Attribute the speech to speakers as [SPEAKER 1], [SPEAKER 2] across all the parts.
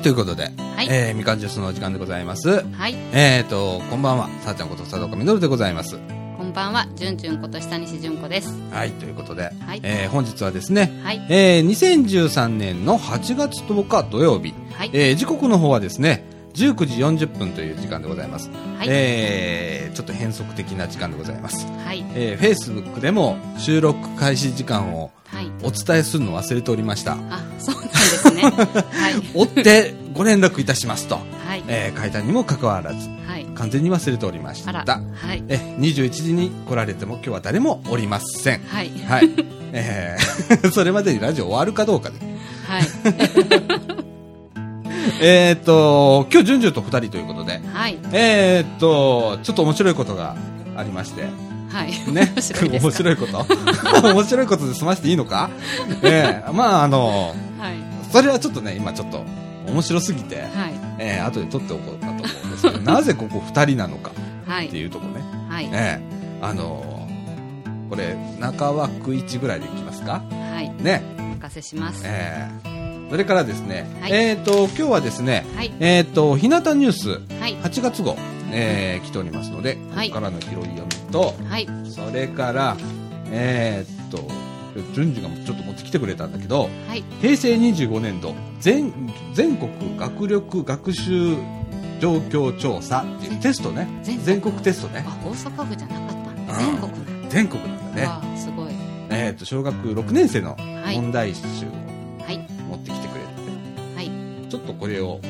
[SPEAKER 1] ということで、
[SPEAKER 2] はい
[SPEAKER 1] えーみかんジュースのお時間でございます。
[SPEAKER 2] はい、
[SPEAKER 1] えーと、こんばんは、さあちゃんこと佐藤みのるでございます。
[SPEAKER 2] こんばんは、じゅんじゅんこと久西純子です。
[SPEAKER 1] はい、ということで、
[SPEAKER 2] はい
[SPEAKER 1] えー本日はですね、
[SPEAKER 2] はい、
[SPEAKER 1] えー2013年の8月10日土曜日、
[SPEAKER 2] はい、
[SPEAKER 1] えー時刻の方はですね、19時40分という時間でございます。
[SPEAKER 2] はい、
[SPEAKER 1] えーちょっと変則的な時間でございます。
[SPEAKER 2] はい、
[SPEAKER 1] えー Facebook でも収録開始時間を
[SPEAKER 2] はい。
[SPEAKER 1] お伝えするの忘れておりました。
[SPEAKER 2] あ、そうなんです ね。はい、
[SPEAKER 1] 追ってご連絡いたしますと、
[SPEAKER 2] はい、
[SPEAKER 1] えー、書いたにもかかわらず、
[SPEAKER 2] はい。
[SPEAKER 1] 完全に忘れておりまし
[SPEAKER 2] あら、
[SPEAKER 1] た。
[SPEAKER 2] はい、
[SPEAKER 1] え、21時に来られても今日は誰もおりません。
[SPEAKER 2] はい、
[SPEAKER 1] はい。えー それまでにラジオ終わるかどうかで。
[SPEAKER 2] はい、
[SPEAKER 1] えーっと、今日、順々と二人ということで、
[SPEAKER 2] はい、
[SPEAKER 1] えーっと、ちょっと面白いことがありまして、
[SPEAKER 2] はい。
[SPEAKER 1] ね。
[SPEAKER 2] 面白いですか。
[SPEAKER 1] 面白いこと面白いこと で済ましていいのかええまあ、あの、
[SPEAKER 2] はい、
[SPEAKER 1] それはちょっとね、今ちょっと、面白すぎて、
[SPEAKER 2] はい、
[SPEAKER 1] ええ後で撮っておこうかと思うん ですけど、なぜここ二人なのか
[SPEAKER 2] は
[SPEAKER 1] って
[SPEAKER 2] い、
[SPEAKER 1] いうとこね。
[SPEAKER 2] はい、
[SPEAKER 1] ええあのーこれ、中枠1ぐらいでいきますか
[SPEAKER 2] はい、
[SPEAKER 1] ね。
[SPEAKER 2] お任せします。
[SPEAKER 1] ええそれからですね、
[SPEAKER 2] はい
[SPEAKER 1] えっ、と、今日はですね、
[SPEAKER 2] はい、
[SPEAKER 1] えっ、と、日向ニュース
[SPEAKER 2] はい、
[SPEAKER 1] 8月号、えー来ておりますので、
[SPEAKER 2] はい
[SPEAKER 1] ここからの拾い読みと、
[SPEAKER 2] はい、
[SPEAKER 1] それから、えっ、と、順次がちょっと持ってきてくれたんだけど、
[SPEAKER 2] はい、
[SPEAKER 1] 平成25年度全全国学力学習状況調査っていうテストね
[SPEAKER 2] 全国
[SPEAKER 1] 全国テストね
[SPEAKER 2] あ、大阪府じゃなかったんだ。全国なん
[SPEAKER 1] 全国なんだね
[SPEAKER 2] だ。わあ、すごい。
[SPEAKER 1] えー、と小学6年生の
[SPEAKER 2] はい
[SPEAKER 1] 問題集を
[SPEAKER 2] はい、
[SPEAKER 1] 持ってきてくれて、
[SPEAKER 2] はい、
[SPEAKER 1] ちょっとこれを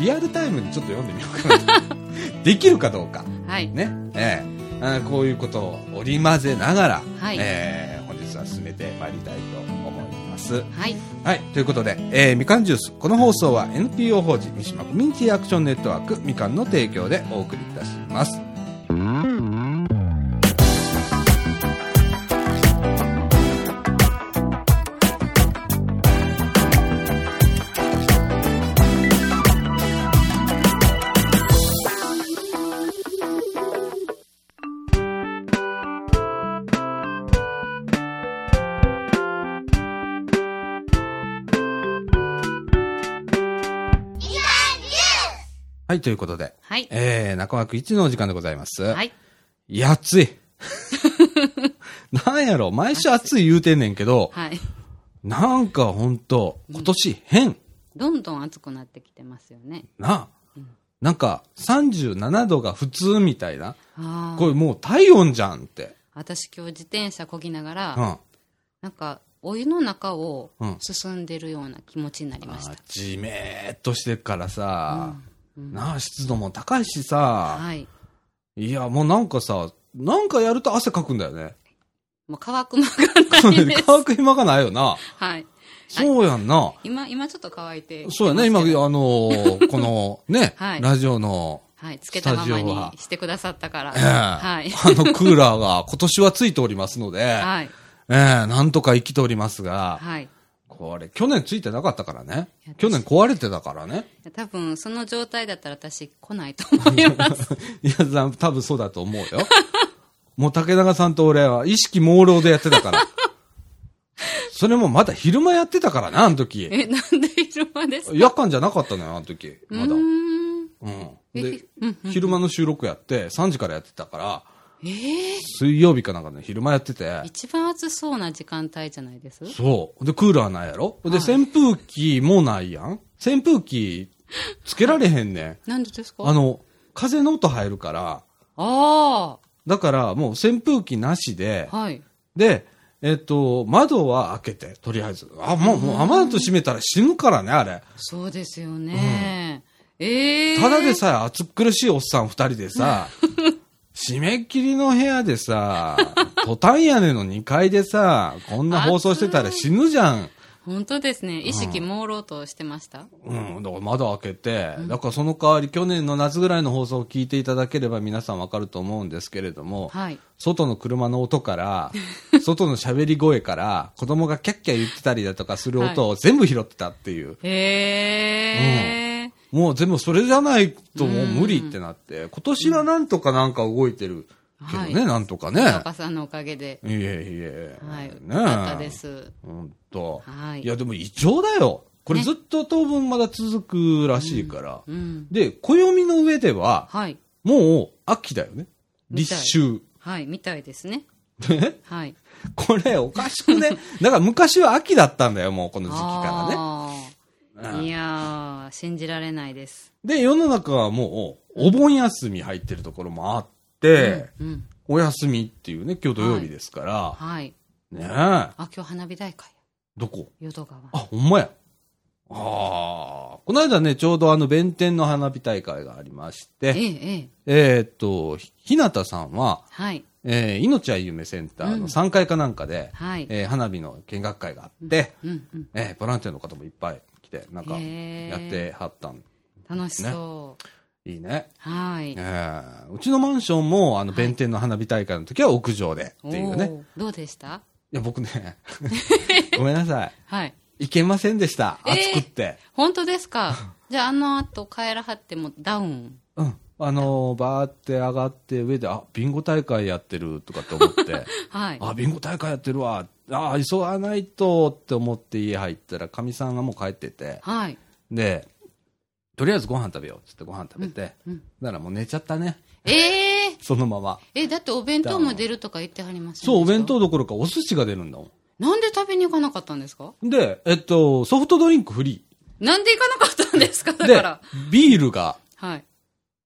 [SPEAKER 1] リアルタイムにちょっと 読んでみようかなできるかどうか
[SPEAKER 2] はい、
[SPEAKER 1] ね、えーあーこういうことを織り交ぜながら、
[SPEAKER 2] はい
[SPEAKER 1] えー本日は進めてまいりたいと思います。
[SPEAKER 2] はい、
[SPEAKER 1] はい、ということで、えーみかんジュースこの放送は NPO 法人三島コミュニティアクションネットワークみかんの提供でお送りいたします。はい、ということで、
[SPEAKER 2] はい、
[SPEAKER 1] えー、中枠一のお時間でございます。
[SPEAKER 2] はい、
[SPEAKER 1] いや、暑い。なんやろ、毎週暑い言うてんねんけど、
[SPEAKER 2] はい。
[SPEAKER 1] なんかほんと、今年変。
[SPEAKER 2] どんどん暑くなってきてますよね。
[SPEAKER 1] な、なんか37度が普通みたいな。
[SPEAKER 2] あ
[SPEAKER 1] これもう体温じゃんって。
[SPEAKER 2] 私今日自転車こぎながら、
[SPEAKER 1] うん。
[SPEAKER 2] なんかお湯の中を
[SPEAKER 1] うん
[SPEAKER 2] 進んでるような気持ちになりました、
[SPEAKER 1] あじめーっとしてっからさ、
[SPEAKER 2] うん
[SPEAKER 1] なあ、湿度も高いしさ、
[SPEAKER 2] はい
[SPEAKER 1] いや、もうなんかさ、なんかやると汗かくんだよね。
[SPEAKER 2] もう乾く間がないです
[SPEAKER 1] 乾く暇がないよな。
[SPEAKER 2] はい
[SPEAKER 1] そうやんな。
[SPEAKER 2] 今今ちょっと乾いて
[SPEAKER 1] そうやね、今、あ
[SPEAKER 2] きてます
[SPEAKER 1] のーこの、ね、
[SPEAKER 2] はい
[SPEAKER 1] ラジオの、
[SPEAKER 2] けどはいつけたま
[SPEAKER 1] スタ
[SPEAKER 2] ま
[SPEAKER 1] ジオは
[SPEAKER 2] にしてくださったから、
[SPEAKER 1] ええ
[SPEAKER 2] はい
[SPEAKER 1] あのクーラーが今年はついておりますので、
[SPEAKER 2] はい
[SPEAKER 1] ええなんとか生きておりますが、
[SPEAKER 2] はい
[SPEAKER 1] これ、去年ついてなかったからね
[SPEAKER 2] いや。
[SPEAKER 1] 去年壊れてたからね。
[SPEAKER 2] 多分その状態だったら私来ないと思い ます
[SPEAKER 1] いや、ざ多分そうだと思うよ。 もう竹中さんと俺は意識朦朧でやってたから。それもまだ昼間やってたからな、あの時。
[SPEAKER 2] えなんで昼間ですか
[SPEAKER 1] 夜間じゃなかったのよ、あの時。まだ。
[SPEAKER 2] う
[SPEAKER 1] う
[SPEAKER 2] ー
[SPEAKER 1] ん。
[SPEAKER 2] ん
[SPEAKER 1] で、昼間の収録やって、3時からやってたから、
[SPEAKER 2] ええ
[SPEAKER 1] 水曜日かなんかね、昼間やってて。
[SPEAKER 2] 一番暑そうな時間帯じゃないです
[SPEAKER 1] そう。で、クーラーないやろで、
[SPEAKER 2] はい
[SPEAKER 1] 扇風機もないやん扇風機、つけられへんねん。
[SPEAKER 2] なんでですか
[SPEAKER 1] あの、風の音入るから、
[SPEAKER 2] あ
[SPEAKER 1] だからもう扇風機なしで、
[SPEAKER 2] あはい
[SPEAKER 1] で、えっと、窓は開けて、とりあえず。あ、もう、もう雨だと閉めたら死ぬからね、あれ。
[SPEAKER 2] そうですよね。ええ
[SPEAKER 1] ただでさえ暑苦しいおっさん二人で さ、締め切りの部屋でさ、トタン屋根の2階でさ、こんな放送してたら死ぬじゃん。
[SPEAKER 2] 本当ですね。意識朦朧としてました。
[SPEAKER 1] うん、だから窓開けて、だからその代わり去年の夏ぐらいの放送を聞いていただければ皆さんわかると思うんですけれども、
[SPEAKER 2] はい。
[SPEAKER 1] 外の車の音 から、外の喋り声から、子供がキャッキャ言ってたりだとかする音を全部拾ってたっていう。
[SPEAKER 2] へえ、
[SPEAKER 1] もう全部それじゃないともう無理ってなって、今年はなんとかなんか動いてるけどね、
[SPEAKER 2] は
[SPEAKER 1] なんとかね。
[SPEAKER 2] パパさんのおかげで。
[SPEAKER 1] いえいえ。
[SPEAKER 2] はい。
[SPEAKER 1] ね
[SPEAKER 2] よかったで。す。
[SPEAKER 1] ほんと。
[SPEAKER 2] はい
[SPEAKER 1] や、でも異常だよ。これずっと当分まだ続くらしいから。
[SPEAKER 2] うん。
[SPEAKER 1] で、暦の上では、
[SPEAKER 2] はい。
[SPEAKER 1] もう秋だよね。
[SPEAKER 2] みた
[SPEAKER 1] 立
[SPEAKER 2] い
[SPEAKER 1] 秋。
[SPEAKER 2] はい。みたいですね。
[SPEAKER 1] ね
[SPEAKER 2] はい。
[SPEAKER 1] これおかしくね。 だから昔は秋だったんだよ、もうこの時期か
[SPEAKER 2] あ
[SPEAKER 1] らね。
[SPEAKER 2] ー
[SPEAKER 1] うん
[SPEAKER 2] いやー、信じられないです。
[SPEAKER 1] で、世の中はもう、お盆休み入ってるところもあって、
[SPEAKER 2] うん。
[SPEAKER 1] お休みっていうね、今日土曜日ですから、
[SPEAKER 2] はい。
[SPEAKER 1] ねえ、
[SPEAKER 2] あ、今日花火大会。
[SPEAKER 1] どこ
[SPEAKER 2] 淀川。
[SPEAKER 1] あ、ほんまや。ああ、この間ね、ちょうどあの、弁天の花火大会がありまし
[SPEAKER 2] え
[SPEAKER 1] て、
[SPEAKER 2] え、ええ。
[SPEAKER 1] えーっと、ひひなたさんは、
[SPEAKER 2] はい。
[SPEAKER 1] えー、命は夢センター
[SPEAKER 2] うん
[SPEAKER 1] の3階かなんかで、
[SPEAKER 2] はい。
[SPEAKER 1] えー花火の見学会があって、
[SPEAKER 2] うんうん。
[SPEAKER 1] えーボランティアの方もいっぱい来て、なんか、
[SPEAKER 2] へー
[SPEAKER 1] やってはったん。
[SPEAKER 2] 楽しそう。
[SPEAKER 1] いいね。
[SPEAKER 2] はい
[SPEAKER 1] え。ーうちのマンションも、あの、弁天の花火大会の時は屋上で、っていうね。い
[SPEAKER 2] おーどうでした
[SPEAKER 1] や、僕ね、 ごめんなさ
[SPEAKER 2] はい。
[SPEAKER 1] い。いけませんでした。
[SPEAKER 2] えー
[SPEAKER 1] 暑くって。
[SPEAKER 2] 本当で すかじゃあ、あの後、帰らはってもダウン。
[SPEAKER 1] うん。あのーバーって上がって、上で、あ、ビンゴ大会やってるとかって思って、
[SPEAKER 2] はい。
[SPEAKER 1] あ、ビンゴ大会やってるわ。あ、急がないとって思って家入ったら、かみさんがもう帰ってて、
[SPEAKER 2] はい。
[SPEAKER 1] で、とりあえずご飯食べようっつってご飯食べて、
[SPEAKER 2] うんうん
[SPEAKER 1] だからもう寝ちゃったね。
[SPEAKER 2] ええ
[SPEAKER 1] そのまま。
[SPEAKER 2] え、だってお弁当も出るとか言ってはります
[SPEAKER 1] そう、お弁当どころかお寿司が出るんだも
[SPEAKER 2] なんで食べに行かなかったんですか
[SPEAKER 1] ん。で、えっと、ソフトドリンクフリ
[SPEAKER 2] なんで行かなかったんですか
[SPEAKER 1] ー。
[SPEAKER 2] だか
[SPEAKER 1] で
[SPEAKER 2] ら。、
[SPEAKER 1] ビールが
[SPEAKER 2] はい。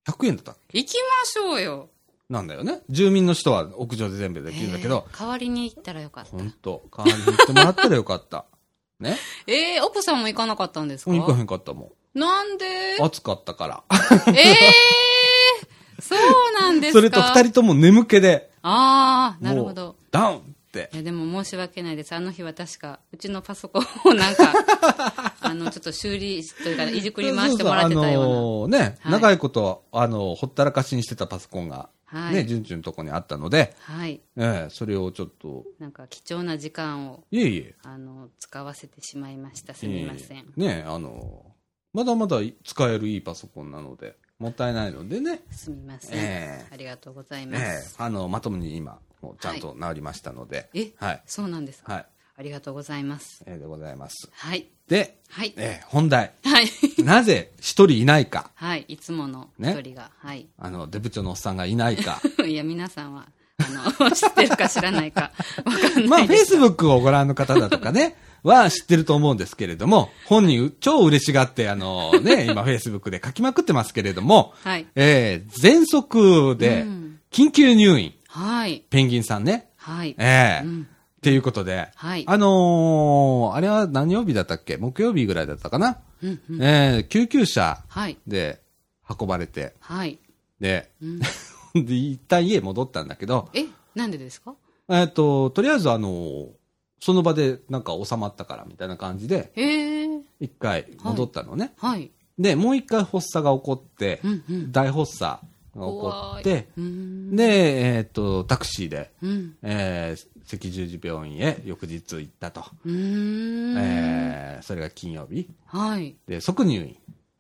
[SPEAKER 1] 100円だった。
[SPEAKER 2] 行きましょうよ。
[SPEAKER 1] なんだよね。住民の人は屋上で全部できるんだけど、
[SPEAKER 2] えー代わりに行ったらよかった
[SPEAKER 1] ほ。んと、代わりに行ってもらったらよかった。 ね。
[SPEAKER 2] ええー、奥さんも行かなかったんですか
[SPEAKER 1] 行かへんかったも
[SPEAKER 2] な んで
[SPEAKER 1] ん。暑かったから。
[SPEAKER 2] ええー、そうなんですか
[SPEAKER 1] それと二人とも眠気で、
[SPEAKER 2] ああ、なる
[SPEAKER 1] も
[SPEAKER 2] ほど
[SPEAKER 1] う。、ダウンって
[SPEAKER 2] い。や、でも申し訳ないです。あの日は確か、うちのパソコンをな んか、あの、ちょっと修理というか、いじくり回してもらってたよ
[SPEAKER 1] そうそう
[SPEAKER 2] うな。
[SPEAKER 1] あのーね、
[SPEAKER 2] はい
[SPEAKER 1] 長いこと、あのーほったらかしにしてたパソコンが、
[SPEAKER 2] はい
[SPEAKER 1] ね、じゅんじゅんとこにあったので、
[SPEAKER 2] はい。
[SPEAKER 1] ええそれをちょっと、
[SPEAKER 2] なんか、貴重な時間を、
[SPEAKER 1] いえいえ。
[SPEAKER 2] あの、使わせてしまいました。すみません。
[SPEAKER 1] ええね、あのーまだまだ使えるいいパソコンなので、もったいないのでね、
[SPEAKER 2] すみません、
[SPEAKER 1] ええ
[SPEAKER 2] ありがとうございま
[SPEAKER 1] ええ
[SPEAKER 2] す。
[SPEAKER 1] あのまともに今、もうちゃんと治りましたので、
[SPEAKER 2] え、
[SPEAKER 1] はい。
[SPEAKER 2] そうなんですか、
[SPEAKER 1] はい。
[SPEAKER 2] ありがとうございます。
[SPEAKER 1] ええでございます。
[SPEAKER 2] はい。
[SPEAKER 1] で、
[SPEAKER 2] はい。
[SPEAKER 1] ええ本題。
[SPEAKER 2] はい。
[SPEAKER 1] なぜ一人いないか、
[SPEAKER 2] はい。いつもの
[SPEAKER 1] ね
[SPEAKER 2] 一人が、はい。
[SPEAKER 1] あの、デブチョのおっさんがいないか、
[SPEAKER 2] いや、皆さんは、あの、 知ってるか知らないか、わかん
[SPEAKER 1] まあ、
[SPEAKER 2] ない
[SPEAKER 1] フェ
[SPEAKER 2] で
[SPEAKER 1] イ
[SPEAKER 2] す。
[SPEAKER 1] スブックをご覧の方だとか ね、は知ってると思うんですけれども、本人超嬉しがって、あの ね、今フェイスブックで書きまくってますけれども、
[SPEAKER 2] はい。
[SPEAKER 1] えー、喘息で
[SPEAKER 2] うん、
[SPEAKER 1] 緊急入院、
[SPEAKER 2] はい。
[SPEAKER 1] ペンギンさんね、
[SPEAKER 2] はい。
[SPEAKER 1] ええ
[SPEAKER 2] うん
[SPEAKER 1] っていうことで、
[SPEAKER 2] はい。
[SPEAKER 1] あのーあれは何曜日だったっけ木曜日ぐらいだったかな、
[SPEAKER 2] うんうん
[SPEAKER 1] えー救急車
[SPEAKER 2] はい。
[SPEAKER 1] で運ばれて、
[SPEAKER 2] はい。
[SPEAKER 1] で、
[SPEAKER 2] うん
[SPEAKER 1] で、一旦家戻ったんだけど、
[SPEAKER 2] え、なんでですか
[SPEAKER 1] えっ、と、とりあえずあのーその場でなんか収まったからみたいな感じで、
[SPEAKER 2] えー、
[SPEAKER 1] 一回戻ったのね、
[SPEAKER 2] はい。
[SPEAKER 1] でもう一回発作が起こって、
[SPEAKER 2] うんうん。
[SPEAKER 1] 大発作が起こ
[SPEAKER 2] 怖
[SPEAKER 1] っ
[SPEAKER 2] い
[SPEAKER 1] て
[SPEAKER 2] うん。
[SPEAKER 1] で、えーっとタクシーで、
[SPEAKER 2] うん。
[SPEAKER 1] えー赤十字病院へ翌日行ったと、
[SPEAKER 2] うーん。
[SPEAKER 1] えーそれが金曜日
[SPEAKER 2] はい。
[SPEAKER 1] で即入院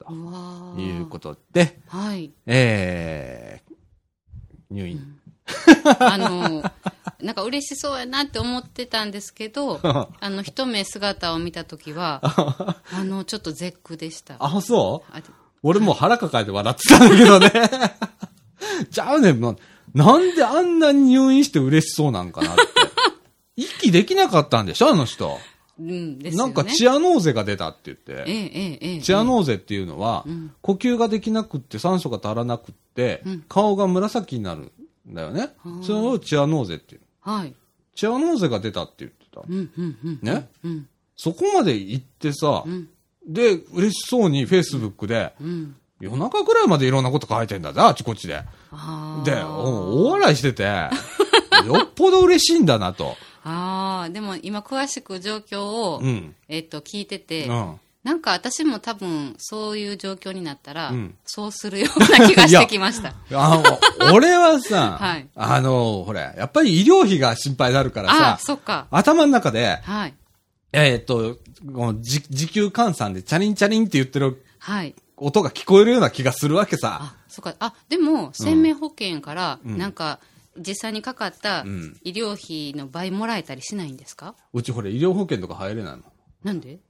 [SPEAKER 2] うわ
[SPEAKER 1] と
[SPEAKER 2] ー
[SPEAKER 1] いうことで、
[SPEAKER 2] はい。
[SPEAKER 1] えー入院、
[SPEAKER 2] あの、なんか嬉しそうやなって思ってたんですけ ど、あの、一目姿を見たときは、あの、ちょっと絶句でした。
[SPEAKER 1] あそう
[SPEAKER 2] あで
[SPEAKER 1] 俺もう腹抱えて笑ってたんだけどねちゃうねんななんであんなに入院して嬉しそうなんかなって息できなかったんでしょあの人
[SPEAKER 2] うん、ですよ
[SPEAKER 1] な
[SPEAKER 2] ね。
[SPEAKER 1] んかチアノーゼが出たって言っ
[SPEAKER 2] え
[SPEAKER 1] て、
[SPEAKER 2] え、ええ、ええ。
[SPEAKER 1] チアノーゼっていうのは、呼吸ができなくって酸素が足らなくって、顔が紫になるんだよね。それをチアノーゼっていう。
[SPEAKER 2] はい。
[SPEAKER 1] チアノーゼが出たって言ってた。
[SPEAKER 2] うん、うん、うん。
[SPEAKER 1] ね
[SPEAKER 2] うん、
[SPEAKER 1] そこまで行ってさ、
[SPEAKER 2] ん
[SPEAKER 1] で、嬉しそうにフェイスブックで、
[SPEAKER 2] うん。
[SPEAKER 1] 夜中ぐらいまでいろんなこと書いてんだぜ、あちこちで。
[SPEAKER 2] ああ。
[SPEAKER 1] で、うん大笑いして て、よっぽど嬉しいんだなと。
[SPEAKER 2] ああ、でも今詳しく状況を、
[SPEAKER 1] うん。
[SPEAKER 2] えっと、聞いて
[SPEAKER 1] う
[SPEAKER 2] て、
[SPEAKER 1] ん。
[SPEAKER 2] なんか私も多分そういう状況になったら、
[SPEAKER 1] うん
[SPEAKER 2] そうするような気がしてきました。
[SPEAKER 1] あの、 俺はさ、
[SPEAKER 2] はい
[SPEAKER 1] あの、ほれ、やっぱり医療費が心配になるから
[SPEAKER 2] あ
[SPEAKER 1] さ
[SPEAKER 2] あ、、そっか。
[SPEAKER 1] 頭の中で、
[SPEAKER 2] はい。
[SPEAKER 1] えーっと、この時時給換算でチャリンチャリンって言ってる
[SPEAKER 2] はい。
[SPEAKER 1] 音が聞こえるような気がするわけさ。
[SPEAKER 2] あ、そっか。あ、でも、生命保険から、
[SPEAKER 1] ん
[SPEAKER 2] なんか、実際にかかった
[SPEAKER 1] ん
[SPEAKER 2] 医療費の倍もらえたりしないんですか
[SPEAKER 1] うちほれ、医療保険とか入れないもん。
[SPEAKER 2] なんで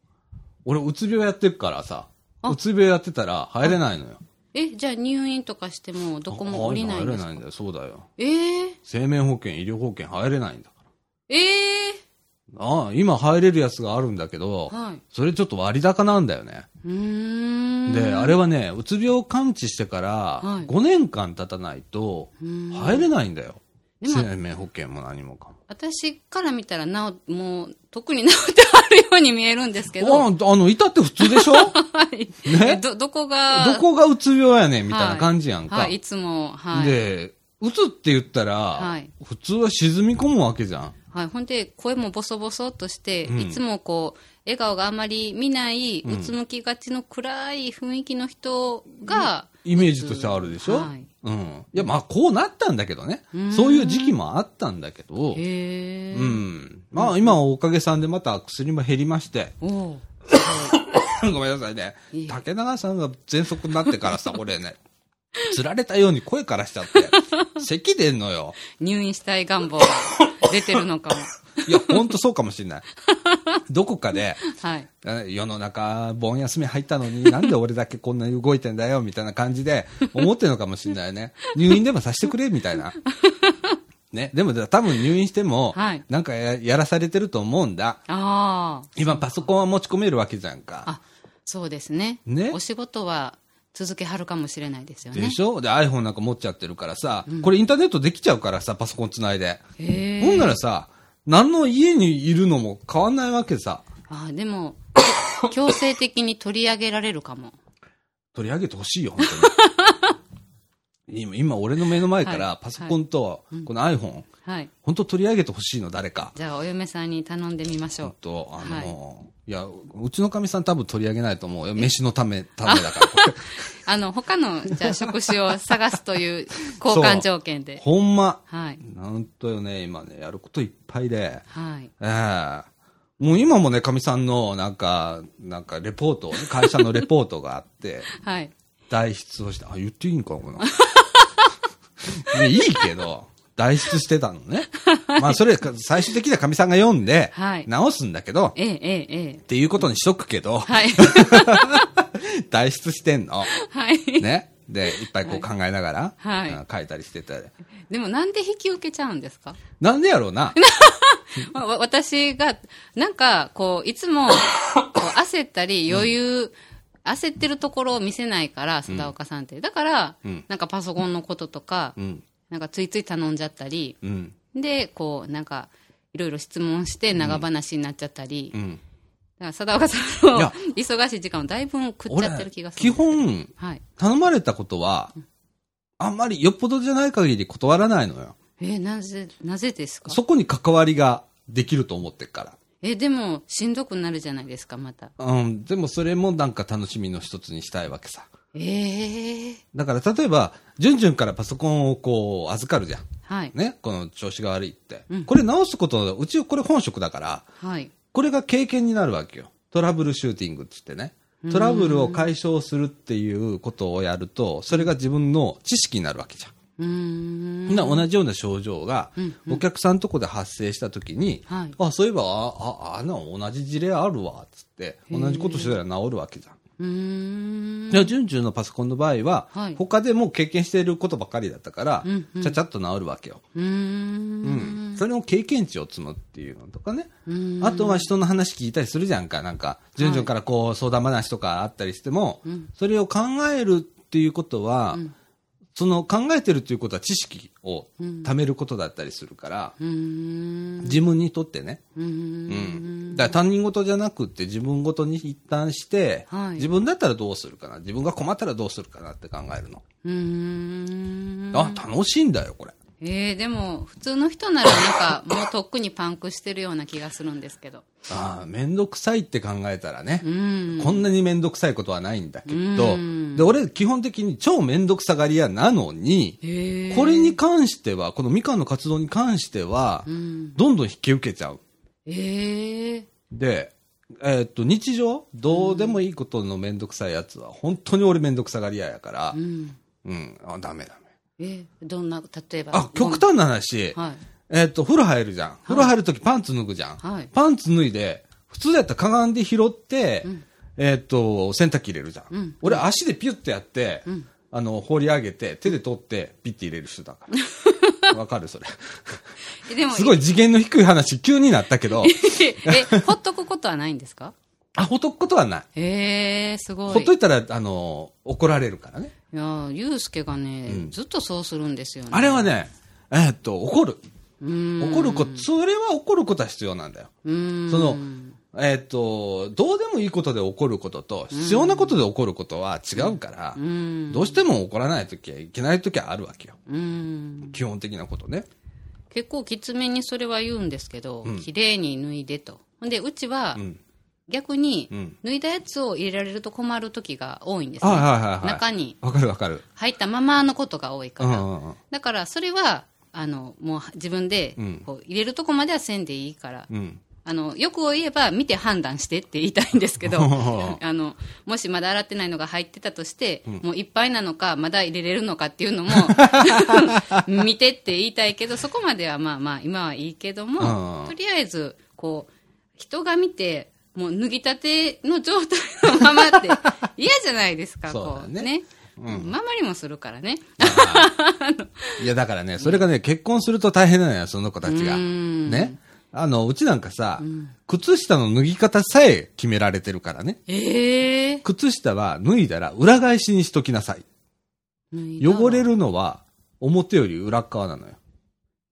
[SPEAKER 1] 俺、うつ病やってるからさ、
[SPEAKER 2] あ
[SPEAKER 1] うつ病やってたら入れないのよ。
[SPEAKER 2] え、じゃあ入院とかしてもどこも降りない
[SPEAKER 1] 入
[SPEAKER 2] んで
[SPEAKER 1] れ
[SPEAKER 2] す
[SPEAKER 1] ない
[SPEAKER 2] か
[SPEAKER 1] んだよ、そうだよ。
[SPEAKER 2] えー、
[SPEAKER 1] 生命保険、医療保険入れないんだから。
[SPEAKER 2] え
[SPEAKER 1] ああ、今入れるやつがあるんだけど、
[SPEAKER 2] ー、はい。
[SPEAKER 1] それちょっと割高なんだよね。
[SPEAKER 2] うーん。
[SPEAKER 1] で、あれはね、うつ病を完治してから、
[SPEAKER 2] はい
[SPEAKER 1] 5年間経たないと、
[SPEAKER 2] うん
[SPEAKER 1] 入れないんだよ。
[SPEAKER 2] でも
[SPEAKER 1] 生命保険も何もかも。
[SPEAKER 2] 私から見たらなお、もう、特に治ってあるように見えるんですけど、
[SPEAKER 1] あ
[SPEAKER 2] は
[SPEAKER 1] あの、いたって普通でし ょど
[SPEAKER 2] い。
[SPEAKER 1] ね
[SPEAKER 2] ど、どこが、
[SPEAKER 1] こがうつ病やねんみたいな感じやんか。
[SPEAKER 2] はい、いつも、はい。
[SPEAKER 1] で、うつって言ったら、
[SPEAKER 2] はい
[SPEAKER 1] 普通は沈み込むわけじゃん。
[SPEAKER 2] はい、ほんで、声もボソボソっとして、
[SPEAKER 1] うん
[SPEAKER 2] いつもこう、笑顔があまり見ない、
[SPEAKER 1] うん
[SPEAKER 2] うつむきがちの暗い雰囲気の人が、
[SPEAKER 1] イメージとしてあるでしょ、
[SPEAKER 2] はい
[SPEAKER 1] うん。いや、まあ、こうなったんだけどね
[SPEAKER 2] うー。ん
[SPEAKER 1] そういう時期もあったんだけど、
[SPEAKER 2] へえ。
[SPEAKER 1] うん。まあ、今はおかげさんでまた薬も減りまして、
[SPEAKER 2] おう
[SPEAKER 1] ごめんなさいね
[SPEAKER 2] いい。
[SPEAKER 1] 竹永さんが喘息になってからさ、俺ね、 つられたように声からしちゃ って、咳出んのよ。
[SPEAKER 2] 入院したい願望が出てるのかも。
[SPEAKER 1] いや、ほんとそうかもしれない。どこかで、
[SPEAKER 2] はい。
[SPEAKER 1] あ世の中、盆休み入ったのに、なんで俺だけこんなに動いてんだよ、みたいな感じで、思ってるのかもしれないね。入院でもさせてくれ、みたいな。ね、でも多分入院しても、
[SPEAKER 2] はい
[SPEAKER 1] なんかややらされてると思うんだ。
[SPEAKER 2] ああ、
[SPEAKER 1] 今パソコンは持ち込めるわけじゃんか。
[SPEAKER 2] あ、そうですね。
[SPEAKER 1] ね
[SPEAKER 2] お仕事は続けはるかもしれないですよね
[SPEAKER 1] で。しょで、iPhone なんか持っちゃってるからさ、これインターネットできちゃうからさ、パソコンつないで。
[SPEAKER 2] へ
[SPEAKER 1] ほん
[SPEAKER 2] え。
[SPEAKER 1] ならさ、何の家にいるのも変わんないわけさ。
[SPEAKER 2] あー でも、強制的に取り上げられるかも。
[SPEAKER 1] 取り上げてほしいよ、本当 に。今、今俺の目の前か
[SPEAKER 2] は
[SPEAKER 1] ら
[SPEAKER 2] い
[SPEAKER 1] パソコンと、この iPhone、
[SPEAKER 2] はい。
[SPEAKER 1] 本当取り上げてほしいの、誰か。
[SPEAKER 2] じゃあ、お嫁さんに頼んでみましょ
[SPEAKER 1] 本
[SPEAKER 2] う。
[SPEAKER 1] 当あの、、
[SPEAKER 2] はい
[SPEAKER 1] や、うちのかみさん多分取り上げないと思うよ。飯のため、ためだから。 こ
[SPEAKER 2] あの、他の、じゃあ、職種を探すという交換条件
[SPEAKER 1] れ
[SPEAKER 2] で。
[SPEAKER 1] ほんま。
[SPEAKER 2] はい。
[SPEAKER 1] なんとよね、今ね、やることいっぱいで。
[SPEAKER 2] はい。
[SPEAKER 1] ええもう今もね、かみさんの、なんか、なんか、レポートをね、会社のレポートがあって、
[SPEAKER 2] はい。
[SPEAKER 1] 代筆をして、あ、言っていいんか、この。ねいいけど、代筆してたのね。まあ、それ、か最終的にはかみさんが読んで
[SPEAKER 2] はい、
[SPEAKER 1] 直すんだけど、
[SPEAKER 2] ええ、ええ、ええ。
[SPEAKER 1] っていうことにしとくけど、
[SPEAKER 2] はい。
[SPEAKER 1] 代筆してんの。
[SPEAKER 2] はい。
[SPEAKER 1] ね。で、いっぱいこう考えながら、
[SPEAKER 2] はい
[SPEAKER 1] うん書いたりしてて。
[SPEAKER 2] でも、なんで引き受けちゃうんですか
[SPEAKER 1] なんでやろうな。
[SPEAKER 2] わわ私が、なんか、こう、いつも、こ う焦ったり、余裕、焦ってるところを見せないから、佐岡さんって。だから、
[SPEAKER 1] うん
[SPEAKER 2] なんかパソコンのこととか、
[SPEAKER 1] うん。
[SPEAKER 2] なんかついつい頼んじゃったり、
[SPEAKER 1] うん。
[SPEAKER 2] で、こう、なんか、いろいろ質問して長話になっちゃったり、
[SPEAKER 1] うん。
[SPEAKER 2] だから、佐岡さん
[SPEAKER 1] い
[SPEAKER 2] の
[SPEAKER 1] や
[SPEAKER 2] 忙しい時間をだいぶ食っちゃってる気がする。
[SPEAKER 1] 基、本、
[SPEAKER 2] はい。
[SPEAKER 1] 頼まれたことは、あんまりよっぽどじゃない限り断らないのよ。
[SPEAKER 2] えなぜ、なぜですか
[SPEAKER 1] そこに関わりができると思ってるか
[SPEAKER 2] えでも、しんどくなるじゃないですか、また。
[SPEAKER 1] ら。うん。でもそれもなんか楽しみの一つにしたいわけさ。
[SPEAKER 2] ええ
[SPEAKER 1] だから例えば、じゅんじゅんからパソコンをこう預かるじゃん。
[SPEAKER 2] はい。
[SPEAKER 1] ね。この調子が悪いって。
[SPEAKER 2] うん
[SPEAKER 1] これ直すことの、うちこれ本職だから、
[SPEAKER 2] はい。
[SPEAKER 1] これが経験になるわけよ。トラブルシューティングって言ってね。トラブルを解消するっていうことをやると、それが自分の知識になるわけじゃん。
[SPEAKER 2] うーん。
[SPEAKER 1] な同じような症状が
[SPEAKER 2] うん、
[SPEAKER 1] お客さんとこで発生したときに、
[SPEAKER 2] はい
[SPEAKER 1] あ、そういえば、あ、あ、あの、同じ事例あるわ、つって、
[SPEAKER 2] へー
[SPEAKER 1] 同じことしてたら治るわけじゃん。
[SPEAKER 2] うーん。
[SPEAKER 1] じゃあ、順々のパソコンの場合は、
[SPEAKER 2] はい
[SPEAKER 1] 他でもう経験していることばかりだったから、
[SPEAKER 2] うんうん
[SPEAKER 1] ちゃちゃっと治るわけよ。
[SPEAKER 2] うーん。
[SPEAKER 1] それを経験値を積むっていうのとかね。
[SPEAKER 2] うーん
[SPEAKER 1] あとは人の話聞いたりするじゃんか。なんか、順々からこう相談話とかあったりしても、それを考えるっていうことは、その考えてるっていうことは知識を貯めることだったりするから、
[SPEAKER 2] うーん。
[SPEAKER 1] 自分にとってね。
[SPEAKER 2] うーん。
[SPEAKER 1] うん。だから他人事じゃなくって自分事に一旦して、
[SPEAKER 2] はい
[SPEAKER 1] 自分だったらどうするかな。自分が困ったらどうするかなって考えるの。
[SPEAKER 2] うーん。
[SPEAKER 1] あ、楽しいんだよ、これ。
[SPEAKER 2] えー、でも、普通の人ならなんか、もうとっくにパンクしてるような気がするんですけど。
[SPEAKER 1] ああ、めんどくさいって考えたらね。
[SPEAKER 2] うん。
[SPEAKER 1] こんなにめんどくさいことはないんだけど
[SPEAKER 2] う、ん
[SPEAKER 1] で、俺基本的に超めんどくさがり屋なのに、
[SPEAKER 2] へえ。
[SPEAKER 1] これに関しては、このみかんの活動に関しては
[SPEAKER 2] う、ん。
[SPEAKER 1] どんどん引き受けちゃう。
[SPEAKER 2] ええ。
[SPEAKER 1] で、えーっと、日常、どうでもいいことのめんどくさいやつは、本当に俺めんどくさがり屋やから
[SPEAKER 2] う、ん。
[SPEAKER 1] うん、あ、ダメダメ。
[SPEAKER 2] え、どんな、例えば。
[SPEAKER 1] あ、極端な話、
[SPEAKER 2] はい。
[SPEAKER 1] えーっと、風呂入るじゃん。風呂入るときパンツ脱ぐじゃん。
[SPEAKER 2] はい
[SPEAKER 1] パンツ脱いで、普通だったらかがんで拾って、えーっと、洗濯機入れるじゃん。俺足でピュッてやって、あの、放り上げて、手で取って、ピッて入れる人だ から。わかるそれ。
[SPEAKER 2] えでも、
[SPEAKER 1] すごい次元の低い話、急になったけど、
[SPEAKER 2] え、ほっとくことはないんですか
[SPEAKER 1] あ、ほっとくことはない。
[SPEAKER 2] ええすごい。
[SPEAKER 1] ほっといたら、あの、怒られるからね。
[SPEAKER 2] いやーゆうすけがね、ずっとそうするんですよね。
[SPEAKER 1] あれはね、えーっと、怒る。
[SPEAKER 2] うーん。
[SPEAKER 1] 怒ること、それは怒ることは必要なんだよ。
[SPEAKER 2] うーん。
[SPEAKER 1] その、えーっと、どうでもいいことで怒ることと、必要なことで怒ることは違うから、
[SPEAKER 2] うーん。
[SPEAKER 1] どうしても怒らないときはいけないときはあるわけよ。
[SPEAKER 2] うーん。
[SPEAKER 1] 基本的なことね。
[SPEAKER 2] 結構きつめにそれは言うんですけど、綺麗に脱いでと。ほんで、うちは、逆に、
[SPEAKER 1] うん
[SPEAKER 2] 脱いだやつを入れられると困る時が多いんですね。
[SPEAKER 1] はいはいはいはい。
[SPEAKER 2] 中に
[SPEAKER 1] わかるわかる。
[SPEAKER 2] 入ったままのことが多いか
[SPEAKER 1] うんう
[SPEAKER 2] ら。
[SPEAKER 1] んうん。
[SPEAKER 2] だから、それは、あの、もう自分で
[SPEAKER 1] うん、
[SPEAKER 2] こう、入れるとこまではせんでいいから、
[SPEAKER 1] うん。
[SPEAKER 2] あの、よく言えば見て判断してって言いたいんです けど、あの、もしまだ洗ってないのが入ってたとして、もういっぱいなのか、まだ入れれるのかっていう のも、見てって言いたいけど、そこまではまあまあ、今はいいけど
[SPEAKER 1] うん
[SPEAKER 2] も、とりあえず、こう、人が見て、もう脱ぎたての状態のままって嫌じゃないですか、
[SPEAKER 1] そう
[SPEAKER 2] こ
[SPEAKER 1] だ
[SPEAKER 2] う
[SPEAKER 1] ね
[SPEAKER 2] ね。ままりもするからね。
[SPEAKER 1] いや、だからね、それがね、結婚すると大変なのよ、その子たちが。
[SPEAKER 2] うーん
[SPEAKER 1] ね。あの、うちなんかさ、靴下の脱ぎ方さえ決められてるからね。
[SPEAKER 2] ええ
[SPEAKER 1] 靴下は脱いだら裏返しにしときなさい。
[SPEAKER 2] ー。
[SPEAKER 1] 汚れ
[SPEAKER 2] る。
[SPEAKER 1] るのは表より裏っ側なのよ。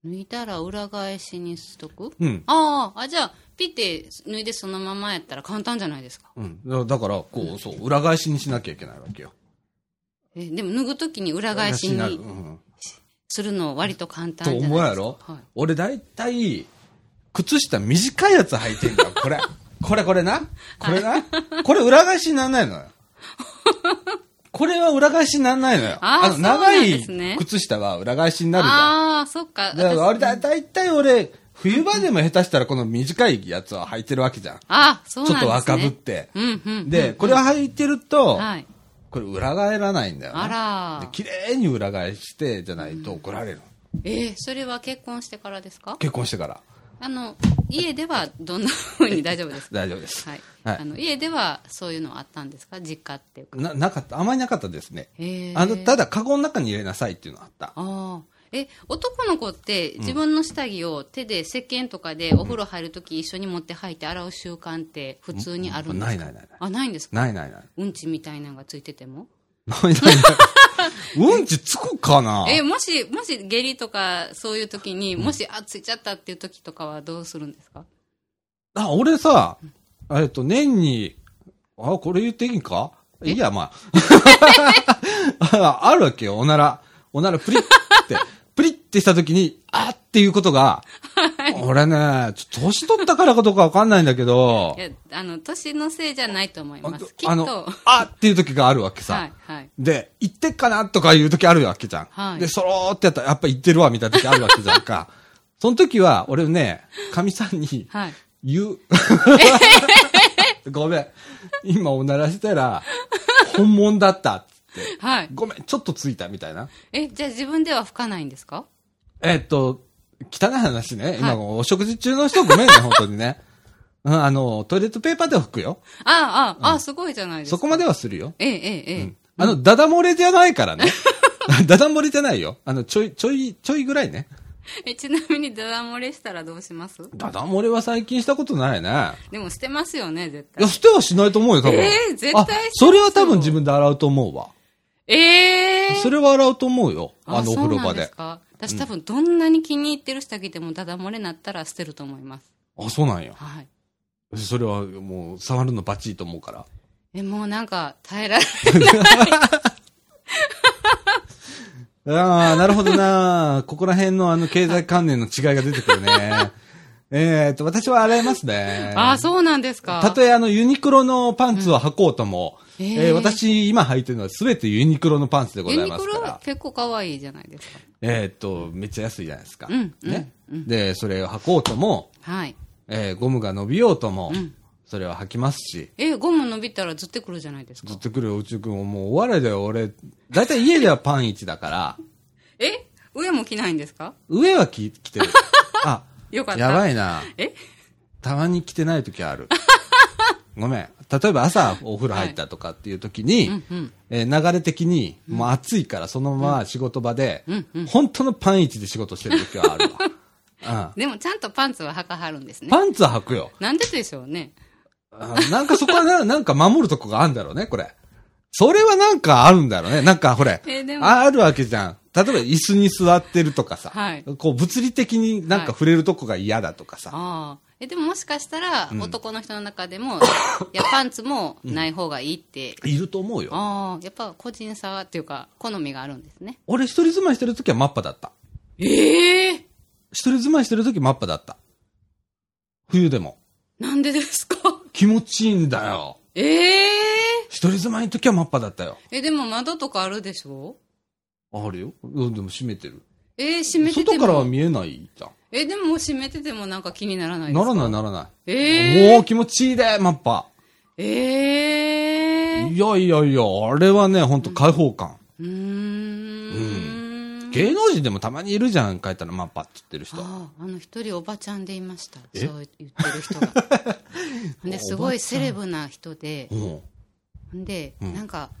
[SPEAKER 2] 脱いだら裏返しにしとく
[SPEAKER 1] うん。
[SPEAKER 2] ああ、あ、じゃあ、ピッて脱いでそのままやったら簡単じゃないですか。
[SPEAKER 1] うん。だだから、こう、そう、裏返しにしなきゃいけないわけよ。
[SPEAKER 2] えでも脱ぐときに裏返し
[SPEAKER 1] なる
[SPEAKER 2] に
[SPEAKER 1] うん。
[SPEAKER 2] するの割と簡単
[SPEAKER 1] と
[SPEAKER 2] じゃないですか。
[SPEAKER 1] 思うやろ、
[SPEAKER 2] はい
[SPEAKER 1] 俺大体、靴下短いやつ履いてんだよ、これ。 これこれな。これな。これ裏返しにならないのよ。 これは裏返しにならないのよ。
[SPEAKER 2] あー
[SPEAKER 1] の、
[SPEAKER 2] そうなん
[SPEAKER 1] 長
[SPEAKER 2] で
[SPEAKER 1] い
[SPEAKER 2] すね
[SPEAKER 1] 靴下は裏返しになるじゃん。
[SPEAKER 2] ああ、そっか。
[SPEAKER 1] だから
[SPEAKER 2] 私
[SPEAKER 1] 俺だ大体俺、冬場でも下手したらこの短いやつは履いてるわけじゃん。
[SPEAKER 2] ああ、そう
[SPEAKER 1] ちょ
[SPEAKER 2] な
[SPEAKER 1] っ
[SPEAKER 2] んですね。
[SPEAKER 1] と若ぶって。
[SPEAKER 2] うんうん。
[SPEAKER 1] で、これを履いてると、
[SPEAKER 2] はい。
[SPEAKER 1] これ裏返らないんだよ、ね。
[SPEAKER 2] あら
[SPEAKER 1] で綺麗に裏返してじゃないと怒られる。
[SPEAKER 2] えー、それは結婚してからですか
[SPEAKER 1] 結婚してから。
[SPEAKER 2] あの、家ではどんなふうに大丈夫ですか
[SPEAKER 1] 大丈夫です。
[SPEAKER 2] はい。
[SPEAKER 1] はい
[SPEAKER 2] あの家ではそういうのあったんですか実家っていうか。
[SPEAKER 1] な、なかった。あまりなかったですね。
[SPEAKER 2] へー
[SPEAKER 1] あの、ただ、カゴの中に入れなさいっていうのはあった。
[SPEAKER 2] ああ。え、男の子って自分の下着を手で石鹸とかでお風呂入るとき一緒に持って入って洗う習慣って普通にあるんですか、
[SPEAKER 1] ないないないない。
[SPEAKER 2] あ、ないんですか
[SPEAKER 1] ないないない。
[SPEAKER 2] うんちみたいなのがついてても
[SPEAKER 1] ないない ない。うんちつくかな
[SPEAKER 2] え、もし、もし下痢とかそういうときに、もし、あ、ついちゃったっていうときとかはどうするんですか
[SPEAKER 1] あ、俺さ、えっと、年に、あ、これ言っていいんかいや、まあ。あ あるわけよ、おなら。おなら、プリって、プリってした時に、あっていうことが、俺ね、ちょ年取ったからかどうかわかんないんだけど
[SPEAKER 2] い、や、あの、年のせいじゃないと思います。きっ
[SPEAKER 1] あ
[SPEAKER 2] と
[SPEAKER 1] の、、あっていう時があるわけさ。
[SPEAKER 2] はい、はい。
[SPEAKER 1] で、行ってっかなとかいう時あるわけじゃん。
[SPEAKER 2] はい
[SPEAKER 1] で、そろーってやったら、やっぱ行ってるわ、みたいな時あるわけじゃんか。その時は、俺ね、神さんに
[SPEAKER 2] はい。
[SPEAKER 1] 言 う。ごめん。今おならしたら、本物だったっつって。
[SPEAKER 2] はい。
[SPEAKER 1] ごめん、ちょっとついたみたいな。
[SPEAKER 2] え、じゃあ自分では吹かないんですか
[SPEAKER 1] えっと、汚い話ね。今、お食事中の人ごめん ね、本当にね。うん、あの、トイレットペーパーで拭くよ。
[SPEAKER 2] ああ、ああ、すごいじゃないですか。
[SPEAKER 1] そこまではするよ。
[SPEAKER 2] ええ、ええ、ええ。
[SPEAKER 1] あの、ダダ漏れじゃないからね。 ダダ漏れじゃないよ。あの、ちょい、ちょい、ちょいぐらいね。
[SPEAKER 2] えちなみにダダ漏れしたらどうします
[SPEAKER 1] ダダ漏れは最近したことないね。
[SPEAKER 2] でも捨てますよね絶
[SPEAKER 1] いや、
[SPEAKER 2] 対
[SPEAKER 1] 捨てはしないと思うよ、多分。
[SPEAKER 2] えー絶対しな
[SPEAKER 1] あ
[SPEAKER 2] い
[SPEAKER 1] それは多分自分で洗うと思うわ。
[SPEAKER 2] ええー、
[SPEAKER 1] それは洗うと思うよ。あの、お風呂
[SPEAKER 2] そ
[SPEAKER 1] 場
[SPEAKER 2] うなん。
[SPEAKER 1] です
[SPEAKER 2] か私多分どんなに気に入ってる下着でもダダ漏れなったら捨てると思います
[SPEAKER 1] あ、そうなんや。
[SPEAKER 2] はい
[SPEAKER 1] それはもう、触るのバチいと思うから。
[SPEAKER 2] えもうなんか耐えられ
[SPEAKER 1] ああ、なるほどな。 ここら辺のあの、経済観念の違いが出てくるね。 えっと、私は洗います ね。
[SPEAKER 2] ああそうなんですか
[SPEAKER 1] たとえあのユニクロのパンツを履こうとも、
[SPEAKER 2] うん
[SPEAKER 1] えー
[SPEAKER 2] へえ
[SPEAKER 1] 私今履いてるのは全てユニクロのパンツでござ
[SPEAKER 2] ユ
[SPEAKER 1] い
[SPEAKER 2] ニ
[SPEAKER 1] ま
[SPEAKER 2] ク
[SPEAKER 1] す
[SPEAKER 2] ロ
[SPEAKER 1] から
[SPEAKER 2] は。結構可愛いじゃないですか
[SPEAKER 1] えーっと、めっちゃ安いじゃないですか。
[SPEAKER 2] うんうん
[SPEAKER 1] ね、で、それを履こうとも、
[SPEAKER 2] はい
[SPEAKER 1] えーゴムが伸びようとも、それは履きますし、
[SPEAKER 2] えゴム伸びたらずってくるじゃないですか
[SPEAKER 1] ずっと来る宇宙くんももうお笑いだよ、俺。だいたい家ではパン一だから、
[SPEAKER 2] え上も着ないんですか
[SPEAKER 1] 上は着着て る。あ、
[SPEAKER 2] よかった
[SPEAKER 1] やばいな。
[SPEAKER 2] え
[SPEAKER 1] たまに着てない時ある。ごめん。例えば朝お風呂入ったとかっていう時に、
[SPEAKER 2] うんうん
[SPEAKER 1] えー流れ的に、もう暑いからそのまま仕事場で、
[SPEAKER 2] うんうん
[SPEAKER 1] 本当のパンイチで仕事してる時はあるわ。
[SPEAKER 2] でもちゃんとパンツは履かはるんです
[SPEAKER 1] う
[SPEAKER 2] ね
[SPEAKER 1] ん、。パンツは履くよ。
[SPEAKER 2] なんででしょうね。
[SPEAKER 1] あなんかそこはな、 なんか守るとこがあるんだろうね、これ。それはなんかあるんだろうね。なんかほれ、
[SPEAKER 2] えーでも
[SPEAKER 1] ああるわけじゃん。例えば椅子に座ってるとかさ、
[SPEAKER 2] はい
[SPEAKER 1] こう物理的になんか触れるとこが嫌だとかさ。
[SPEAKER 2] ああ。え、でももしかしたら、男の人の中でも、 いや、パンツもない方がいいって。
[SPEAKER 1] い、ると思うよ。
[SPEAKER 2] ああ、やっぱ個人差っていうか、好みがあるんですね。
[SPEAKER 1] 俺一人住まいしてる時はマッパだった。
[SPEAKER 2] ええ
[SPEAKER 1] 一人住まいしてる時マッパだった。冬でも。
[SPEAKER 2] なんでですか
[SPEAKER 1] 気持ちいいんだよ。
[SPEAKER 2] ええ
[SPEAKER 1] 一人住まいの時はマッパだったよ。
[SPEAKER 2] え、でも窓とかあるでしょ
[SPEAKER 1] あるよ。うん、でも閉めてる。
[SPEAKER 2] えー、閉めて
[SPEAKER 1] 外
[SPEAKER 2] ても。
[SPEAKER 1] からは見えないじゃん。
[SPEAKER 2] え、でももう閉めててもなんか気にならないです
[SPEAKER 1] な
[SPEAKER 2] から
[SPEAKER 1] ないならない。
[SPEAKER 2] ええ
[SPEAKER 1] もう気持ちいいで、マッパ。
[SPEAKER 2] ええ
[SPEAKER 1] いやいやいや、あれはね、ほんと開放感。
[SPEAKER 2] うーん。
[SPEAKER 1] 芸能人でもたまにいるじゃん、書いたらマッパって言ってる人。
[SPEAKER 2] あああの一人おばちゃんでいました
[SPEAKER 1] え
[SPEAKER 2] そう言ってる人が ですごいセレブな人で
[SPEAKER 1] うん。
[SPEAKER 2] で、
[SPEAKER 1] ん
[SPEAKER 2] なんか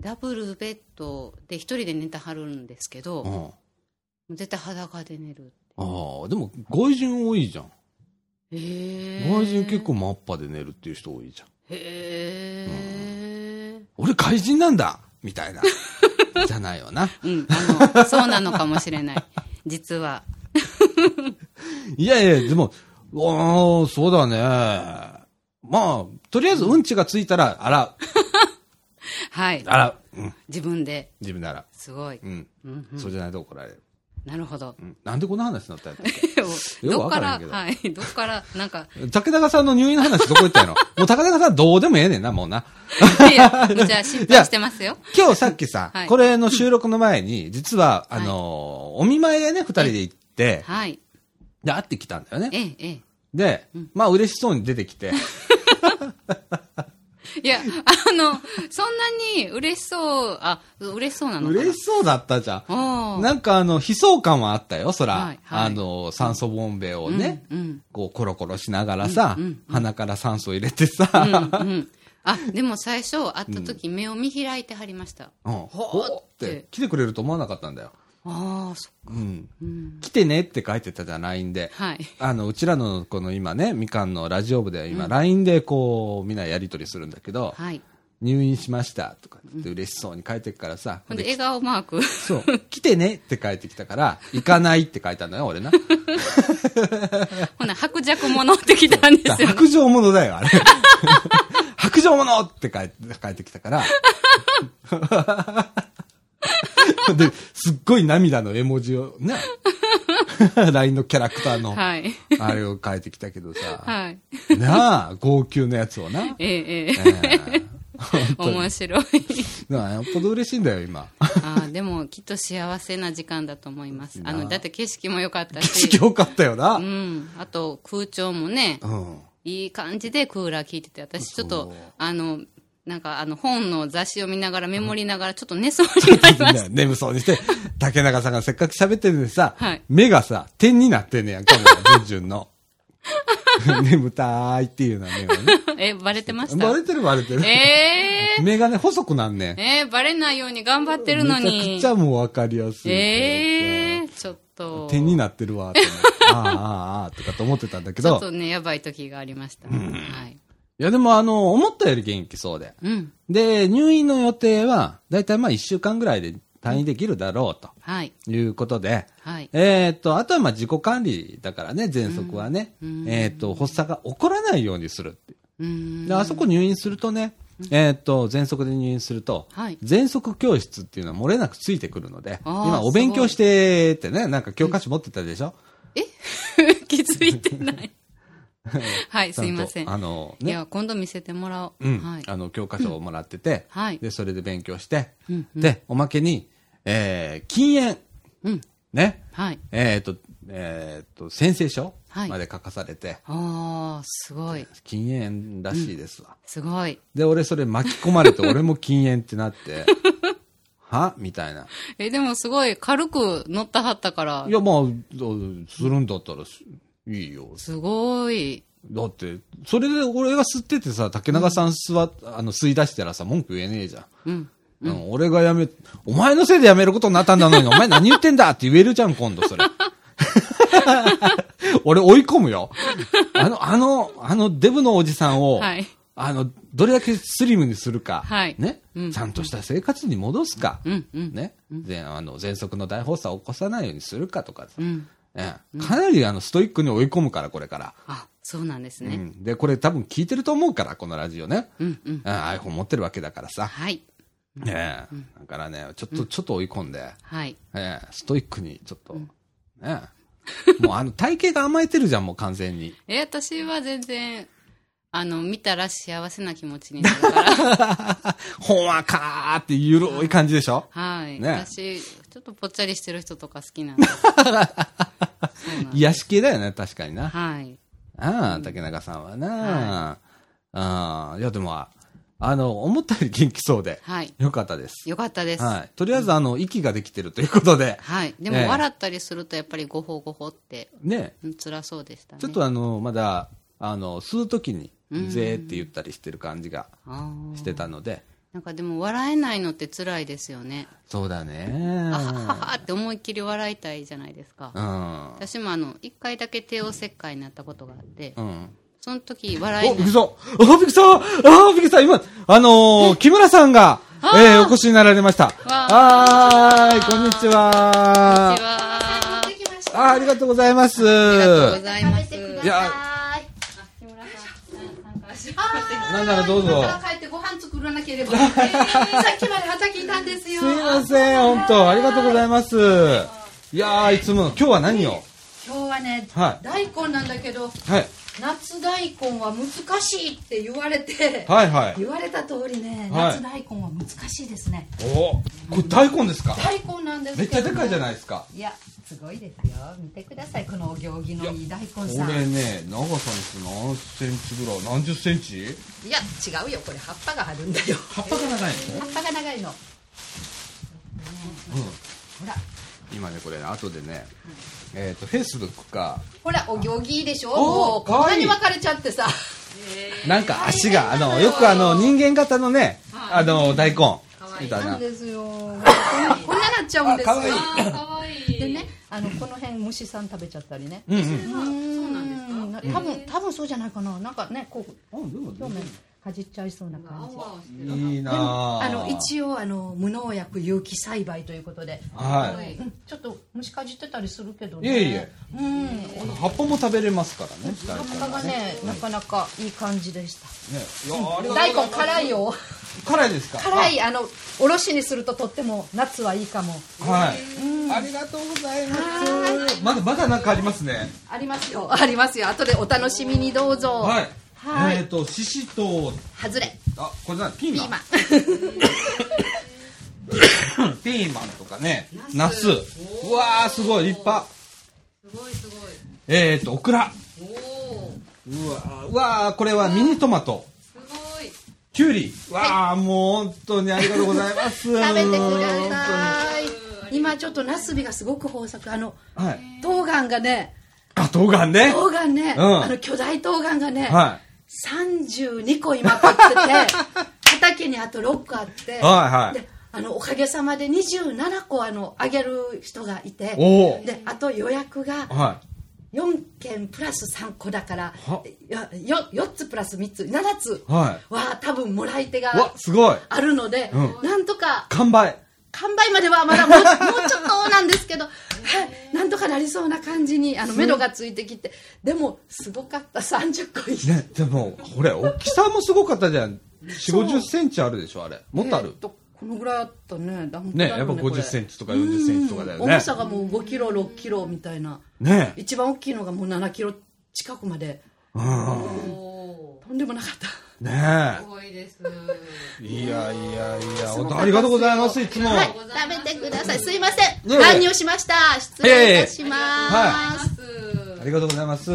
[SPEAKER 2] ダブルベッドで一人で寝てはるんですけ
[SPEAKER 1] う
[SPEAKER 2] ど、
[SPEAKER 1] ん。
[SPEAKER 2] 絶対裸で寝る
[SPEAKER 1] ああ、でも外人多いじゃん。
[SPEAKER 2] へえ
[SPEAKER 1] 外人結構マッパで寝るっていう人多いじゃん。
[SPEAKER 2] へえ
[SPEAKER 1] 俺外人なんだみたい な。じゃないよな。
[SPEAKER 2] うんあのそうなのかもしれない実はい
[SPEAKER 1] やいや、でも、おー、そうだね。まあ、とりあえずうんちがついたら、あら、
[SPEAKER 2] はい
[SPEAKER 1] あら、うん、
[SPEAKER 2] 自分で
[SPEAKER 1] 自分であら。
[SPEAKER 2] すごい、
[SPEAKER 1] うん。
[SPEAKER 2] うん
[SPEAKER 1] そうじゃないと怒られる。
[SPEAKER 2] なるほど
[SPEAKER 1] うん。なんでこんな話になったんだっけよく
[SPEAKER 2] どっ
[SPEAKER 1] わ
[SPEAKER 2] か
[SPEAKER 1] からん
[SPEAKER 2] ら
[SPEAKER 1] けど
[SPEAKER 2] はいどっからな んか
[SPEAKER 1] 竹中さんの入院の話どこ行ったんや ろもう竹中さんどうでもええねんな、もうな。
[SPEAKER 2] いやじゃあ心配してますよ
[SPEAKER 1] 今日さっきさ、
[SPEAKER 2] はい
[SPEAKER 1] これの収録の前に、実は、あのーお見舞いでね、二人で行って、
[SPEAKER 2] はい
[SPEAKER 1] で、会ってきたんだよね。
[SPEAKER 2] ええええ
[SPEAKER 1] で、まあ嬉しそうに出てきて、
[SPEAKER 2] いや、あの、そんなに嬉しそう、あ、嬉しそうなのかな。
[SPEAKER 1] 嬉しそうだったじゃん。
[SPEAKER 2] おー
[SPEAKER 1] なんかあの、悲壮感はあったよ、そら。
[SPEAKER 2] はいはい
[SPEAKER 1] あのー酸素ボンベをね、
[SPEAKER 2] うんうん
[SPEAKER 1] こうコロコロしながらさ、
[SPEAKER 2] うんうん
[SPEAKER 1] 鼻から酸素入れてさ、
[SPEAKER 2] うんうん。あ、でも最初会った時、目を見開いてはりました。
[SPEAKER 1] うん、ほーって来てくれると思わなかったんだよ。
[SPEAKER 2] ああ、そっか。
[SPEAKER 1] うん。
[SPEAKER 2] うん。
[SPEAKER 1] 来てねって書いてたじゃん、LINE で。
[SPEAKER 2] はい。
[SPEAKER 1] あの、うちらのこの今ね、みかんのラジオ部では今、LINE でこう、みんなやりとりするんだけど、
[SPEAKER 2] はい。
[SPEAKER 1] 入院しましたとかって言って嬉しそうに書いてくからさ、
[SPEAKER 2] ほんで、
[SPEAKER 1] で
[SPEAKER 2] 笑顔マーク。
[SPEAKER 1] そう、来てねって書いてきたから、行かないって書いたんだよ、 俺な。
[SPEAKER 2] ほな、白弱者ってきたんですよ、ね。
[SPEAKER 1] 白状者だよ、あれ。 白状者って書いて書いてきたから。 で、すっごい涙の絵文字をね、LINE のキャラクターの、
[SPEAKER 2] はい。
[SPEAKER 1] あれを書いてきたけどさ。
[SPEAKER 2] はい。
[SPEAKER 1] なあ、号泣のやつをな。
[SPEAKER 2] えええ
[SPEAKER 1] え
[SPEAKER 2] え。
[SPEAKER 1] え
[SPEAKER 2] 面白い。
[SPEAKER 1] なあよっぽど嬉しいんだよ、今。
[SPEAKER 2] ああ、でも、きっと幸せな時間だと思います。あの、だって景色も良かった
[SPEAKER 1] 景
[SPEAKER 2] し。
[SPEAKER 1] 色良かったよな。う。
[SPEAKER 2] うんん。あと、空調もね、いい感じでクーラー効いてて、私ちょっと
[SPEAKER 1] そう、
[SPEAKER 2] あの、なんかあの本の雑誌を見ながら、メモりながら、ちょっと寝そうになりました。
[SPEAKER 1] 眠そうにして、竹中さんがせっかく喋ってるのにさ、
[SPEAKER 2] はい
[SPEAKER 1] 目がさ、点になってんねやんか、もう、順々の。 眠たーいっていうのはね。
[SPEAKER 2] え、バレてました
[SPEAKER 1] バレてるバレてる。
[SPEAKER 2] え
[SPEAKER 1] 目がね、細くなんねん
[SPEAKER 2] ー、。えー、バレないように頑張ってるの
[SPEAKER 1] めちゃく
[SPEAKER 2] に
[SPEAKER 1] ち。ゃもうわかりやすい。
[SPEAKER 2] えー、ちょっと。
[SPEAKER 1] 点に
[SPEAKER 2] ち
[SPEAKER 1] なってるわ、って思ってああ、ああ、ああ、とかと思ってたんだけ
[SPEAKER 2] ょっ
[SPEAKER 1] ど。
[SPEAKER 2] とね、やばい時がありました。はい。
[SPEAKER 1] いや、でもあの、思ったより元気そうで。
[SPEAKER 2] うん。
[SPEAKER 1] で、入院の予定は、だいたいまあ1週間ぐらいで退院できるだろう
[SPEAKER 2] はい。
[SPEAKER 1] ということで、
[SPEAKER 2] はい。
[SPEAKER 1] えーっと、あとはまあ自己管理だからね、喘息はね、
[SPEAKER 2] うん
[SPEAKER 1] えーっと、発作が起こらないようにするって。
[SPEAKER 2] うーん。
[SPEAKER 1] で、あそこ入院するとね、えーっと、喘息で入院すると、
[SPEAKER 2] はい
[SPEAKER 1] 喘息教室っていうのは漏れなくついてくるので、
[SPEAKER 2] あー
[SPEAKER 1] 今お勉強してってね、なんか教科書持ってたでしょ、
[SPEAKER 2] 気づいて ない。はい、
[SPEAKER 1] ちゃ
[SPEAKER 2] す
[SPEAKER 1] と
[SPEAKER 2] いません。
[SPEAKER 1] あの、
[SPEAKER 2] い
[SPEAKER 1] ね、
[SPEAKER 2] や、今度見せてもらお
[SPEAKER 1] う
[SPEAKER 2] う。
[SPEAKER 1] ん、
[SPEAKER 2] はい。
[SPEAKER 1] あの、教科書をもらってて、
[SPEAKER 2] はい
[SPEAKER 1] で、それで勉強して、
[SPEAKER 2] うんうん
[SPEAKER 1] で、おまけに、えー、禁煙、
[SPEAKER 2] うん。
[SPEAKER 1] ね、
[SPEAKER 2] はい。
[SPEAKER 1] えっ、と、えっ、と、先生書
[SPEAKER 2] はい
[SPEAKER 1] まで書かされて、
[SPEAKER 2] あー、すごい。
[SPEAKER 1] 禁煙らしいですわ。
[SPEAKER 2] すごい。
[SPEAKER 1] で、俺それ巻き込ま れて、俺も禁煙ってなって、 はみたいな。
[SPEAKER 2] え、でもすごい軽く乗ったはったから
[SPEAKER 1] い、や、まあ、どうするんだったらしいいよ。
[SPEAKER 2] すごい
[SPEAKER 1] だって、それで俺が吸っててさ、竹中さん吸わ、あの吸い出したらさ、文句言えねえじゃん。
[SPEAKER 2] うん。
[SPEAKER 1] うん、俺がやめ、お前のせいでやめることになったんだのに、お前何言ってんだって言えるじゃん、今度それ。 俺追い込むよ。あの、あの、あのデブのおじさんを、
[SPEAKER 2] はい
[SPEAKER 1] あの、どれだけスリムにするか、
[SPEAKER 2] はい
[SPEAKER 1] ね、
[SPEAKER 2] うん
[SPEAKER 1] ちゃんとした生活に戻すか、
[SPEAKER 2] うんうん
[SPEAKER 1] ね、ぜんあの喘息の大発作を起こさないようにするかとかさ、
[SPEAKER 2] うん。
[SPEAKER 1] ねかなりあのストイックに追い込むから、これから。
[SPEAKER 2] あ、そうなんです
[SPEAKER 1] う
[SPEAKER 2] ね。
[SPEAKER 1] ん、で、これ多分聞いてると思うから、このラジオね。
[SPEAKER 2] うんうん。
[SPEAKER 1] うん、iPhone 持ってるわけだからさ。
[SPEAKER 2] はい。
[SPEAKER 1] ねえ、だからね、ちょっと、ちょっと追い込んで、
[SPEAKER 2] はい。
[SPEAKER 1] ええストイックに、ちょっと、ねえもうあの、体型が甘えてるじゃん、もう完全に。
[SPEAKER 2] え、私は全然、あの、見たら幸せな気持ちになるから。
[SPEAKER 1] ほんわかーってゆるい感じでしょ
[SPEAKER 2] はい。
[SPEAKER 1] ね
[SPEAKER 2] 私、ちょっとぽっちゃりしてる人とか好きな んです。そうなんです
[SPEAKER 1] 癒し系だよね、確かにな。
[SPEAKER 2] はい。
[SPEAKER 1] ああ、竹中さんはな。ああ、いや、でも、あの、思ったより元気そうで、
[SPEAKER 2] はい。
[SPEAKER 1] よかったです。
[SPEAKER 2] よかったです。は。
[SPEAKER 1] はいい。とりあえず、あの、息ができてるということで、
[SPEAKER 2] でも、
[SPEAKER 1] ええ
[SPEAKER 2] 笑ったりすると、やっぱりごほごほって、
[SPEAKER 1] ね
[SPEAKER 2] うん辛そうでした
[SPEAKER 1] え、
[SPEAKER 2] ね。
[SPEAKER 1] ちょっとあの、まだ、あの、吸うときに、ぜーって言ったりしてる感じが
[SPEAKER 2] あー
[SPEAKER 1] してたので、
[SPEAKER 2] なんかでも、笑えないのって辛いですよね。
[SPEAKER 1] そうだね
[SPEAKER 2] あはははって思いっきり笑いたいじゃないですか。
[SPEAKER 1] うん。
[SPEAKER 2] 私もあの、一回だけ帝王切開になったことがあって、
[SPEAKER 1] うん。
[SPEAKER 2] その時
[SPEAKER 1] お、
[SPEAKER 2] 笑え
[SPEAKER 1] びき
[SPEAKER 2] ない。
[SPEAKER 1] さんあ、びきさんあ、びきさん今、あのー、木村さんが、えー、お越しになられました。はーい、こんにち
[SPEAKER 2] こん
[SPEAKER 1] は
[SPEAKER 2] にち。は。
[SPEAKER 3] できました。
[SPEAKER 1] あ、ありがとうございます。
[SPEAKER 2] ありがとうご
[SPEAKER 1] な
[SPEAKER 2] ざい
[SPEAKER 3] 食
[SPEAKER 2] ま
[SPEAKER 3] べ
[SPEAKER 2] す。
[SPEAKER 3] てくだ
[SPEAKER 1] いや
[SPEAKER 3] さい。
[SPEAKER 1] んならどうぞ。
[SPEAKER 3] 今から帰ってご飯作らなければ。えーさっきまで畑いたんです
[SPEAKER 1] すい
[SPEAKER 3] よ。
[SPEAKER 1] ません、本当ありがとうございます。いやー、いつもの、今日は何を
[SPEAKER 3] 今日はね、
[SPEAKER 1] は
[SPEAKER 3] 大根なんだけど、
[SPEAKER 1] はい。
[SPEAKER 3] 夏大根は難しいって言われて、
[SPEAKER 1] はいはい。
[SPEAKER 3] 言われた通りね、
[SPEAKER 1] はい
[SPEAKER 3] 夏大根は難しいですね。
[SPEAKER 1] おこれ大根ですか
[SPEAKER 3] 大根なんです
[SPEAKER 1] め
[SPEAKER 3] け
[SPEAKER 1] っ
[SPEAKER 3] ど、
[SPEAKER 1] ちゃでかいじゃないですか。
[SPEAKER 3] い。いや、すごいですよ。見てください、このお行儀のいい大
[SPEAKER 1] こ
[SPEAKER 3] 根さん。
[SPEAKER 1] れね、長さにして何センチぐらい何十センチ
[SPEAKER 3] いや、違うよ、これ葉っぱがあるんだよ。
[SPEAKER 1] 葉っぱが長いの
[SPEAKER 3] 葉っぱが長いの。ね
[SPEAKER 1] うん。
[SPEAKER 3] ほら、
[SPEAKER 1] 今ねこれ後でね、えっ、とフェイスブックか
[SPEAKER 3] ほら、お行儀いいでしょ
[SPEAKER 1] おー
[SPEAKER 3] もう
[SPEAKER 1] か
[SPEAKER 3] こん
[SPEAKER 1] わ
[SPEAKER 3] ない
[SPEAKER 1] い
[SPEAKER 3] に分かれちゃってさ。
[SPEAKER 1] なんか足があのよくあの人間型のねあの大根みたい
[SPEAKER 3] な
[SPEAKER 1] なん
[SPEAKER 3] で すよ。こんなこんななっちゃうんですよ。
[SPEAKER 1] あ可愛い
[SPEAKER 3] でね、あのこの辺虫さん食べちゃったりね。
[SPEAKER 1] うんうん
[SPEAKER 3] そうなんですか。多分多分そうじゃないかな。なんかね、こう
[SPEAKER 1] あ
[SPEAKER 3] 表面かじっちゃいそうな感じ。
[SPEAKER 1] でもいいな
[SPEAKER 3] でも
[SPEAKER 1] あ
[SPEAKER 3] あの一応あの無農薬有機栽培ということで、
[SPEAKER 1] は
[SPEAKER 3] うんちょっと虫かじってたりするけど
[SPEAKER 1] い
[SPEAKER 3] ね。
[SPEAKER 1] えいえ
[SPEAKER 3] うん。
[SPEAKER 1] 葉っぱも食べれますからね大
[SPEAKER 3] 葉っ
[SPEAKER 1] 根
[SPEAKER 3] ぱ
[SPEAKER 1] は
[SPEAKER 3] が
[SPEAKER 1] ね
[SPEAKER 3] ね、なかなかいい感じでした。
[SPEAKER 1] ねいやーありがとう
[SPEAKER 3] 大根辛いよ。
[SPEAKER 1] 辛いですか
[SPEAKER 3] 辛いあのおろしにするととっても夏はいいかも。
[SPEAKER 1] あはい、ありがとうございますまだまだなんかありますね
[SPEAKER 3] ありますよ、ありますよ。後でお楽しみにどうぞ。
[SPEAKER 1] はい
[SPEAKER 3] はい
[SPEAKER 1] えっ、とシシトウ
[SPEAKER 3] 外れ。
[SPEAKER 1] あこれ何ピー
[SPEAKER 3] ピ
[SPEAKER 1] マ
[SPEAKER 3] ー
[SPEAKER 1] ン
[SPEAKER 3] マン。
[SPEAKER 1] ピーマンとかね、ナス。うわー、すごい、立派。すごい、すごい。えーと、オクラ。うわー、うわーこれはミニトマト。すご
[SPEAKER 2] い。
[SPEAKER 1] キュウリ。うわー、もう本当にありがとうございます。食
[SPEAKER 3] 食べてください。今ちょっとナスビがすごく豊作。あの
[SPEAKER 1] はい。
[SPEAKER 3] 冬瓜がね、
[SPEAKER 1] あ、冬瓜ね。
[SPEAKER 3] 冬瓜ね、
[SPEAKER 1] うん
[SPEAKER 3] あの巨大冬瓜がね、
[SPEAKER 1] は
[SPEAKER 3] 三十二個今買って て、畑にあと六個あっ
[SPEAKER 1] は
[SPEAKER 3] て、
[SPEAKER 1] いはい
[SPEAKER 3] であのおかげさまで二十七個あのあげる人がいて、
[SPEAKER 1] おー
[SPEAKER 3] であと予約が
[SPEAKER 1] い。は
[SPEAKER 3] 4件プラス3個だから
[SPEAKER 1] は
[SPEAKER 3] よよ4つプラス3つ7つ
[SPEAKER 1] い。は
[SPEAKER 3] は多分もらい手
[SPEAKER 1] い。うわ
[SPEAKER 3] が、
[SPEAKER 1] すごい。
[SPEAKER 3] あるので、
[SPEAKER 1] うん
[SPEAKER 3] なんとか
[SPEAKER 1] 完売。
[SPEAKER 3] 完売までは まだもうもうちょっとなんですけど、はい、なんとかなりそうな感じにあの目処がついてきてでもすごかった30個以上。
[SPEAKER 1] ね、でも、これ、大きさもすごかったじゃん。4、50センチあるでしょ、あれ。もっとあ
[SPEAKER 3] えー
[SPEAKER 1] る
[SPEAKER 3] っ。とこのぐらいあったねダンプ
[SPEAKER 1] ね、
[SPEAKER 3] だ
[SPEAKER 1] やっぱ
[SPEAKER 3] ろうこれ
[SPEAKER 1] 50センチとか40センチとかだよ
[SPEAKER 3] うん重
[SPEAKER 1] ね。
[SPEAKER 3] さがもう5キロ6キロみたいな
[SPEAKER 1] ね。
[SPEAKER 3] 一番大きいのがもう7キロ近くまで
[SPEAKER 1] うん。
[SPEAKER 2] お
[SPEAKER 3] とんでもなかった。
[SPEAKER 1] ね
[SPEAKER 2] ー、すごいです。
[SPEAKER 1] え。いやいやいや、本当ありがとうございます、いつも。
[SPEAKER 3] はい、食べてください。すいません。
[SPEAKER 1] いえいえ
[SPEAKER 3] 乱入しました。失礼いたします。
[SPEAKER 1] ありがとうございます。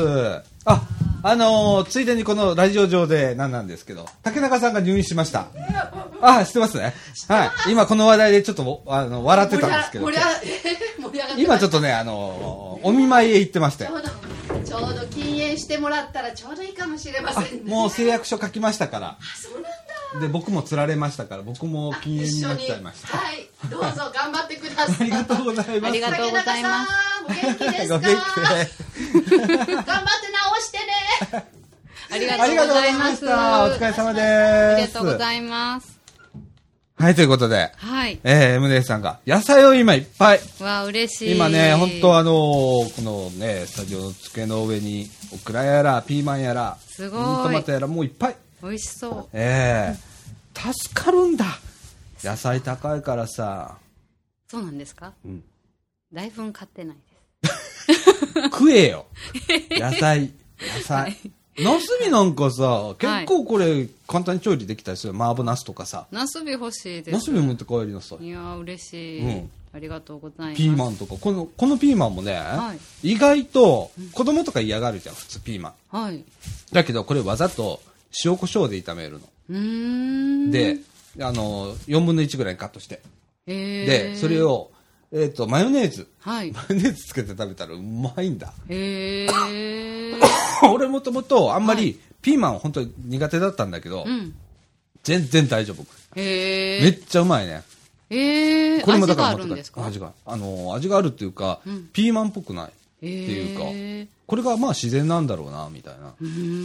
[SPEAKER 1] あ、あのーついでにこのラジオ上で何なんですけど、竹中さんが入院しました。あ、知ってますね。はい。今この話題でちょっと、あの、笑ってたんですけど
[SPEAKER 3] 盛り、上が盛り上がってま
[SPEAKER 1] 今
[SPEAKER 3] す
[SPEAKER 1] ちょっとね、あのーお見舞いへ行ってまして。
[SPEAKER 3] ちょうどちょうど禁煙定してもらったらちょうどいいかもしれま
[SPEAKER 1] あ
[SPEAKER 3] せんね。
[SPEAKER 1] もう誓約書書きましたから
[SPEAKER 3] あそうなんだ。
[SPEAKER 1] で僕も釣られましたから僕も
[SPEAKER 3] あ
[SPEAKER 1] 禁煙に
[SPEAKER 3] 一緒
[SPEAKER 1] なっ
[SPEAKER 3] に
[SPEAKER 1] ちゃいました
[SPEAKER 3] はい、どうぞ頑張ってくだ
[SPEAKER 1] あ
[SPEAKER 3] さい。
[SPEAKER 1] りがとうございま
[SPEAKER 2] あり
[SPEAKER 1] す
[SPEAKER 2] がとうございます
[SPEAKER 3] 竹中さ
[SPEAKER 1] ご
[SPEAKER 3] ん。お元気ですか。頑
[SPEAKER 1] めん
[SPEAKER 3] 張って直してね。
[SPEAKER 2] ありが
[SPEAKER 1] あ
[SPEAKER 2] と
[SPEAKER 1] り
[SPEAKER 2] う
[SPEAKER 1] がと
[SPEAKER 2] ご
[SPEAKER 1] うご
[SPEAKER 2] ざ
[SPEAKER 1] ざ
[SPEAKER 2] い
[SPEAKER 1] いま
[SPEAKER 2] ま
[SPEAKER 1] し
[SPEAKER 2] す。
[SPEAKER 1] たお疲れ様で
[SPEAKER 2] あ
[SPEAKER 1] す
[SPEAKER 2] りがとうございます。
[SPEAKER 1] はいということで
[SPEAKER 2] はい。
[SPEAKER 1] えー、M 姉さんが野菜を今いっぱい
[SPEAKER 2] わあ、嬉しい。
[SPEAKER 1] 今ね、本当
[SPEAKER 2] は。
[SPEAKER 1] あのーこのね、スタジオの机の上に、オクラやら、ピーマンやら、
[SPEAKER 2] すごい
[SPEAKER 1] ミニトマトやら、もういっぱい。
[SPEAKER 2] 美味しそう。
[SPEAKER 1] ええ助かるんだ。野菜高いからさ、
[SPEAKER 2] そうなんですか
[SPEAKER 1] うん
[SPEAKER 2] 大分買ってないです。
[SPEAKER 1] 食え よ。野菜、野菜。ナスビなんかさ、結構これ、簡単に調理できたりする。麻婆ナスとかさ。
[SPEAKER 2] ナスビ欲しいで
[SPEAKER 1] ナ
[SPEAKER 2] す
[SPEAKER 1] ス。ビ持って帰りなさい。
[SPEAKER 2] いやー嬉し
[SPEAKER 1] う
[SPEAKER 2] い
[SPEAKER 1] ん。
[SPEAKER 2] ありがとうございます。
[SPEAKER 1] ピーマンとか。この、このピーマンもね、
[SPEAKER 2] は
[SPEAKER 1] 意外と、子供とか嫌がるじゃん、普通ピーマン。
[SPEAKER 2] はい。
[SPEAKER 1] だけど、これわざと、塩コショウで炒めるの。
[SPEAKER 2] うーん。
[SPEAKER 1] で、あの、4分の1ぐらいにカットして。
[SPEAKER 2] へー、
[SPEAKER 1] で、それを、えっ、と、マヨネーズ。
[SPEAKER 2] はい
[SPEAKER 1] マ。ヨネーズつけて食べたらうまい んだ。
[SPEAKER 2] へえ。
[SPEAKER 1] 俺もともとあんまりピーマンは本当に苦手だったんだけど、
[SPEAKER 2] うん。
[SPEAKER 1] 全然大丈夫。
[SPEAKER 2] へ
[SPEAKER 1] め
[SPEAKER 2] え。
[SPEAKER 1] っちゃうまいね。
[SPEAKER 2] ええ。
[SPEAKER 1] これもだ
[SPEAKER 2] 味
[SPEAKER 1] か
[SPEAKER 2] が
[SPEAKER 1] ら持
[SPEAKER 2] ある
[SPEAKER 1] っ
[SPEAKER 2] ん
[SPEAKER 1] て帰
[SPEAKER 2] ですか
[SPEAKER 1] 味が。あの、味があるっていうか、ピーマンっぽくないっていうか、
[SPEAKER 2] へー
[SPEAKER 1] これがまあ自然なんだろうな、みたいな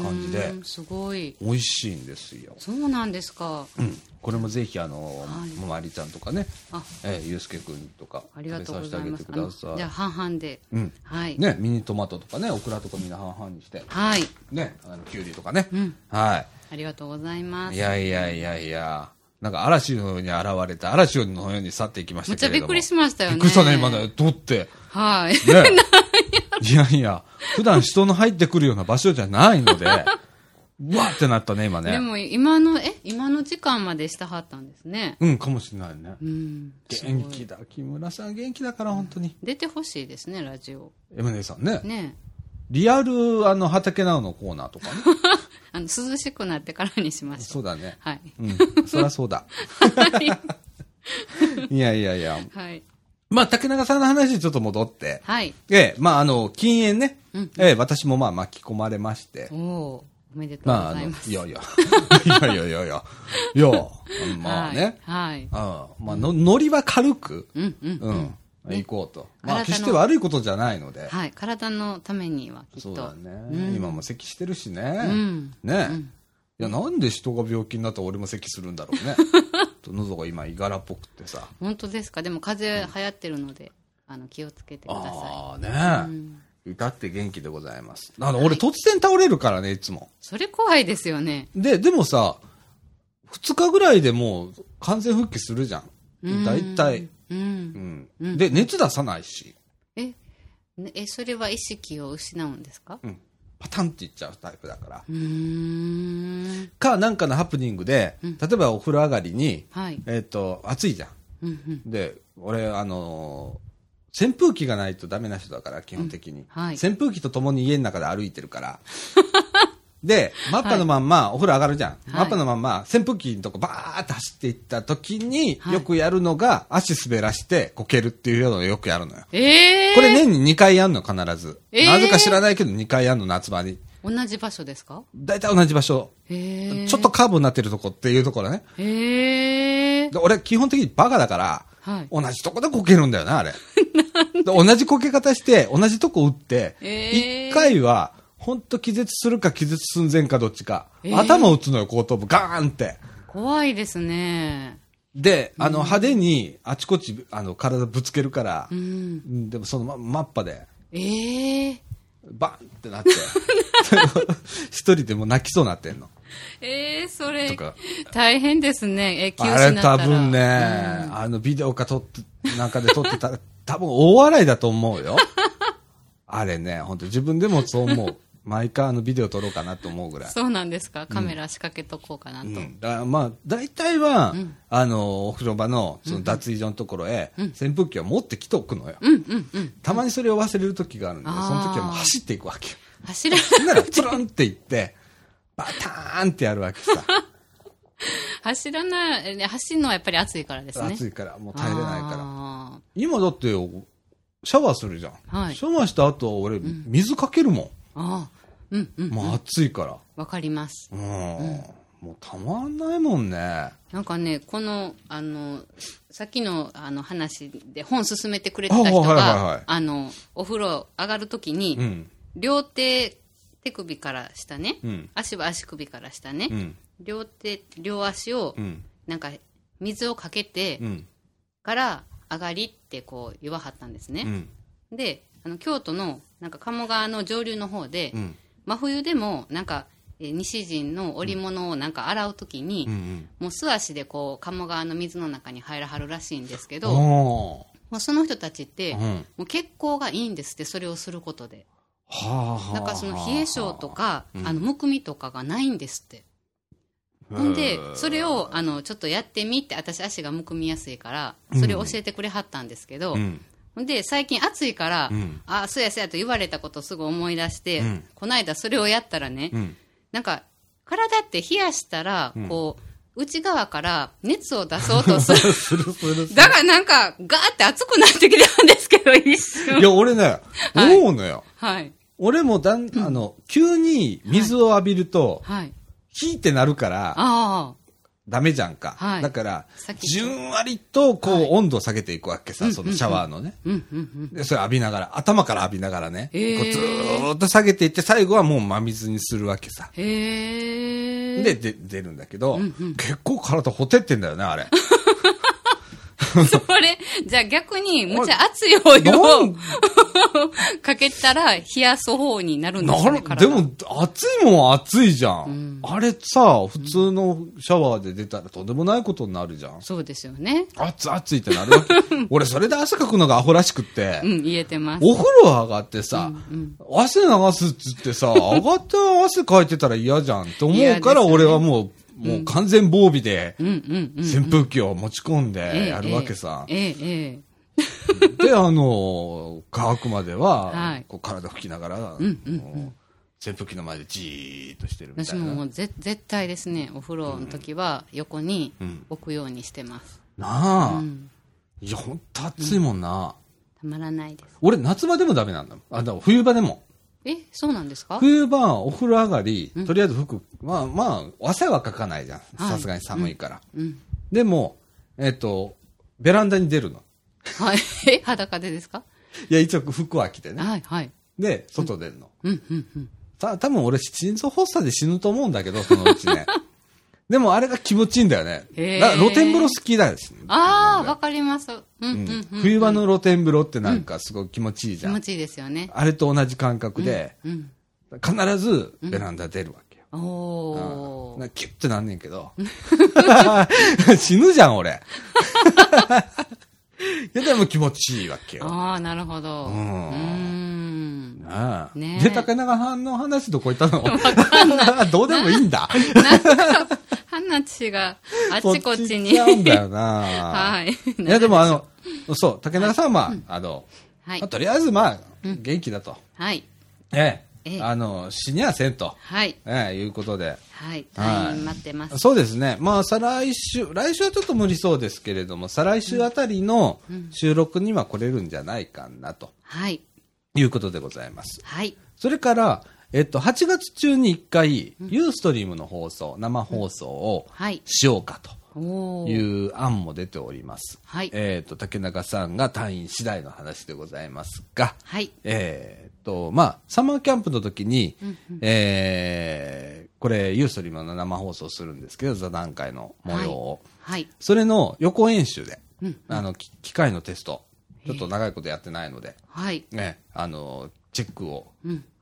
[SPEAKER 1] 感じで
[SPEAKER 2] うー、んすごい。
[SPEAKER 1] 美味しいんですよ。
[SPEAKER 2] そうなんですか。
[SPEAKER 1] うん、これもぜひあの、
[SPEAKER 2] はい
[SPEAKER 1] ままりちゃんとかね
[SPEAKER 2] あ、
[SPEAKER 1] えー、ゆうすけくんとか
[SPEAKER 2] ありがとう
[SPEAKER 1] 食
[SPEAKER 2] ご
[SPEAKER 1] べ
[SPEAKER 2] ざい
[SPEAKER 1] さ
[SPEAKER 2] ま
[SPEAKER 1] せ
[SPEAKER 2] す。
[SPEAKER 1] てあげてくだ
[SPEAKER 2] あの
[SPEAKER 1] さ
[SPEAKER 2] じゃあ
[SPEAKER 1] い。
[SPEAKER 2] 半々で。
[SPEAKER 1] うん
[SPEAKER 2] はい。
[SPEAKER 1] ね、ミニトマトとかね、オクラとかみんな半々にして、
[SPEAKER 2] はい。
[SPEAKER 1] ね、あのきゅうりとかね、
[SPEAKER 2] ん
[SPEAKER 1] は
[SPEAKER 2] ありがとうございま
[SPEAKER 1] い。
[SPEAKER 2] す。
[SPEAKER 1] いやいやいやいや、なんか嵐のように現れて、嵐のように去っていきまし
[SPEAKER 2] め
[SPEAKER 1] た
[SPEAKER 2] っちゃ
[SPEAKER 1] け
[SPEAKER 2] び
[SPEAKER 1] れ
[SPEAKER 2] っ
[SPEAKER 1] ども。
[SPEAKER 2] くりしましたよね。
[SPEAKER 1] びっくりしたね、今ね、どうって。
[SPEAKER 2] はい。
[SPEAKER 1] ね、いやいや、普段人の入ってくるような場所じゃないので、うわってなったね、今
[SPEAKER 2] で
[SPEAKER 1] ね。
[SPEAKER 2] も今の、え、今の時間までしたはったんですね。
[SPEAKER 1] うん、かもしれないね。
[SPEAKER 2] うん。
[SPEAKER 1] 元気だ、木村さん元気だから、本当に。
[SPEAKER 2] 出てほしいですね、ラジオ。
[SPEAKER 1] エムネさんね。
[SPEAKER 2] ね
[SPEAKER 1] リアル、あの、畑なおのコーナーとかね。
[SPEAKER 2] あの、涼しくなってからにしましょ。
[SPEAKER 1] そううだね。
[SPEAKER 2] はい。
[SPEAKER 1] うん。そりゃそうだ。いやいやいや。
[SPEAKER 2] はい。
[SPEAKER 1] まあ、竹中さんの話にちょっと戻って。
[SPEAKER 2] はい。
[SPEAKER 1] ええ、まあ、あの、禁煙ね。ええ、私もまあ、巻き込まれまして
[SPEAKER 2] お。おーおめでとう
[SPEAKER 1] まあ、
[SPEAKER 2] ご
[SPEAKER 1] あ
[SPEAKER 2] ざい
[SPEAKER 1] の
[SPEAKER 2] ま、す。
[SPEAKER 1] いやいや。いやいやい やいや。いや、まあね。
[SPEAKER 2] はい。はい。
[SPEAKER 1] ああまあの、ノリは軽く、
[SPEAKER 2] うんうん。
[SPEAKER 1] うん、行こうと。まあ、
[SPEAKER 2] 新たな
[SPEAKER 1] 決して悪いことじゃないので。
[SPEAKER 2] はい。体のためにはきっと。
[SPEAKER 1] そうだね、今も咳してるしね、
[SPEAKER 2] ん
[SPEAKER 1] ね、いやなんで人が病気になったら俺も咳するんだろ うねと喉が今いがらっぽくってさ
[SPEAKER 2] 本当ですかでも風邪流行ってるので、あの気をつけてください
[SPEAKER 1] ああーね、だって元気でございますあの俺突然倒れるからねいつも
[SPEAKER 2] それ怖いですよね
[SPEAKER 1] ででもさ2日ぐらいでもう完全復帰するじゃん大体
[SPEAKER 2] うん
[SPEAKER 1] うん、で熱出さないし、
[SPEAKER 2] えねえそれは意識を失うんですか
[SPEAKER 1] うん、パタンっていっちゃうタイプだから
[SPEAKER 2] うーん
[SPEAKER 1] かなんかのハプニングで、例えばお風呂上がりに、
[SPEAKER 2] はい
[SPEAKER 1] えっ、と暑いじゃん
[SPEAKER 2] うんうん
[SPEAKER 1] で俺あのー扇風機がないとダメな人だから基本的に、
[SPEAKER 2] はい
[SPEAKER 1] 扇風機とともに家の中で歩いてるから でマッパのまんまお風呂上がるじゃん、マッパのまんま扇風機のとこバーって走っていった時に、
[SPEAKER 2] はい
[SPEAKER 1] よくやるのが足滑らしてこけるっていうのをよくやるのよ
[SPEAKER 2] ええ
[SPEAKER 1] これ年に2回やんの必ず、
[SPEAKER 2] えー
[SPEAKER 1] なぜか知らないけど2回やんの夏場に
[SPEAKER 2] 同じ場所ですか
[SPEAKER 1] 大体同じ場所、
[SPEAKER 2] ええ
[SPEAKER 1] ちょっとカーブになってるとこっていうところね
[SPEAKER 2] ええ
[SPEAKER 1] で俺基本的にバカだから、
[SPEAKER 2] はい
[SPEAKER 1] 同じとこでこけるんだよな、あれ。で同じこけ方して、同じとこ打って、一、
[SPEAKER 2] えー
[SPEAKER 1] 回は、ほんと気絶するか気絶寸前かどっちか。
[SPEAKER 2] えー
[SPEAKER 1] 頭打つのよ、後頭部、ガーンって。
[SPEAKER 2] 怖いですね
[SPEAKER 1] で、あの、派手に、あちこち、あの、体ぶつけるから、う
[SPEAKER 2] うんん
[SPEAKER 1] でもそのま、マッパで、
[SPEAKER 2] ええ
[SPEAKER 1] バンってな って、一人でもう泣きそうになってんの。
[SPEAKER 2] ええそれ
[SPEAKER 1] とか
[SPEAKER 2] 大変ですねえ休止に
[SPEAKER 1] あれ
[SPEAKER 2] なったら
[SPEAKER 1] 多分ね、
[SPEAKER 2] うん
[SPEAKER 1] あのビデオか撮って、なんかで撮ってた ら、多分大笑いだと思うよ。 あれね、本当自分でもそう思 う。毎回あのビデオ撮ろうかなと思うぐらい。
[SPEAKER 2] そうなんですかカメラ仕掛けとこうかなと、
[SPEAKER 1] うん、だからまあ、大体は、あの、お風呂場のその脱衣所のところへ、扇風機を持ってきておくのよ。たまにそれを忘れる時があるんで、そ
[SPEAKER 2] あ
[SPEAKER 1] の
[SPEAKER 2] ー
[SPEAKER 1] 時はもう走っていくわけよ。
[SPEAKER 2] 走ら
[SPEAKER 1] そんなら、プルンって行って、バターンってやるわけ さ。
[SPEAKER 2] 走らない、ね走るのはやっぱり暑いからですね。
[SPEAKER 1] 暑いから、もう耐えれないから。
[SPEAKER 2] ら。
[SPEAKER 1] 今だってシャワーするじゃん、
[SPEAKER 2] はい
[SPEAKER 1] シャワーした後俺水かけるもん、
[SPEAKER 2] あーあー。うんうん。
[SPEAKER 1] もう暑いから。
[SPEAKER 2] わかります。
[SPEAKER 1] うん。もうたまんないもんね。
[SPEAKER 2] なんかね、この、あの、さっきのあの話で本進めてくれてた人
[SPEAKER 1] あはいはいはいはい
[SPEAKER 2] が、あの、お風呂上がるときに、
[SPEAKER 1] うん。
[SPEAKER 2] 両手、手首から下ね、
[SPEAKER 1] うん
[SPEAKER 2] 足は足首から下ね、
[SPEAKER 1] うん。
[SPEAKER 2] 両手、両足を、
[SPEAKER 1] うん。
[SPEAKER 2] なんか、水をかけて
[SPEAKER 1] うん。
[SPEAKER 2] から上がりってこう言わはったんです
[SPEAKER 1] う
[SPEAKER 2] ね。
[SPEAKER 1] ん。
[SPEAKER 2] で、あの、京都の、なんか鴨川の上流の方で、
[SPEAKER 1] うん。
[SPEAKER 2] 真冬でも、なんか、えー西陣の織物をなんか洗うときに、
[SPEAKER 1] うん。
[SPEAKER 2] もう素足でこう鴨川の水の中に入らはるらしいんですけど、も
[SPEAKER 1] お
[SPEAKER 2] うその人たちって、
[SPEAKER 1] ーう
[SPEAKER 2] も
[SPEAKER 1] ん。
[SPEAKER 2] う血行がいいんですって、それをすることで。
[SPEAKER 1] はあはあ。
[SPEAKER 2] なんかその冷え性とか、
[SPEAKER 1] うん
[SPEAKER 2] あのむくみとかがないんですって。
[SPEAKER 1] へー、
[SPEAKER 2] ほんで、それをあのちょっとやってみって、私、足がむくみやすいから、それを教えてくれはったんですけど、
[SPEAKER 1] うん。
[SPEAKER 2] ほんで、最近暑いから、
[SPEAKER 1] うん
[SPEAKER 2] あそうやそうやと言われたことすぐ思い出して、
[SPEAKER 1] うん
[SPEAKER 2] この間それをやったらね、
[SPEAKER 1] うん。
[SPEAKER 2] なんか、体って冷やしたら
[SPEAKER 1] ん、
[SPEAKER 2] こう、内側から熱を出そう とする。
[SPEAKER 1] するするす
[SPEAKER 2] だからなんか、ガーって熱くなってきたんですけど、一
[SPEAKER 1] る。い
[SPEAKER 2] 瞬。
[SPEAKER 1] や、俺ね、
[SPEAKER 2] はい
[SPEAKER 1] 思うのよ。
[SPEAKER 2] はい。
[SPEAKER 1] 俺もだん、あの、急に水を浴びると、
[SPEAKER 2] はい。
[SPEAKER 1] ヒーってなるから、
[SPEAKER 2] あ
[SPEAKER 1] ダメじゃんか。
[SPEAKER 2] はい
[SPEAKER 1] だから
[SPEAKER 2] さっ、き
[SPEAKER 1] じゅんわりと、こう、温度を下げていくわけさ、そのシャワーのね。
[SPEAKER 2] あ。うんうんうん。
[SPEAKER 1] で、それ浴びながら、頭から浴びながらね、
[SPEAKER 2] へー
[SPEAKER 1] こうずーっと下げていって、最後はもう真水にするわけさ。
[SPEAKER 2] へえ。
[SPEAKER 1] で、、で出るんだけど、結構体ほてってんだよね、 あれ。
[SPEAKER 2] それ、じゃあ逆に、むちゃ熱いお湯
[SPEAKER 1] な
[SPEAKER 2] を
[SPEAKER 1] ん
[SPEAKER 2] かけたら、冷やす方になるんで
[SPEAKER 1] な
[SPEAKER 2] すよね
[SPEAKER 1] る、で
[SPEAKER 2] 体
[SPEAKER 1] も、暑いもん暑いじゃん,、あれさ、普通のシャワーで出たらとんでもないことになるじゃん。
[SPEAKER 2] そうですよね。
[SPEAKER 1] 暑い暑いってなる わけ。俺、それで汗かくのがアホらしくって。
[SPEAKER 2] うん、言えてます。
[SPEAKER 1] お風呂上がってさ、汗流すっつって さ、上がった汗かいてたら嫌じゃんって思うから、
[SPEAKER 2] 嫌ですよね
[SPEAKER 1] 俺はもう、もう完全防備で、
[SPEAKER 2] うんうんうん。
[SPEAKER 1] 扇風機を持ち込ん
[SPEAKER 2] え
[SPEAKER 1] で
[SPEAKER 2] え
[SPEAKER 1] やるわけさ。
[SPEAKER 2] ええええ。
[SPEAKER 1] で、あの、乾くまで
[SPEAKER 2] は、
[SPEAKER 1] はいこう体拭きながら、もう扇風機の前でじーっとしてるみ
[SPEAKER 2] 私
[SPEAKER 1] たい
[SPEAKER 2] もも
[SPEAKER 1] な。
[SPEAKER 2] うぜ絶対ですねお風呂の時は横に
[SPEAKER 1] ん
[SPEAKER 2] 置くようにしてます、
[SPEAKER 1] なあ、
[SPEAKER 2] ん
[SPEAKER 1] いや、ほんと暑いもんな。
[SPEAKER 2] たまらないです
[SPEAKER 1] 俺、夏場でもダメなんだもん。あ、だから冬場でも。
[SPEAKER 2] えそうなんですか
[SPEAKER 1] 冬場、お風呂上がり、とりあえず服、まあまあ、汗はかかないじゃん。
[SPEAKER 2] はい
[SPEAKER 1] さすがに寒いから。
[SPEAKER 2] うん
[SPEAKER 1] でも、えっ、と、ベランダに出るの。
[SPEAKER 2] はい え裸でですか
[SPEAKER 1] いや、一応服は着てね。
[SPEAKER 2] はいはい
[SPEAKER 1] で、外出るの。
[SPEAKER 2] うんうんうん
[SPEAKER 1] た、多分俺、心臓発作で死ぬと思うんだけど、そのうちね。 でも、あれが気持ちいいんだよね。
[SPEAKER 2] へー
[SPEAKER 1] だ露天風呂好きだし、
[SPEAKER 2] ああわかりますうんうんうん、
[SPEAKER 1] 冬場の露天風呂ってなんかすごい気持ちいいじ
[SPEAKER 2] 気
[SPEAKER 1] ゃん。
[SPEAKER 2] 持ちいいですよね
[SPEAKER 1] あれと同じ感覚で、
[SPEAKER 2] うん
[SPEAKER 1] 必ずベランダ出るわけよ。
[SPEAKER 2] お
[SPEAKER 1] うん
[SPEAKER 2] お
[SPEAKER 1] なんかキュッてなんねんけど。 死ぬじゃん、俺。 いや、でも気持ちいいわけよ。
[SPEAKER 2] ああなるほどうんん
[SPEAKER 1] なあ
[SPEAKER 2] ねえ
[SPEAKER 1] で、竹中さんの話どこ行ったの どうでもいいんだ。
[SPEAKER 2] なんか話が あっちこっちに
[SPEAKER 1] そっ行っちゃうんだよ
[SPEAKER 2] は
[SPEAKER 1] な。
[SPEAKER 2] い
[SPEAKER 1] いや、でもあの、そう、竹中さんは、あの、
[SPEAKER 2] はい
[SPEAKER 1] まあとりあえずまあ、元気だと。
[SPEAKER 2] はい
[SPEAKER 1] え
[SPEAKER 2] え
[SPEAKER 1] え。
[SPEAKER 2] え
[SPEAKER 1] あの、死にはせんと。
[SPEAKER 2] はい
[SPEAKER 1] ええ、いうことで。
[SPEAKER 2] はい
[SPEAKER 1] はい
[SPEAKER 2] 退院待ってます
[SPEAKER 1] そうですね。まあ、再来週、来週はちょっと無理そうですけれども、再来週あたりの収録には来れるんじゃないかな、と
[SPEAKER 2] はい
[SPEAKER 1] いうことでございます。
[SPEAKER 2] はい
[SPEAKER 1] それから、えっと、8月中に1回、ユーストリームの放送、生放送を
[SPEAKER 2] はい
[SPEAKER 1] しようか
[SPEAKER 2] お
[SPEAKER 1] と
[SPEAKER 2] お
[SPEAKER 1] いう案も出ております。
[SPEAKER 2] はい
[SPEAKER 1] えっと、竹中さんが退院次第の話でございますが、
[SPEAKER 2] はい
[SPEAKER 1] えーっと、まあ、サマーキャンプの時に、えーこれ、ユーストリームの生放送するんですけど、座談会の模様を。
[SPEAKER 2] はい
[SPEAKER 1] それの予行演習で、あの、き機械のテスト、ちょっと長いことやってないので、
[SPEAKER 2] はい
[SPEAKER 1] ね、あの、チェックを、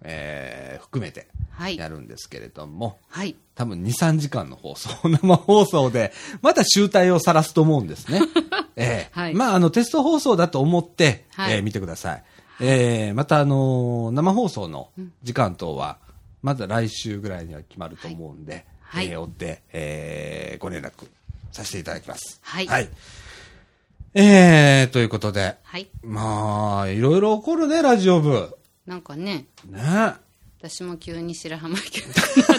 [SPEAKER 1] えー含めて
[SPEAKER 2] はい
[SPEAKER 1] やるんですけれども、
[SPEAKER 2] はい
[SPEAKER 1] 多分2、3時間の放送、 生放送で、また集大を晒すと思うんです ね。ええ
[SPEAKER 2] はい
[SPEAKER 1] まあ、あの、テスト放送だと思って、
[SPEAKER 2] はい
[SPEAKER 1] ええ見てください。ええまた、あのー生放送の時間等は、まだ来週ぐらいには決まると思うんで、
[SPEAKER 2] はい
[SPEAKER 1] ええ追って、ええご連絡させていただきます。
[SPEAKER 2] はい
[SPEAKER 1] ええということで、
[SPEAKER 2] はい
[SPEAKER 1] まあ、いろいろ起こるね、ラジオ部。
[SPEAKER 2] なんかね
[SPEAKER 1] ね
[SPEAKER 2] 私も急に白浜 行け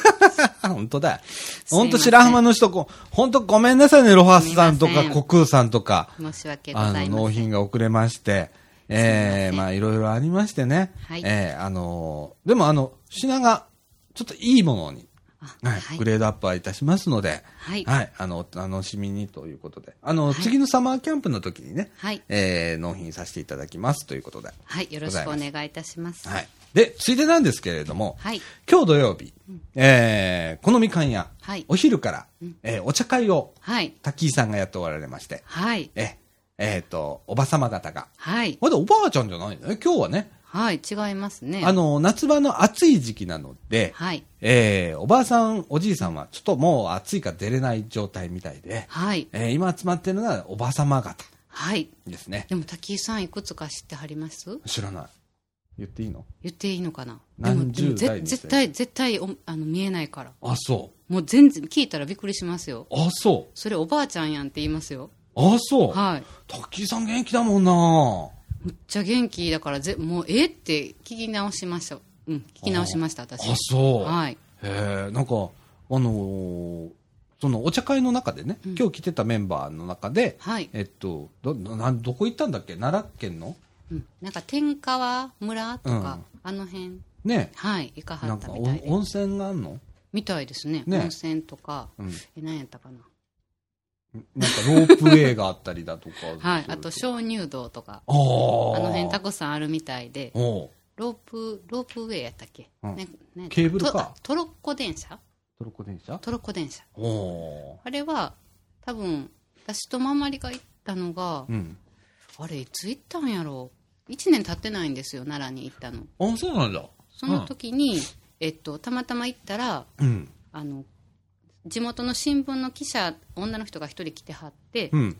[SPEAKER 1] 本当だ。
[SPEAKER 2] いません
[SPEAKER 1] 本当白浜の人、こ本当ごめんなさいね、ロハスさんと
[SPEAKER 2] すい
[SPEAKER 1] か、
[SPEAKER 2] ません
[SPEAKER 1] コクーさんとか、
[SPEAKER 2] 申し訳ご
[SPEAKER 1] あ
[SPEAKER 2] ざ
[SPEAKER 1] の、
[SPEAKER 2] い
[SPEAKER 1] 納
[SPEAKER 2] ません
[SPEAKER 1] 品が遅れまして、え
[SPEAKER 2] す
[SPEAKER 1] ー、
[SPEAKER 2] いません
[SPEAKER 1] まあ、いろいろありましてね。
[SPEAKER 2] はい
[SPEAKER 1] えー、あのーでもあの、品がちょっといいものに、
[SPEAKER 2] あ
[SPEAKER 1] はい
[SPEAKER 2] はい
[SPEAKER 1] グレードアップはいたしますので、
[SPEAKER 2] はい
[SPEAKER 1] あの、お楽しみにということで、あの、次のサマーキャンプの時にね、
[SPEAKER 2] はい
[SPEAKER 1] えー納品させていただきますということで。
[SPEAKER 2] はい、よろしくお願いいたします。
[SPEAKER 1] はい。で、ついでなんですけれども、
[SPEAKER 2] はい
[SPEAKER 1] 今日土曜日、えーこのみかん屋、
[SPEAKER 2] はい
[SPEAKER 1] お昼から、えーお茶会を、
[SPEAKER 2] はい。
[SPEAKER 1] 滝井さんがやっておられまして、
[SPEAKER 2] はい。
[SPEAKER 1] え、えっ、と、おばさま方が、
[SPEAKER 2] はい。
[SPEAKER 1] まだおばあちゃんじゃないね。今日はね、
[SPEAKER 2] はい。違いますね。
[SPEAKER 1] あの、夏場の暑い時期なので、
[SPEAKER 2] はい。
[SPEAKER 1] えーおばあさん、おじいさんは、ちょっともう暑いから出れない状態みたいで、
[SPEAKER 2] はい。
[SPEAKER 1] えー今集まってるのはおばあ様方
[SPEAKER 2] はい。
[SPEAKER 1] ですね。
[SPEAKER 2] でも、滝井さんいくつか知ってはります
[SPEAKER 1] 知らない。言っていいの
[SPEAKER 2] 言っていいのかなでも
[SPEAKER 1] 何十
[SPEAKER 2] でも
[SPEAKER 1] 代
[SPEAKER 2] ぜ
[SPEAKER 1] にして
[SPEAKER 2] 絶対、絶対おあの見えないから。
[SPEAKER 1] あ、そ
[SPEAKER 2] もう全然、聞いたらびっくりしますよ。
[SPEAKER 1] う。あ、そ
[SPEAKER 2] それおばあちゃんやんって言いますよ。
[SPEAKER 1] う。あ、そう。
[SPEAKER 2] はい。
[SPEAKER 1] 滝井さん元気だもんな
[SPEAKER 2] むっちゃ元気だからぜ、もうええって聞き直しました。うん、聞き直しました、私。
[SPEAKER 1] あ、そう。
[SPEAKER 2] はい。
[SPEAKER 1] へえ、なんか、あのーそのお茶会の中でね、今日来てたメンバーの中で、
[SPEAKER 2] はい
[SPEAKER 1] えっと、ど、なんどこ行ったんだっけ奈良県の
[SPEAKER 2] うん、なんか、天川村とか、あの辺、
[SPEAKER 1] ね
[SPEAKER 2] はい、行かは
[SPEAKER 1] なん
[SPEAKER 2] った
[SPEAKER 1] か
[SPEAKER 2] み
[SPEAKER 1] お
[SPEAKER 2] たいで。
[SPEAKER 1] 温泉があんの
[SPEAKER 2] みたいですね。
[SPEAKER 1] ね
[SPEAKER 2] 温泉とか、
[SPEAKER 1] うん
[SPEAKER 2] え、何やったかな。
[SPEAKER 1] なんかロープウェイがあったりだとか。
[SPEAKER 2] はい、あと鍾乳洞とか、
[SPEAKER 1] ああ。あ
[SPEAKER 2] あの
[SPEAKER 1] の
[SPEAKER 2] 辺たくさんあるみたいで、
[SPEAKER 1] おう
[SPEAKER 2] ロープ、ロープウェイやったっけ、
[SPEAKER 1] うん
[SPEAKER 2] ねね
[SPEAKER 1] ケーブルカー
[SPEAKER 2] トトロッコ電車
[SPEAKER 1] トルコ電車
[SPEAKER 2] トロッコ電車。
[SPEAKER 1] おお
[SPEAKER 2] あれは、多分、私とままりが行ったのが、
[SPEAKER 1] う。うん。
[SPEAKER 2] あれ、いつ行ったんやろう。1年経ってないんですよ、奈良に行ったの。
[SPEAKER 1] あ、そうなんだ。
[SPEAKER 2] その時に、えっと、たまたま行ったら、
[SPEAKER 1] うん。
[SPEAKER 2] あの、地元の新聞の記者、女の人が一人来てはって、
[SPEAKER 1] うん。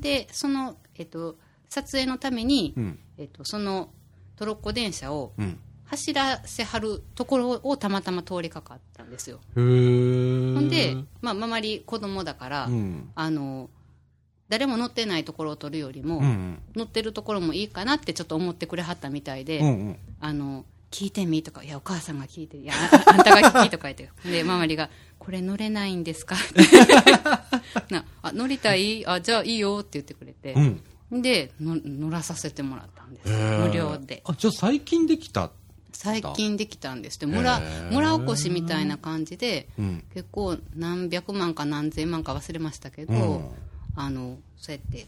[SPEAKER 2] でその、えっと、撮影のために、
[SPEAKER 1] うん。
[SPEAKER 2] えっと、そのトロッコ電車を
[SPEAKER 1] うん。
[SPEAKER 2] 走らせはるところをたまたま通りかかったんですよ、
[SPEAKER 1] へえ。
[SPEAKER 2] ほんで、まあ、あまり子供だから、
[SPEAKER 1] うん。
[SPEAKER 2] あの誰も乗ってないところを撮るよりも、
[SPEAKER 1] うん。
[SPEAKER 2] 乗ってるところもいいかなってちょっと思ってくれはったみたいで、
[SPEAKER 1] うん。うん。
[SPEAKER 2] あの聞いてみとか、いや、お母さんが聞いて、いや、ああんたが聞きとか言って、で、ママリが、これ乗れないん ですかってなあ乗りたいあ、じゃあいいよって言ってくれて、
[SPEAKER 1] うん。
[SPEAKER 2] での乗らさせてもらったんです
[SPEAKER 1] へー
[SPEAKER 2] 無料で
[SPEAKER 1] あ、じゃあ最近できた。
[SPEAKER 2] 最近できたんですで村
[SPEAKER 1] へー
[SPEAKER 2] 村おこしみたいな感じで
[SPEAKER 1] うん。
[SPEAKER 2] 結構何百万か何千万か忘れましたけど、
[SPEAKER 1] うん
[SPEAKER 2] あのそうやって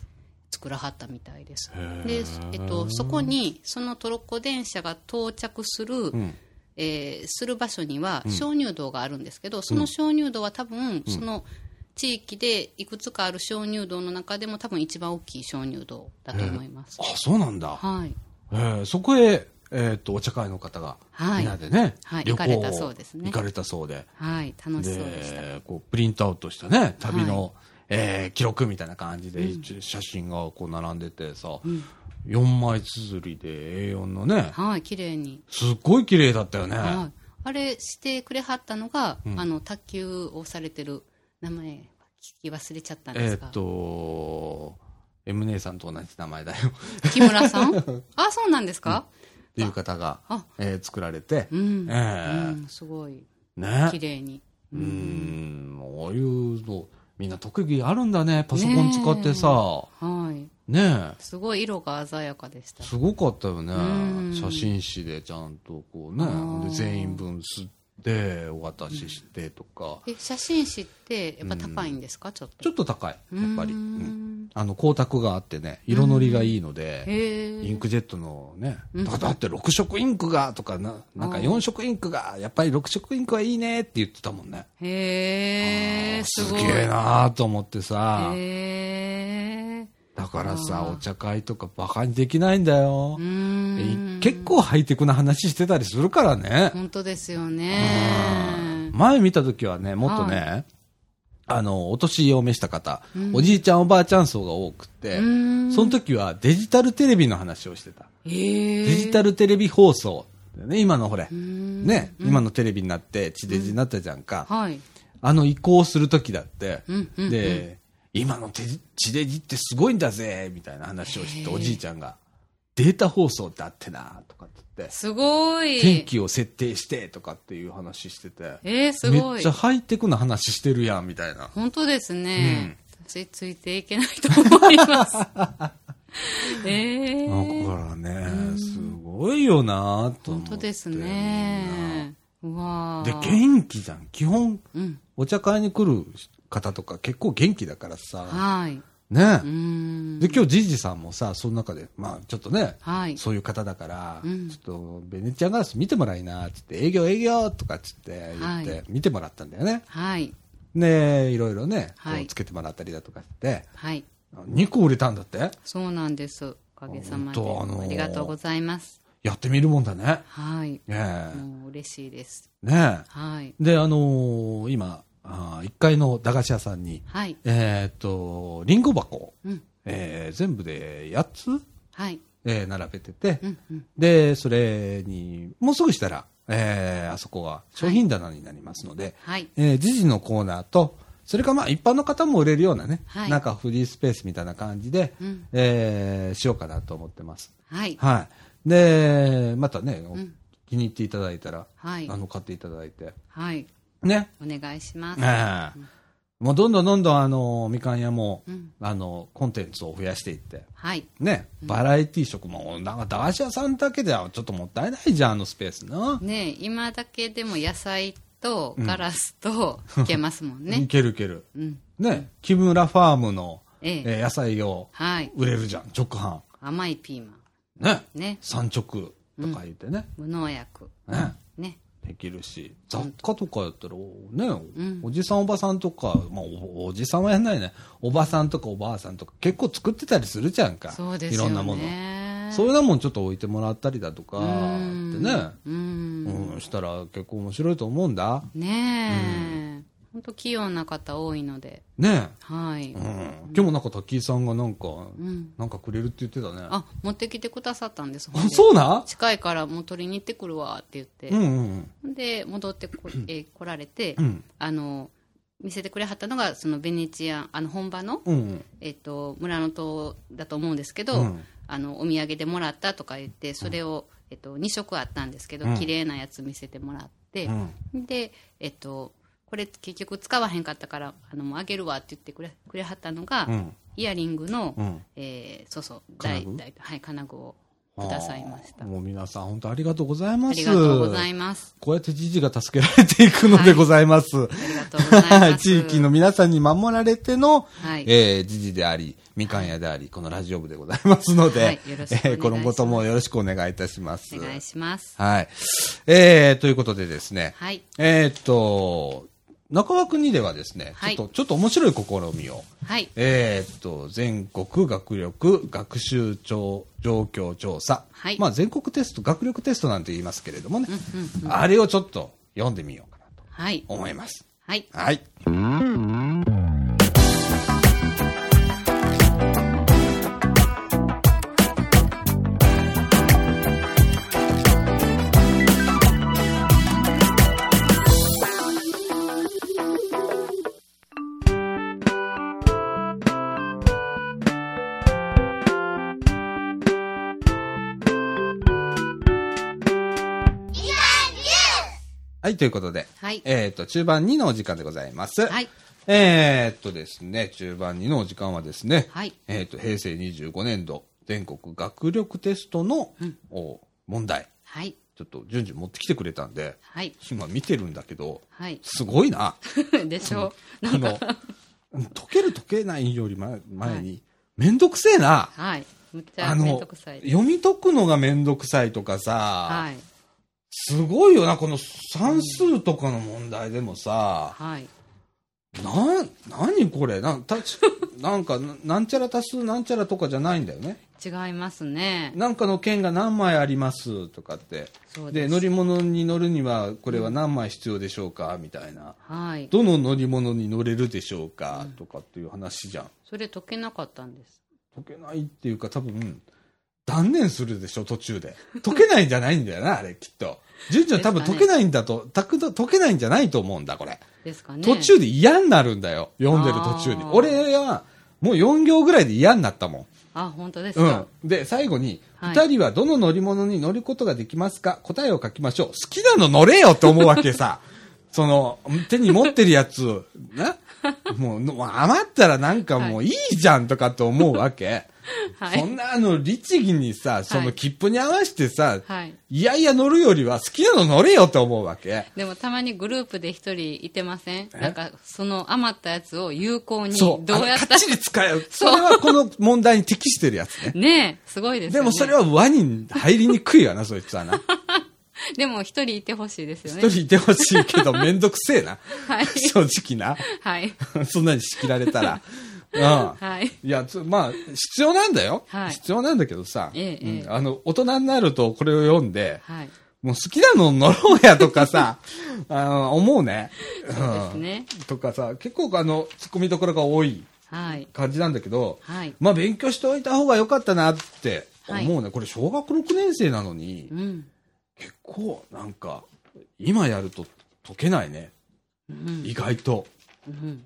[SPEAKER 2] 作らはったみたいです
[SPEAKER 1] へー
[SPEAKER 2] で、えっと、そこにそのトロッコ電車が到着する、
[SPEAKER 1] ん
[SPEAKER 2] えーする場所には鍾乳洞があるんですけど、その鍾乳洞は多分、その地域でいくつかある鍾乳洞の中でも多分一番大きい鍾乳洞だと思います
[SPEAKER 1] あ、そうなんだ。
[SPEAKER 2] はい、
[SPEAKER 1] えー、そこへ、えー、とお茶会の方が、
[SPEAKER 2] は
[SPEAKER 1] み
[SPEAKER 2] い
[SPEAKER 1] んなでね、
[SPEAKER 2] はい
[SPEAKER 1] 旅行
[SPEAKER 2] 行かれたそうですね
[SPEAKER 1] 行かれたそうで
[SPEAKER 2] はい、楽しそうでした。
[SPEAKER 1] でこうプリントアウトしたね旅の、えー記録みたいな感じで、一写真がこう並んでてさ、四4枚綴りで A4 のね
[SPEAKER 2] はい、綺麗に。
[SPEAKER 1] すっごい綺麗だったよね、
[SPEAKER 2] はい。あれしてくれはったのが、あの、卓球をされてる名前、聞き忘れちゃったんで
[SPEAKER 1] え
[SPEAKER 2] す
[SPEAKER 1] っ、
[SPEAKER 2] が。
[SPEAKER 1] と M 姉さんと同じ名前だよ っ
[SPEAKER 2] 木村さ んあ、そうなんですか、
[SPEAKER 1] ていう方が
[SPEAKER 2] あ、
[SPEAKER 1] えー作られて、
[SPEAKER 2] うん
[SPEAKER 1] え
[SPEAKER 2] う
[SPEAKER 1] ー
[SPEAKER 2] ん、すごい、
[SPEAKER 1] ね
[SPEAKER 2] 綺麗に。
[SPEAKER 1] うーん、ああいうの、みんな特技あるんだね。パソコン使ってさ。
[SPEAKER 2] はい。
[SPEAKER 1] ねえ。
[SPEAKER 2] すごい色が鮮やかでした。
[SPEAKER 1] すごかったよね
[SPEAKER 2] うん。
[SPEAKER 1] 写真誌でちゃんとこうね。
[SPEAKER 2] ー
[SPEAKER 1] で全員分吸って、お渡ししてとか。
[SPEAKER 2] え、写真誌って、やっぱ高いんですか、ちょっと。
[SPEAKER 1] ちょっと高い、やっぱり。
[SPEAKER 2] う
[SPEAKER 1] うんんあの、光沢があってね、色のりがいいので、
[SPEAKER 2] へ
[SPEAKER 1] イ
[SPEAKER 2] え
[SPEAKER 1] ン。クジェットのね、だだって6色インクがとかな、なんか4色インクが、やっぱり6色インクはいいねって言ってたもんね。
[SPEAKER 2] へえ、す
[SPEAKER 1] す
[SPEAKER 2] ごい。
[SPEAKER 1] げえなーと思ってさ。
[SPEAKER 2] へえ。
[SPEAKER 1] だからさ、お茶会とかバカにできないんだよ
[SPEAKER 2] う。ーん
[SPEAKER 1] え。結構ハイテクな話してたりするからね。
[SPEAKER 2] 本当ですよね。
[SPEAKER 1] 前見た時はね、もっとね、あの、お年を召した方、おじいちゃんおばあちゃん層が多くて、
[SPEAKER 2] うん
[SPEAKER 1] その時はデジタルテレビの話をしてた。
[SPEAKER 2] へえ。
[SPEAKER 1] デジタルテレビ放送。ね、今のほれ。
[SPEAKER 2] ん
[SPEAKER 1] ね、今のテレビになって、地デジになったじゃんか。
[SPEAKER 2] はい。
[SPEAKER 1] あの移行する時だって、
[SPEAKER 2] うんうんうん
[SPEAKER 1] で、今の手地デジってすごいんだぜ、みたいな話をして、おじいちゃんが、データ放送だってな、とかって言って、
[SPEAKER 2] すごい。
[SPEAKER 1] 天気を設定して、とかっていう話してて、
[SPEAKER 2] えー、す
[SPEAKER 1] め
[SPEAKER 2] ご
[SPEAKER 1] っ
[SPEAKER 2] い
[SPEAKER 1] ちゃ。ハイテクな話してるやん、みたいな。
[SPEAKER 2] 本当ですね。私、ついていけないと思い ます。え
[SPEAKER 1] だ
[SPEAKER 2] ー。
[SPEAKER 1] からね、すごいよなと思って
[SPEAKER 2] 本当ですね。うわ
[SPEAKER 1] で
[SPEAKER 2] ー、
[SPEAKER 1] 元気じゃん。基本、
[SPEAKER 2] うん。
[SPEAKER 1] お茶会に来る方とか結構元気だからさ。
[SPEAKER 2] はい。
[SPEAKER 1] ね
[SPEAKER 2] うー。ん。
[SPEAKER 1] で、今日、じいじさんもさ、その中で、まあ、ちょっとね、
[SPEAKER 2] はい。
[SPEAKER 1] そういう方だから、
[SPEAKER 2] うん
[SPEAKER 1] ちょっと、ベネチアンガラス見てもらいな、つって、営業営業とかっつって言って、
[SPEAKER 2] はい
[SPEAKER 1] 見てもらったんだよね。
[SPEAKER 2] はい。
[SPEAKER 1] ねいろいろね、こう
[SPEAKER 2] はい
[SPEAKER 1] つけてもらったりだとかして、
[SPEAKER 2] はい。
[SPEAKER 1] 2個売れたんだって
[SPEAKER 2] そうなんです。おかげさまで。
[SPEAKER 1] 本当あのー
[SPEAKER 2] ありがとうございます。
[SPEAKER 1] やってみるもんだね。
[SPEAKER 2] はい。
[SPEAKER 1] ね
[SPEAKER 2] もう嬉しいです。
[SPEAKER 1] え。ねえ。
[SPEAKER 2] はい。
[SPEAKER 1] で、あのー今、あ1階の駄菓子屋さんに、
[SPEAKER 2] はい。
[SPEAKER 1] えーっと、りんご箱を、
[SPEAKER 2] うん。
[SPEAKER 1] えー全部で8つ、
[SPEAKER 2] はい。
[SPEAKER 1] えー並べてて、
[SPEAKER 2] うん。うん。
[SPEAKER 1] で、それに、もうすぐしたら、えーあそこは商品棚になりますので、
[SPEAKER 2] はい。
[SPEAKER 1] えー時事のコーナーと、それからまあ一般の方も売れるようなね、
[SPEAKER 2] はい
[SPEAKER 1] なんかフリースペースみたいな感じで、
[SPEAKER 2] うん
[SPEAKER 1] えーしようかなと思ってます。
[SPEAKER 2] はい。
[SPEAKER 1] はい。で、またね、お
[SPEAKER 2] ん
[SPEAKER 1] 気に入っていただいたら、
[SPEAKER 2] はい
[SPEAKER 1] あ。の、買っていただいて。
[SPEAKER 2] はい。
[SPEAKER 1] ね。
[SPEAKER 2] お願いします。
[SPEAKER 1] ええもうどんどんどんどん、あの、みかん屋も、
[SPEAKER 2] うん
[SPEAKER 1] あの、コンテンツを増やしていって、
[SPEAKER 2] はい。
[SPEAKER 1] ね、バラエティ食も、なんか駄菓子屋さんだけではちょっともったいないじゃん、あのスペースな。
[SPEAKER 2] ねえ今だけでも野菜とガラス といけますもん
[SPEAKER 1] い
[SPEAKER 2] ね。
[SPEAKER 1] けるいける。
[SPEAKER 2] うん。
[SPEAKER 1] ね、木村ファームの、
[SPEAKER 2] ええ
[SPEAKER 1] えー野菜を
[SPEAKER 2] はい。
[SPEAKER 1] 売れるじゃん、直販。
[SPEAKER 2] 甘いピーマン。
[SPEAKER 1] ね。
[SPEAKER 2] ね。
[SPEAKER 1] 産直とか言ってね。
[SPEAKER 2] 無農薬。
[SPEAKER 1] ね。
[SPEAKER 2] ね。
[SPEAKER 1] できるし、雑貨とかやったら、ね、
[SPEAKER 2] ん
[SPEAKER 1] おじさんおばさんとか、まあお、おじさんはやんないね。おばさんとかおばあさんとか結構作ってたりするじゃんか。
[SPEAKER 2] そうです
[SPEAKER 1] い
[SPEAKER 2] よね。
[SPEAKER 1] ろんなもの。そういうようなもんちょっと置いてもらったりだとか、ってね。
[SPEAKER 2] う。
[SPEAKER 1] うんん、したら結構面白いと思うんだ。
[SPEAKER 2] ねえ。本当器用な方多いので。
[SPEAKER 1] ね
[SPEAKER 2] はい
[SPEAKER 1] え。うん。。今日もなんか滝井さんがなんか、
[SPEAKER 2] うん。
[SPEAKER 1] なんかくれるって言ってたね。あ、
[SPEAKER 2] あ、持ってきてくださったんです。
[SPEAKER 1] そうなん
[SPEAKER 2] 近いからもう取りに行ってくるわって言って。
[SPEAKER 1] うんうん
[SPEAKER 2] で戻ってこ、えー来られて、
[SPEAKER 1] うん
[SPEAKER 2] あの見せてくれはったのがそのベネチアンあの本場の、
[SPEAKER 1] うん。うん
[SPEAKER 2] えっと村の島だと思うんですけど、
[SPEAKER 1] うん
[SPEAKER 2] あのお土産でもらったとか言ってそれを、えっと2色あったんですけど、
[SPEAKER 1] うん
[SPEAKER 2] 綺麗なやつ見せてもらって
[SPEAKER 1] う、ん。
[SPEAKER 2] で、えっとこれ結局使わへんかったからあのもうあげるわって言ってくれくれはったのが、
[SPEAKER 1] うん。
[SPEAKER 2] イヤリングの、
[SPEAKER 1] うん。
[SPEAKER 2] えーそうそう
[SPEAKER 1] 金
[SPEAKER 2] 大
[SPEAKER 1] 具
[SPEAKER 2] 大はい金具をくださいました
[SPEAKER 1] あー
[SPEAKER 2] あ
[SPEAKER 1] もう皆さん本当ありがとうございます。
[SPEAKER 2] りがとうございます
[SPEAKER 1] こうやって時事が助けられていくのでございます。
[SPEAKER 2] ありがとうございます
[SPEAKER 1] 地域の皆さんに守られての、
[SPEAKER 2] はい
[SPEAKER 1] えー時事であり、みかん屋であり、このラジオ部でございますので、
[SPEAKER 2] はいよろしくお願いします
[SPEAKER 1] えーこのこともよろしくお願いいたします。
[SPEAKER 2] お願いします
[SPEAKER 1] はい。えー、ということでですね、
[SPEAKER 2] はい
[SPEAKER 1] えーっと、中川国ではですね、
[SPEAKER 2] はい
[SPEAKER 1] ちょっと、ちょっと面白い試みを、
[SPEAKER 2] はい
[SPEAKER 1] えーっと、全国学力学習調状況調査。
[SPEAKER 2] はい
[SPEAKER 1] まあ、全国テスト、学力テストなんて言いますけれどもね。あれをちょっと読んでみようかなと
[SPEAKER 2] はい
[SPEAKER 1] 思います。
[SPEAKER 2] はい
[SPEAKER 1] はい。はい、ということで。
[SPEAKER 2] はい
[SPEAKER 1] えーっと、中盤2のお時間でございます。
[SPEAKER 2] はい。
[SPEAKER 1] えーっとですね、中盤2のお時間はですね、
[SPEAKER 2] はい
[SPEAKER 1] えーっと、平成25年度全国学力テストの、お問題。
[SPEAKER 2] はい
[SPEAKER 1] ちょっと順次持ってきてくれたんで、
[SPEAKER 2] はい
[SPEAKER 1] 今見てるんだけど、
[SPEAKER 2] はい
[SPEAKER 1] すごいな。
[SPEAKER 2] でしょう
[SPEAKER 1] あの、溶ける溶けないより前前に、めんどくせえな。
[SPEAKER 2] はいむっちゃ
[SPEAKER 1] あ
[SPEAKER 2] めん
[SPEAKER 1] の、
[SPEAKER 2] どくさいです
[SPEAKER 1] 読み解くのがめんどくさいとかさ、
[SPEAKER 2] はい
[SPEAKER 1] すごいよな、この算数とかの問題でもさ、
[SPEAKER 2] はい
[SPEAKER 1] な、何これなん、た ち、なんか、ななんちゃら多数なんちゃらとかじゃないんだよね。
[SPEAKER 2] 違いますね
[SPEAKER 1] なんかの券が何枚ありますとかって。
[SPEAKER 2] そう
[SPEAKER 1] で、
[SPEAKER 2] です
[SPEAKER 1] 乗り物に乗るには、これは何枚必要でしょうかみたいな。
[SPEAKER 2] はい
[SPEAKER 1] どの乗り物に乗れるでしょうか、とかっていう話じゃん。
[SPEAKER 2] それ解けなかったんです
[SPEAKER 1] 解けないっていうか多分、断念するでしょ、途中 で。解けないんじゃないんだよな、あれ、きっと。順序多分
[SPEAKER 2] ですか
[SPEAKER 1] 解
[SPEAKER 2] ね
[SPEAKER 1] けないんだと、たくど解けないんじゃないと思うんだ、これ。
[SPEAKER 2] ですかね
[SPEAKER 1] 途中で嫌になるんだよ、読んでる途中に
[SPEAKER 2] あ。ー
[SPEAKER 1] 俺は、もう4行ぐらいで嫌になったもん。
[SPEAKER 2] あ本当です
[SPEAKER 1] う
[SPEAKER 2] か
[SPEAKER 1] ん。で、最後に、
[SPEAKER 2] はい
[SPEAKER 1] 二人はどの 乗り物に乗ることができますか答えを書きましょう。好きなの乗れよって思うわけさ。その、手に持ってるやつ、な、もう、もう余ったらなんかもういいじゃんとかと思うわけ。
[SPEAKER 2] はい
[SPEAKER 1] そんなあの、律儀にさ、その切符に合わせてさ、
[SPEAKER 2] はい
[SPEAKER 1] い、やいや乗るよりは好きなの乗れよと思うわけ。
[SPEAKER 2] でもたまにグループで一人いてませんなんかその余ったやつを有効に
[SPEAKER 1] そう。
[SPEAKER 2] どうや
[SPEAKER 1] あ
[SPEAKER 2] っ
[SPEAKER 1] の
[SPEAKER 2] た
[SPEAKER 1] かっ
[SPEAKER 2] ら
[SPEAKER 1] ちり使える。そ
[SPEAKER 2] そう
[SPEAKER 1] れはこの問題に適してるやつね。
[SPEAKER 2] ねえすごい です
[SPEAKER 1] で
[SPEAKER 2] よね
[SPEAKER 1] もそれは輪に入りにくいわな、そいつはな。
[SPEAKER 2] でも一人いてほしいですよ
[SPEAKER 1] 一
[SPEAKER 2] ね
[SPEAKER 1] 人いてほしいけど、めんどくせえ な。
[SPEAKER 2] はい
[SPEAKER 1] 正直な。
[SPEAKER 2] はい
[SPEAKER 1] そんなに仕切られた ら。うん。
[SPEAKER 2] はい
[SPEAKER 1] いや、つまあ、必要なんだよ。
[SPEAKER 2] はい
[SPEAKER 1] 必要なんだけどさ、
[SPEAKER 2] ええええ
[SPEAKER 1] うんあの、大人になるとこれを読んで、
[SPEAKER 2] はい
[SPEAKER 1] もう好きなの乗ろうやとかさ、 あの思うね。
[SPEAKER 2] そうですね
[SPEAKER 1] うんとかさ、結構あの、突っ込みどころが多い
[SPEAKER 2] はい
[SPEAKER 1] 感じなんだけど、
[SPEAKER 2] はい
[SPEAKER 1] まあ勉強しておいた方が良かったなって思うね。
[SPEAKER 2] は
[SPEAKER 1] これ小学6年生なのに、
[SPEAKER 2] うん
[SPEAKER 1] 結構なんか、今やると解けないね。
[SPEAKER 2] うん
[SPEAKER 1] 意外と。
[SPEAKER 2] うん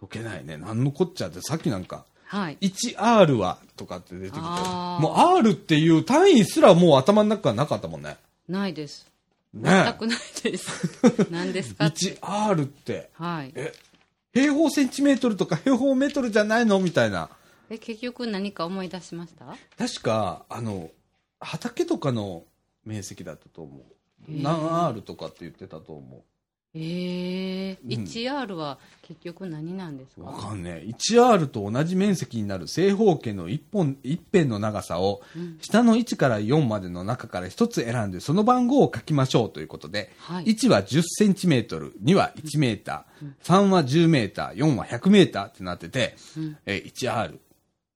[SPEAKER 1] 解けないね。なんのこっちゃって、さっきなんか、
[SPEAKER 2] はい
[SPEAKER 1] 1R はとかって出てきて、
[SPEAKER 2] あー
[SPEAKER 1] もう R っていう単位すらもう頭の中がなかったもんね。
[SPEAKER 2] ないです全
[SPEAKER 1] ね
[SPEAKER 2] くないです 何ですか
[SPEAKER 1] 1R って、
[SPEAKER 2] はい
[SPEAKER 1] え、平方センチメートルとか平方メートルじゃないのみたいな。
[SPEAKER 2] え結局何か思い出しました
[SPEAKER 1] 確か、あの、畑とかの面積だったと思う。
[SPEAKER 2] へー
[SPEAKER 1] 何 R とかって言ってたと思
[SPEAKER 2] ええ
[SPEAKER 1] うん
[SPEAKER 2] 1R は結局何なんです
[SPEAKER 1] う。
[SPEAKER 2] か
[SPEAKER 1] わかんねえ。1R と同じ面積になる正方形の一本、一辺の長さを、
[SPEAKER 2] うん
[SPEAKER 1] 下の1から4までの中から1つ選んで、その番号を書きましょうということで、
[SPEAKER 2] はい
[SPEAKER 1] 1は10センチメートル、2は1メーター、3は10メーター、4は100メーターってなってて、
[SPEAKER 2] うん
[SPEAKER 1] えー 1R、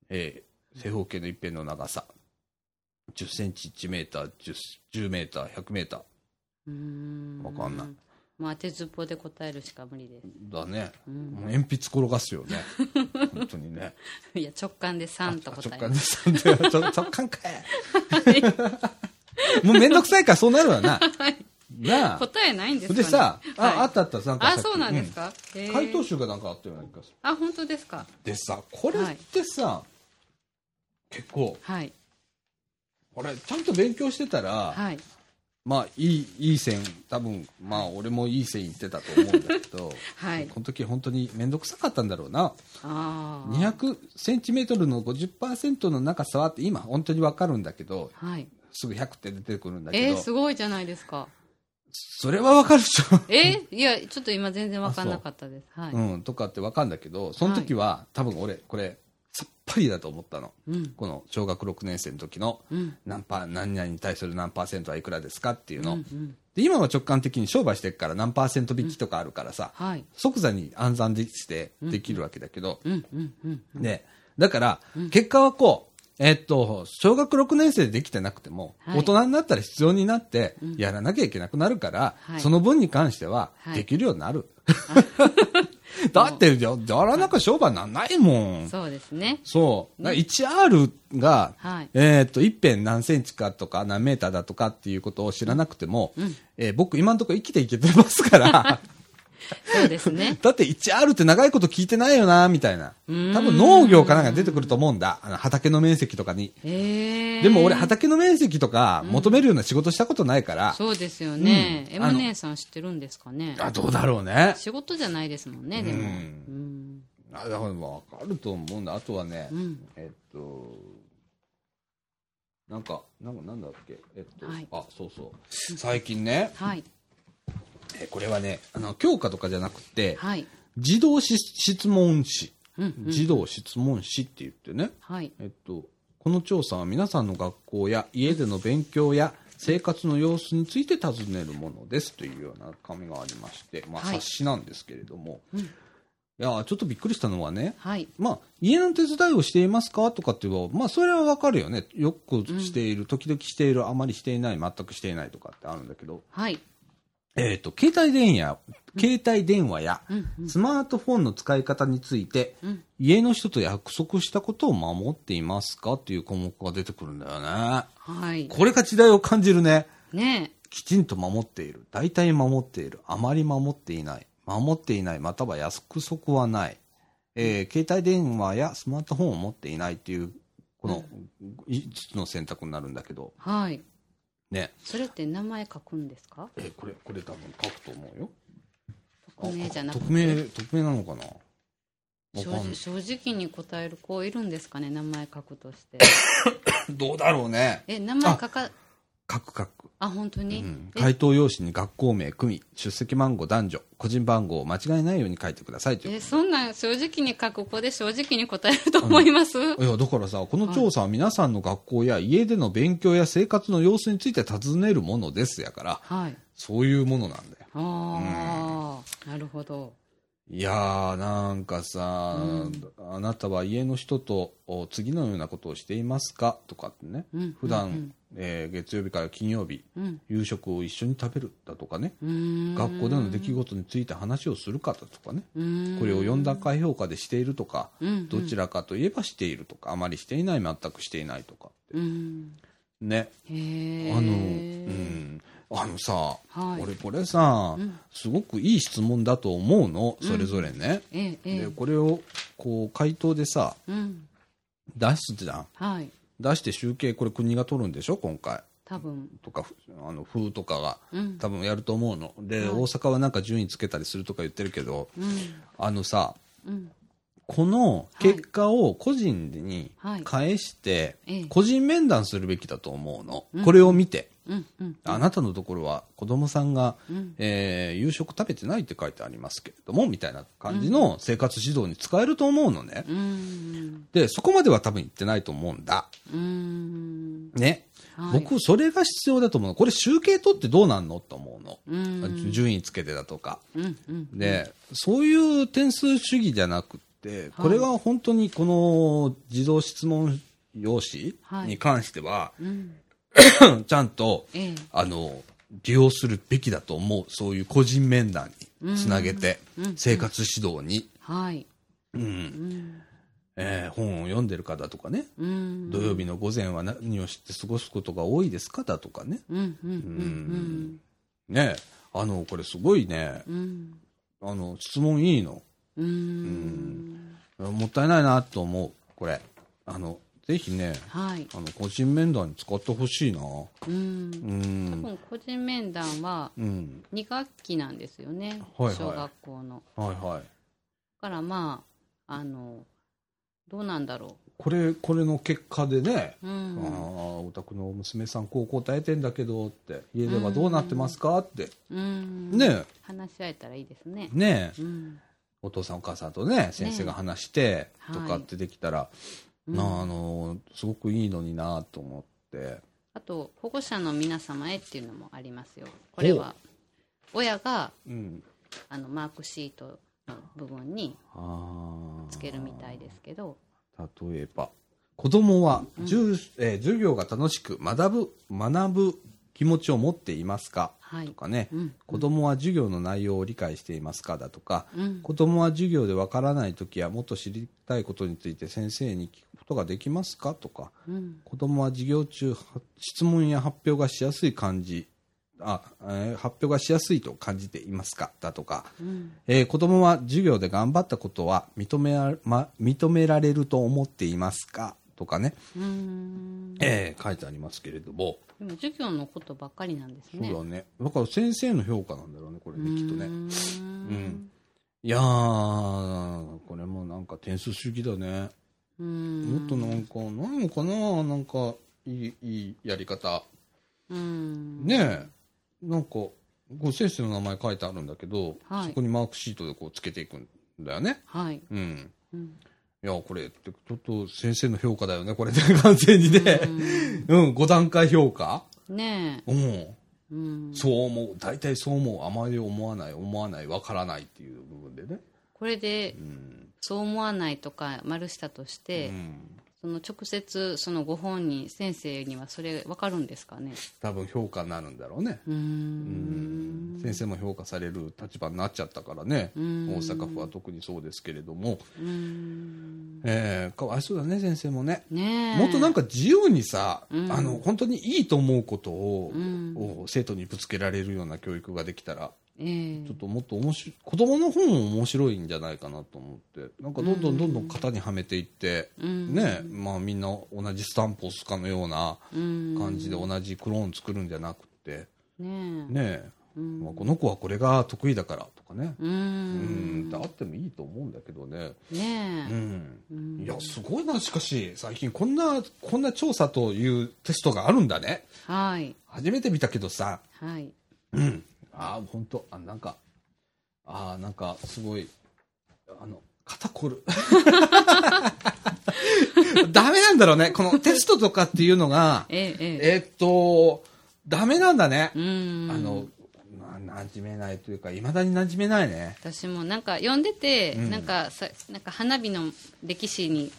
[SPEAKER 1] えー正方形の一辺の長さ、10センチ、1メーター、10, 10メーター、100メーター
[SPEAKER 2] うーん
[SPEAKER 1] わかんない
[SPEAKER 2] もう当てずっぽうで答えるしか無理です
[SPEAKER 1] だね。
[SPEAKER 2] ん
[SPEAKER 1] もう鉛筆転がすよね。本当にね。
[SPEAKER 2] いや直感で3と
[SPEAKER 1] あ
[SPEAKER 2] 答
[SPEAKER 1] 直
[SPEAKER 2] え
[SPEAKER 1] 感
[SPEAKER 2] ま
[SPEAKER 1] ですさんだよ直直感かい。もうめんどくさいからそうなるわな。なあ。
[SPEAKER 2] 答えないんですか、ね、
[SPEAKER 1] でさ、あ、
[SPEAKER 2] はい
[SPEAKER 1] あったあった、なんかさっ
[SPEAKER 2] あ
[SPEAKER 1] き。
[SPEAKER 2] そうなんですか、
[SPEAKER 1] う
[SPEAKER 2] へ
[SPEAKER 1] ん
[SPEAKER 2] ー
[SPEAKER 1] 回答集がなんかあったような気がする。
[SPEAKER 2] あ本当ですか
[SPEAKER 1] でさ、これってさ、結構、
[SPEAKER 2] はい
[SPEAKER 1] これ、ちゃんと勉強してたら、
[SPEAKER 2] はい
[SPEAKER 1] まあ、いい、いい線、多分、まあ、俺もいい線いってたと思うんだけど、
[SPEAKER 2] はい
[SPEAKER 1] この時本当にめんどくさかったんだろうな。
[SPEAKER 2] ああ
[SPEAKER 1] 200センチメートルの50%の長さはって今本当にわかるんだけど、
[SPEAKER 2] はい
[SPEAKER 1] すぐ100って出てくるんだけ
[SPEAKER 2] え
[SPEAKER 1] ど、
[SPEAKER 2] ー、すごいじゃないですか
[SPEAKER 1] それはわかるでしょ。
[SPEAKER 2] えー、いやちょっと今全然わかんなかったですはい、
[SPEAKER 1] うん、とかってわかんだけど、その時は、多分俺、これ、さっぱりだと思ったの。
[SPEAKER 2] うん
[SPEAKER 1] この小学6年生の時の、
[SPEAKER 2] うん
[SPEAKER 1] 何パー、何々に対する何パーセントはいくらですかっていうの。
[SPEAKER 2] うんうん
[SPEAKER 1] で、今は直感的に商売してるから何パーセント引きとかあるからさ、
[SPEAKER 2] はい
[SPEAKER 1] 即座に暗算できて、できるわけだけど、
[SPEAKER 2] うんうんうん
[SPEAKER 1] ね、だから、結果はこう、えっと、小学6年生でできてなくても、
[SPEAKER 2] はい
[SPEAKER 1] 大人になったら必要になって、やらなきゃいけなくなるから、
[SPEAKER 2] はい
[SPEAKER 1] その分に関しては
[SPEAKER 2] は、い
[SPEAKER 1] できるようにな る。だって、じゃじゃらなんか商売なんないもん。
[SPEAKER 2] そうですね
[SPEAKER 1] そう。だから 1R が、
[SPEAKER 2] はい
[SPEAKER 1] えっと、一辺何センチかとか何メーターだとかっていうことを知らなくても、えー僕今のところ生きていけてます から、
[SPEAKER 2] そうですね
[SPEAKER 1] だって 1R って長いこと聞いてないよな、みたいな。多分農業かなんか出てくると思うんだ。あの畑の面積とかに。
[SPEAKER 2] えー、
[SPEAKER 1] でも俺畑の面積とか求めるような仕事したことないから、
[SPEAKER 2] そうですよね、
[SPEAKER 1] うんあ
[SPEAKER 2] エ
[SPEAKER 1] の
[SPEAKER 2] ム姉さん知ってるんですかね
[SPEAKER 1] あ、どうだろうね。
[SPEAKER 2] 仕事じゃないですもんねでもうん
[SPEAKER 1] あだからわかると思うんだ。あとはね、
[SPEAKER 2] うん
[SPEAKER 1] えっと、なんか、なんかなんだっけ、えっと、
[SPEAKER 2] はい
[SPEAKER 1] あ、そうそう。最近ね、
[SPEAKER 2] はい
[SPEAKER 1] えこれはね、あの、教科とかじゃなくて、
[SPEAKER 2] はい
[SPEAKER 1] 児童し質問誌。
[SPEAKER 2] うんうん
[SPEAKER 1] 児童質問誌って言ってね、
[SPEAKER 2] はい
[SPEAKER 1] えっと、この調査は皆さんの学校や家での勉強や生活の様子について尋ねるものですというような紙がありまして、まあ、
[SPEAKER 2] はい
[SPEAKER 1] 冊子なんですけれども、い、やちょっとびっくりしたのはね、
[SPEAKER 2] はい
[SPEAKER 1] まあ、家の手伝いをしていますかとかって言えば、まあ、それはわかるよね。よくしている、時々している、あまりしていない、全くしていないとかってあるんだけど、
[SPEAKER 2] はい
[SPEAKER 1] えっ、と、携帯電話、携帯電話や
[SPEAKER 2] うん、
[SPEAKER 1] スマートフォンの使い方について、
[SPEAKER 2] うん
[SPEAKER 1] 家の人と約束したことを守っていますかっていう項目が出てくるんだよね。
[SPEAKER 2] はい
[SPEAKER 1] これが時代を感じるね。
[SPEAKER 2] ね
[SPEAKER 1] きちんと守っている。大体守っている。あまり守っていない。守っていない。または約束はない。えー携帯電話やスマートフォンを持っていないっていう、この5つの選択になるんだけど、
[SPEAKER 2] はい
[SPEAKER 1] ね。
[SPEAKER 2] それって名前書くんですか
[SPEAKER 1] えーこれ、これ多分書くと思うよ。
[SPEAKER 2] 匿名じゃなくて
[SPEAKER 1] 匿名、匿名なのかなわ
[SPEAKER 2] 正
[SPEAKER 1] かん
[SPEAKER 2] 直正直に答える子いるんですかね名前書くとして
[SPEAKER 1] どうだろうね。
[SPEAKER 2] え名前書か
[SPEAKER 1] カクカク。
[SPEAKER 2] あ本当に、
[SPEAKER 1] うん
[SPEAKER 2] え
[SPEAKER 1] 回答用紙に学校名、組、出席番号、男女、個人番号を間違えないように書いてくださいという
[SPEAKER 2] えそんなん正直に書く子で正直に答えると思います、
[SPEAKER 1] いや、だからさ、この調査は皆さんの学校や家での勉強や生活の様子について尋ねるものですやから、
[SPEAKER 2] はい
[SPEAKER 1] そういうものなんだよ。
[SPEAKER 2] ああ、なるほど
[SPEAKER 1] いやー、なんかさ、あなたは家の人とお次のようなことをしていますかとかってね、
[SPEAKER 2] うん
[SPEAKER 1] 普段、えー月曜日から金曜日、
[SPEAKER 2] うん
[SPEAKER 1] 夕食を一緒に食べるだとかね、
[SPEAKER 2] うーん
[SPEAKER 1] 学校での出来事について話をするかだとかね、
[SPEAKER 2] うーん
[SPEAKER 1] これを4段階評価でしているとか、
[SPEAKER 2] うん
[SPEAKER 1] どちらかといえばしているとか、あまりしていない、全くしていないとかって。
[SPEAKER 2] うん
[SPEAKER 1] ね。
[SPEAKER 2] へえ
[SPEAKER 1] あの、うん。あのさ、
[SPEAKER 2] はい
[SPEAKER 1] 俺これさ、すごくいい質問だと思うの、それぞれね。
[SPEAKER 2] ええええ
[SPEAKER 1] で、これを、こう、回答でさ、
[SPEAKER 2] うん
[SPEAKER 1] 出すじゃん。
[SPEAKER 2] はい
[SPEAKER 1] 出して集計、これ国が取るんでしょ、今回。
[SPEAKER 2] 多分
[SPEAKER 1] とか、ふあの、風とかが、
[SPEAKER 2] うん
[SPEAKER 1] 多分やると思うの。で、
[SPEAKER 2] はい
[SPEAKER 1] 大阪はなんか順位つけたりするとか言ってるけど、
[SPEAKER 2] うん
[SPEAKER 1] あのさ、
[SPEAKER 2] うん
[SPEAKER 1] この結果を個人に
[SPEAKER 2] はい
[SPEAKER 1] 返して
[SPEAKER 2] ええ、
[SPEAKER 1] 個人面談するべきだと思うの。これを見て。
[SPEAKER 2] うんうん
[SPEAKER 1] あなたのところは子供さんが、えー夕食食べてないって書いてありますけれども、みたいな感じの生活指導に使えると思うのね。
[SPEAKER 2] うーん
[SPEAKER 1] で、そこまでは多分言ってないと思うんだ。
[SPEAKER 2] うーん
[SPEAKER 1] ね。
[SPEAKER 2] はい
[SPEAKER 1] 僕、それが必要だと思うの。これ集計取ってどうなんのと思うの。
[SPEAKER 2] うん
[SPEAKER 1] 順位つけてだとか。
[SPEAKER 2] うんうん
[SPEAKER 1] で、そういう点数主義じゃなくって、これは本当にこの自動質問用紙
[SPEAKER 2] はい
[SPEAKER 1] に関しては、
[SPEAKER 2] うん
[SPEAKER 1] ちゃんと、
[SPEAKER 2] ええ
[SPEAKER 1] あの、利用するべきだと思う。そういう個人面談につなげて、生活指導に、
[SPEAKER 2] はい
[SPEAKER 1] えー本を読んでるかだとかね、
[SPEAKER 2] うん
[SPEAKER 1] 土曜日の午前は何をして過ごすことが多いですかだとかね。
[SPEAKER 2] うんうんうん
[SPEAKER 1] ねえあの、これすごいね、
[SPEAKER 2] うんうん
[SPEAKER 1] あの、質問いいの。
[SPEAKER 2] うーん
[SPEAKER 1] もったいないなと思う、これ。あの、ぜひね、
[SPEAKER 2] はい
[SPEAKER 1] あの、個人面談に使ってほしいな。う
[SPEAKER 2] うん多
[SPEAKER 1] ん。
[SPEAKER 2] 分個人面談は
[SPEAKER 1] うん。
[SPEAKER 2] 2学期なんですよね
[SPEAKER 1] はいはい
[SPEAKER 2] 小学校の
[SPEAKER 1] はいはい。
[SPEAKER 2] だからまああのどうなんだろ
[SPEAKER 1] これ、これの結果でね、
[SPEAKER 2] うう
[SPEAKER 1] あ
[SPEAKER 2] ん
[SPEAKER 1] あ、お宅の娘さんこう答えてんだけどって、家ではどうなってますかって。
[SPEAKER 2] うん
[SPEAKER 1] ね
[SPEAKER 2] 話し合えたらいいですね
[SPEAKER 1] え、ねえ、
[SPEAKER 2] うん
[SPEAKER 1] お父さんお母さんとね、先生が話して、
[SPEAKER 2] はい
[SPEAKER 1] とかってできたら、なああの、すごくいいのになと思って。
[SPEAKER 2] あと保護者の皆様へっていうのもありますよこれは親が
[SPEAKER 1] うん。
[SPEAKER 2] あのマークシートの部分に
[SPEAKER 1] ああ。
[SPEAKER 2] つけるみたいですけど
[SPEAKER 1] 例えば子供は、じゅうえー授業が楽しく学ぶ学ぶ気持ちを持っていますか、
[SPEAKER 2] はい
[SPEAKER 1] とかね、
[SPEAKER 2] うん
[SPEAKER 1] 子供は授業の内容を理解していますかだとか、
[SPEAKER 2] うん
[SPEAKER 1] 子供は授業でわからない時やもっと知りたいことについて先生に聞くことができますかとか
[SPEAKER 2] うん
[SPEAKER 1] 子供は授業中は質問や発表がしやすい感じあ、えー発表がしやすいと感じていますかだとか、えー子供は授業で頑張ったことは認めら、ま、認められると思っていますかとかね、
[SPEAKER 2] うん
[SPEAKER 1] えー書いてありますけれども、
[SPEAKER 2] でも授業のことばっかりなんですね
[SPEAKER 1] そうだねだから先生の評価なんだろうねこれねきっとね
[SPEAKER 2] うーん
[SPEAKER 1] いやーこれもなんか点数主義だね
[SPEAKER 2] うーん
[SPEAKER 1] もっとなんかないのかななんかいいいいやり方
[SPEAKER 2] うん
[SPEAKER 1] ねえなんかご先生の名前書いてあるんだけど、
[SPEAKER 2] はい
[SPEAKER 1] そこにマークシートでこうつけていくんだよね
[SPEAKER 2] はい
[SPEAKER 1] うん
[SPEAKER 2] うん
[SPEAKER 1] いやこれってちょっと先生の評価だよねこれで完全にねうん、5段階評価
[SPEAKER 2] ね
[SPEAKER 1] うん
[SPEAKER 2] えうん
[SPEAKER 1] そう思う大体そう思うあまり思わない思わないわからないっていう部分でね
[SPEAKER 2] これで
[SPEAKER 1] うん、
[SPEAKER 2] そう思わないとか丸したとし
[SPEAKER 1] う
[SPEAKER 2] て、
[SPEAKER 1] ん、
[SPEAKER 2] その直接そのご本人先生にはそれ分かるんですかね
[SPEAKER 1] 多分評価になるんだろうね
[SPEAKER 2] うー
[SPEAKER 1] うんん先生も評価される立場になっちゃったからね、
[SPEAKER 2] うん
[SPEAKER 1] 大阪府は特にそうですけれども、
[SPEAKER 2] うーん
[SPEAKER 1] えー、かわいそうだね、先生もね。
[SPEAKER 2] ねえ
[SPEAKER 1] もっとなんか自由にさ、
[SPEAKER 2] うん
[SPEAKER 1] あの本当にいいと思うことを,、
[SPEAKER 2] うん
[SPEAKER 1] を生徒にぶつけられるような教育ができたら、
[SPEAKER 2] ええ
[SPEAKER 1] ちょっともっと面白い子供の方も面白いんじゃないかなと思ってなんかどんどんどんどん型にはめていって、
[SPEAKER 2] うん
[SPEAKER 1] ねまあ、みんな同じスタンプを押すかのような
[SPEAKER 2] うん
[SPEAKER 1] 感じで同じクローン作るんじゃなくて、
[SPEAKER 2] ねえ
[SPEAKER 1] ねまあこの子はこれが得意だからとかね
[SPEAKER 2] うー
[SPEAKER 1] うん
[SPEAKER 2] ん
[SPEAKER 1] ってあってもいいと思うんだけどね
[SPEAKER 2] ね
[SPEAKER 1] う
[SPEAKER 2] え、
[SPEAKER 1] んいやすごいなしかし最近こんなこんな調査というテストがあるんだね
[SPEAKER 2] はい
[SPEAKER 1] 初めて見たけどさ
[SPEAKER 2] はい
[SPEAKER 1] ああ本当あなんかああなんかすごいあの肩こる ダメなんだろうねこのテストとかっていうのが
[SPEAKER 2] ええええ
[SPEAKER 1] えーっとダメなんだね
[SPEAKER 2] うーん
[SPEAKER 1] あの、まあ、馴染めないというか、いまだに馴染めないね。
[SPEAKER 2] 私もなんか読んでて、
[SPEAKER 1] ん
[SPEAKER 2] なんかさなんか花火の歴史に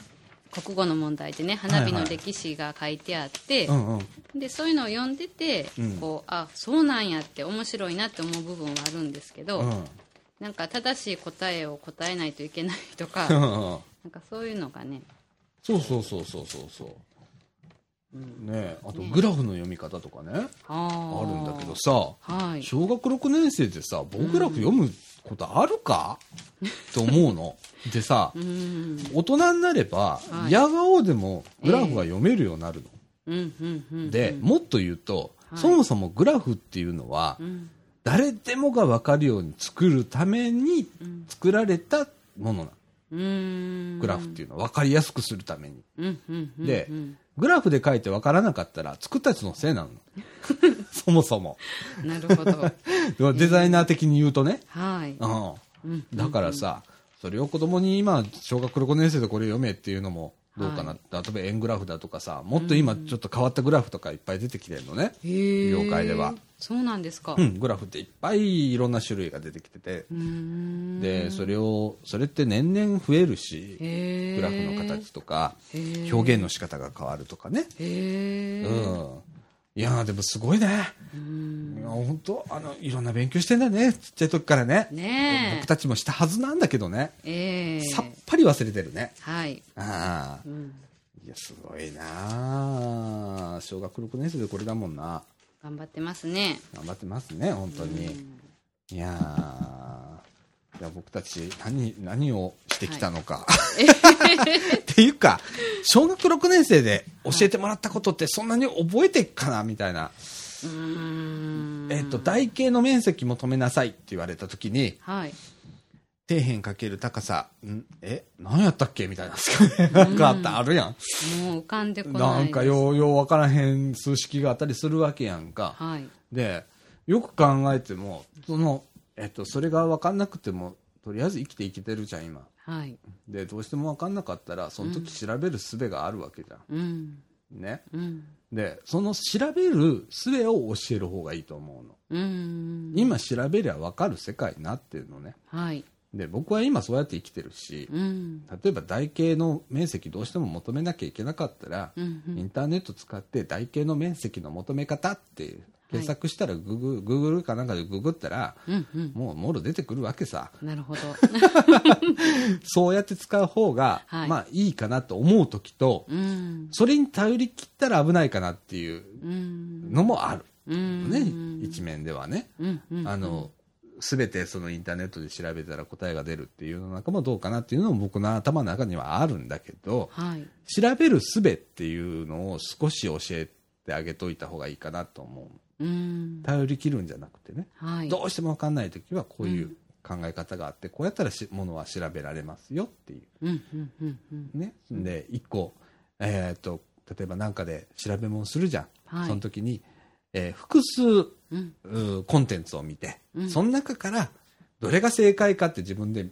[SPEAKER 2] 国語の問題でね花火の歴史が書いてあって、
[SPEAKER 1] うんうん。
[SPEAKER 2] でそういうのを読んでて、
[SPEAKER 1] うん
[SPEAKER 2] こうあそうなんやって面白いなって思う部分はあるんですけど、
[SPEAKER 1] うん。
[SPEAKER 2] なんか正しい答えを答えないといけないとか
[SPEAKER 1] う
[SPEAKER 2] なん
[SPEAKER 1] うん
[SPEAKER 2] かそういうのがね
[SPEAKER 1] そうそうそうそうそうそう。ねえあとグラフの読み方とかね、
[SPEAKER 2] あ
[SPEAKER 1] あるん
[SPEAKER 2] ー
[SPEAKER 1] だけどさ、
[SPEAKER 2] はい
[SPEAKER 1] 小学6年生でさ、棒グラフ読むことあるか、と思うの。でさ
[SPEAKER 2] う、ん
[SPEAKER 1] 大人になれば、
[SPEAKER 2] はい
[SPEAKER 1] やがおうでもグラフが読めるようになるの。
[SPEAKER 2] うんうんうん
[SPEAKER 1] で、もっと言うと、
[SPEAKER 2] はい
[SPEAKER 1] そもそもグラフっていうのは、
[SPEAKER 2] うん
[SPEAKER 1] 誰でもが分かるように作るために
[SPEAKER 2] うん
[SPEAKER 1] 作られたものな
[SPEAKER 2] うん
[SPEAKER 1] グラフっていうのは分かりやすくするために、
[SPEAKER 2] うんうんうん
[SPEAKER 1] で
[SPEAKER 2] うん
[SPEAKER 1] グラフで書いて分からなかったら作った人のせいなの そもそも
[SPEAKER 2] なるほど
[SPEAKER 1] デザイナー的に言うとね、
[SPEAKER 2] はい
[SPEAKER 1] うん
[SPEAKER 2] うん
[SPEAKER 1] だからさそれを子供に今小学6年生でこれ読めっていうのもどうかな、例えば円グラフだとかさもっと今ちょっと変わったグラフとかいっぱい出てきてるのね、業
[SPEAKER 2] 業
[SPEAKER 1] 界では
[SPEAKER 2] そうなんですか
[SPEAKER 1] うん、グラフっていっぱいいろんな種類が出てきてて、
[SPEAKER 2] うん
[SPEAKER 1] でそれをそれって年々増えるし、
[SPEAKER 2] へー
[SPEAKER 1] グラフの形とか
[SPEAKER 2] へー
[SPEAKER 1] 表現の仕方が変わるとかね、
[SPEAKER 2] へえ
[SPEAKER 1] うん、いやーでもすごいねいや本当あのいろんな勉強してんだねちっちゃい時からね
[SPEAKER 2] ね
[SPEAKER 1] 僕たちもしたはずなんだけどね、
[SPEAKER 2] えええ
[SPEAKER 1] さっぱり忘れてるね
[SPEAKER 2] はい
[SPEAKER 1] ああ、いやすごいなあ小学6年生でこれだもんな
[SPEAKER 2] 頑張ってますね
[SPEAKER 1] 頑張ってますね本当に、いやーいや僕たち何何をしてきたのか、 っていうか小学6年生で教えてもらったことってそんなに覚えてっかなみたいな、
[SPEAKER 2] うーん
[SPEAKER 1] えっと台形の面積も止めなさいって言われた時に
[SPEAKER 2] はい
[SPEAKER 1] 底辺かける高さんえ何やったっけみたいななんかあったあるやん
[SPEAKER 2] もう浮かんでこないです
[SPEAKER 1] なんかようようわからへん数式があったりするわけやんか、
[SPEAKER 2] はい
[SPEAKER 1] でよく考えてもその、えっと、それが分かんなくてもとりあえず生きていけてるじゃん今
[SPEAKER 2] はい
[SPEAKER 1] でどうしても分かんなかったらその時調べる術があるわけじゃん、
[SPEAKER 2] うん
[SPEAKER 1] ね
[SPEAKER 2] うん
[SPEAKER 1] でその調べる術を教える方がいいと思うの
[SPEAKER 2] うん
[SPEAKER 1] 今調べりゃ分かる世界になってるのね
[SPEAKER 2] はい
[SPEAKER 1] で僕は今そうやって生きてるし
[SPEAKER 2] うん
[SPEAKER 1] 例えば台形の面積どうしても求めなきゃいけなかったら、
[SPEAKER 2] うんう
[SPEAKER 1] イ
[SPEAKER 2] ん
[SPEAKER 1] ンターネット使って台形の面積の求め方って検索したらググ,、グーグルかなんかでググったら、
[SPEAKER 2] うんうん
[SPEAKER 1] もうもろ出てくるわけさ
[SPEAKER 2] なる ほど
[SPEAKER 1] そうやって使う方が、
[SPEAKER 2] はい
[SPEAKER 1] まあいいかなと思う時と
[SPEAKER 2] うん
[SPEAKER 1] それに頼り切ったら危ないかなっていう
[SPEAKER 2] うん
[SPEAKER 1] のもある、
[SPEAKER 2] うん
[SPEAKER 1] ね一面ではね、
[SPEAKER 2] うんうん
[SPEAKER 1] あの全てそのインターネットで調べたら答えが出るっていうのなんかもどうかなっていうのも僕の頭の中にはあるんだけど
[SPEAKER 2] はい
[SPEAKER 1] 調べる術っていうのを少し教えてあげといた方がいいかなと思う
[SPEAKER 2] うん
[SPEAKER 1] 頼り切るんじゃなくてね
[SPEAKER 2] はい
[SPEAKER 1] どうしても分かんない時はこういう考え方があって、こうやったらしものは調べられますよってい
[SPEAKER 2] うんうんうんうん
[SPEAKER 1] うね、で一個、えー、と例えば何かで調べ物するじゃん、
[SPEAKER 2] はい
[SPEAKER 1] その時に、えー複数
[SPEAKER 2] うん
[SPEAKER 1] うーコンテンツを見て、
[SPEAKER 2] うん
[SPEAKER 1] その中からどれが正解かって自分で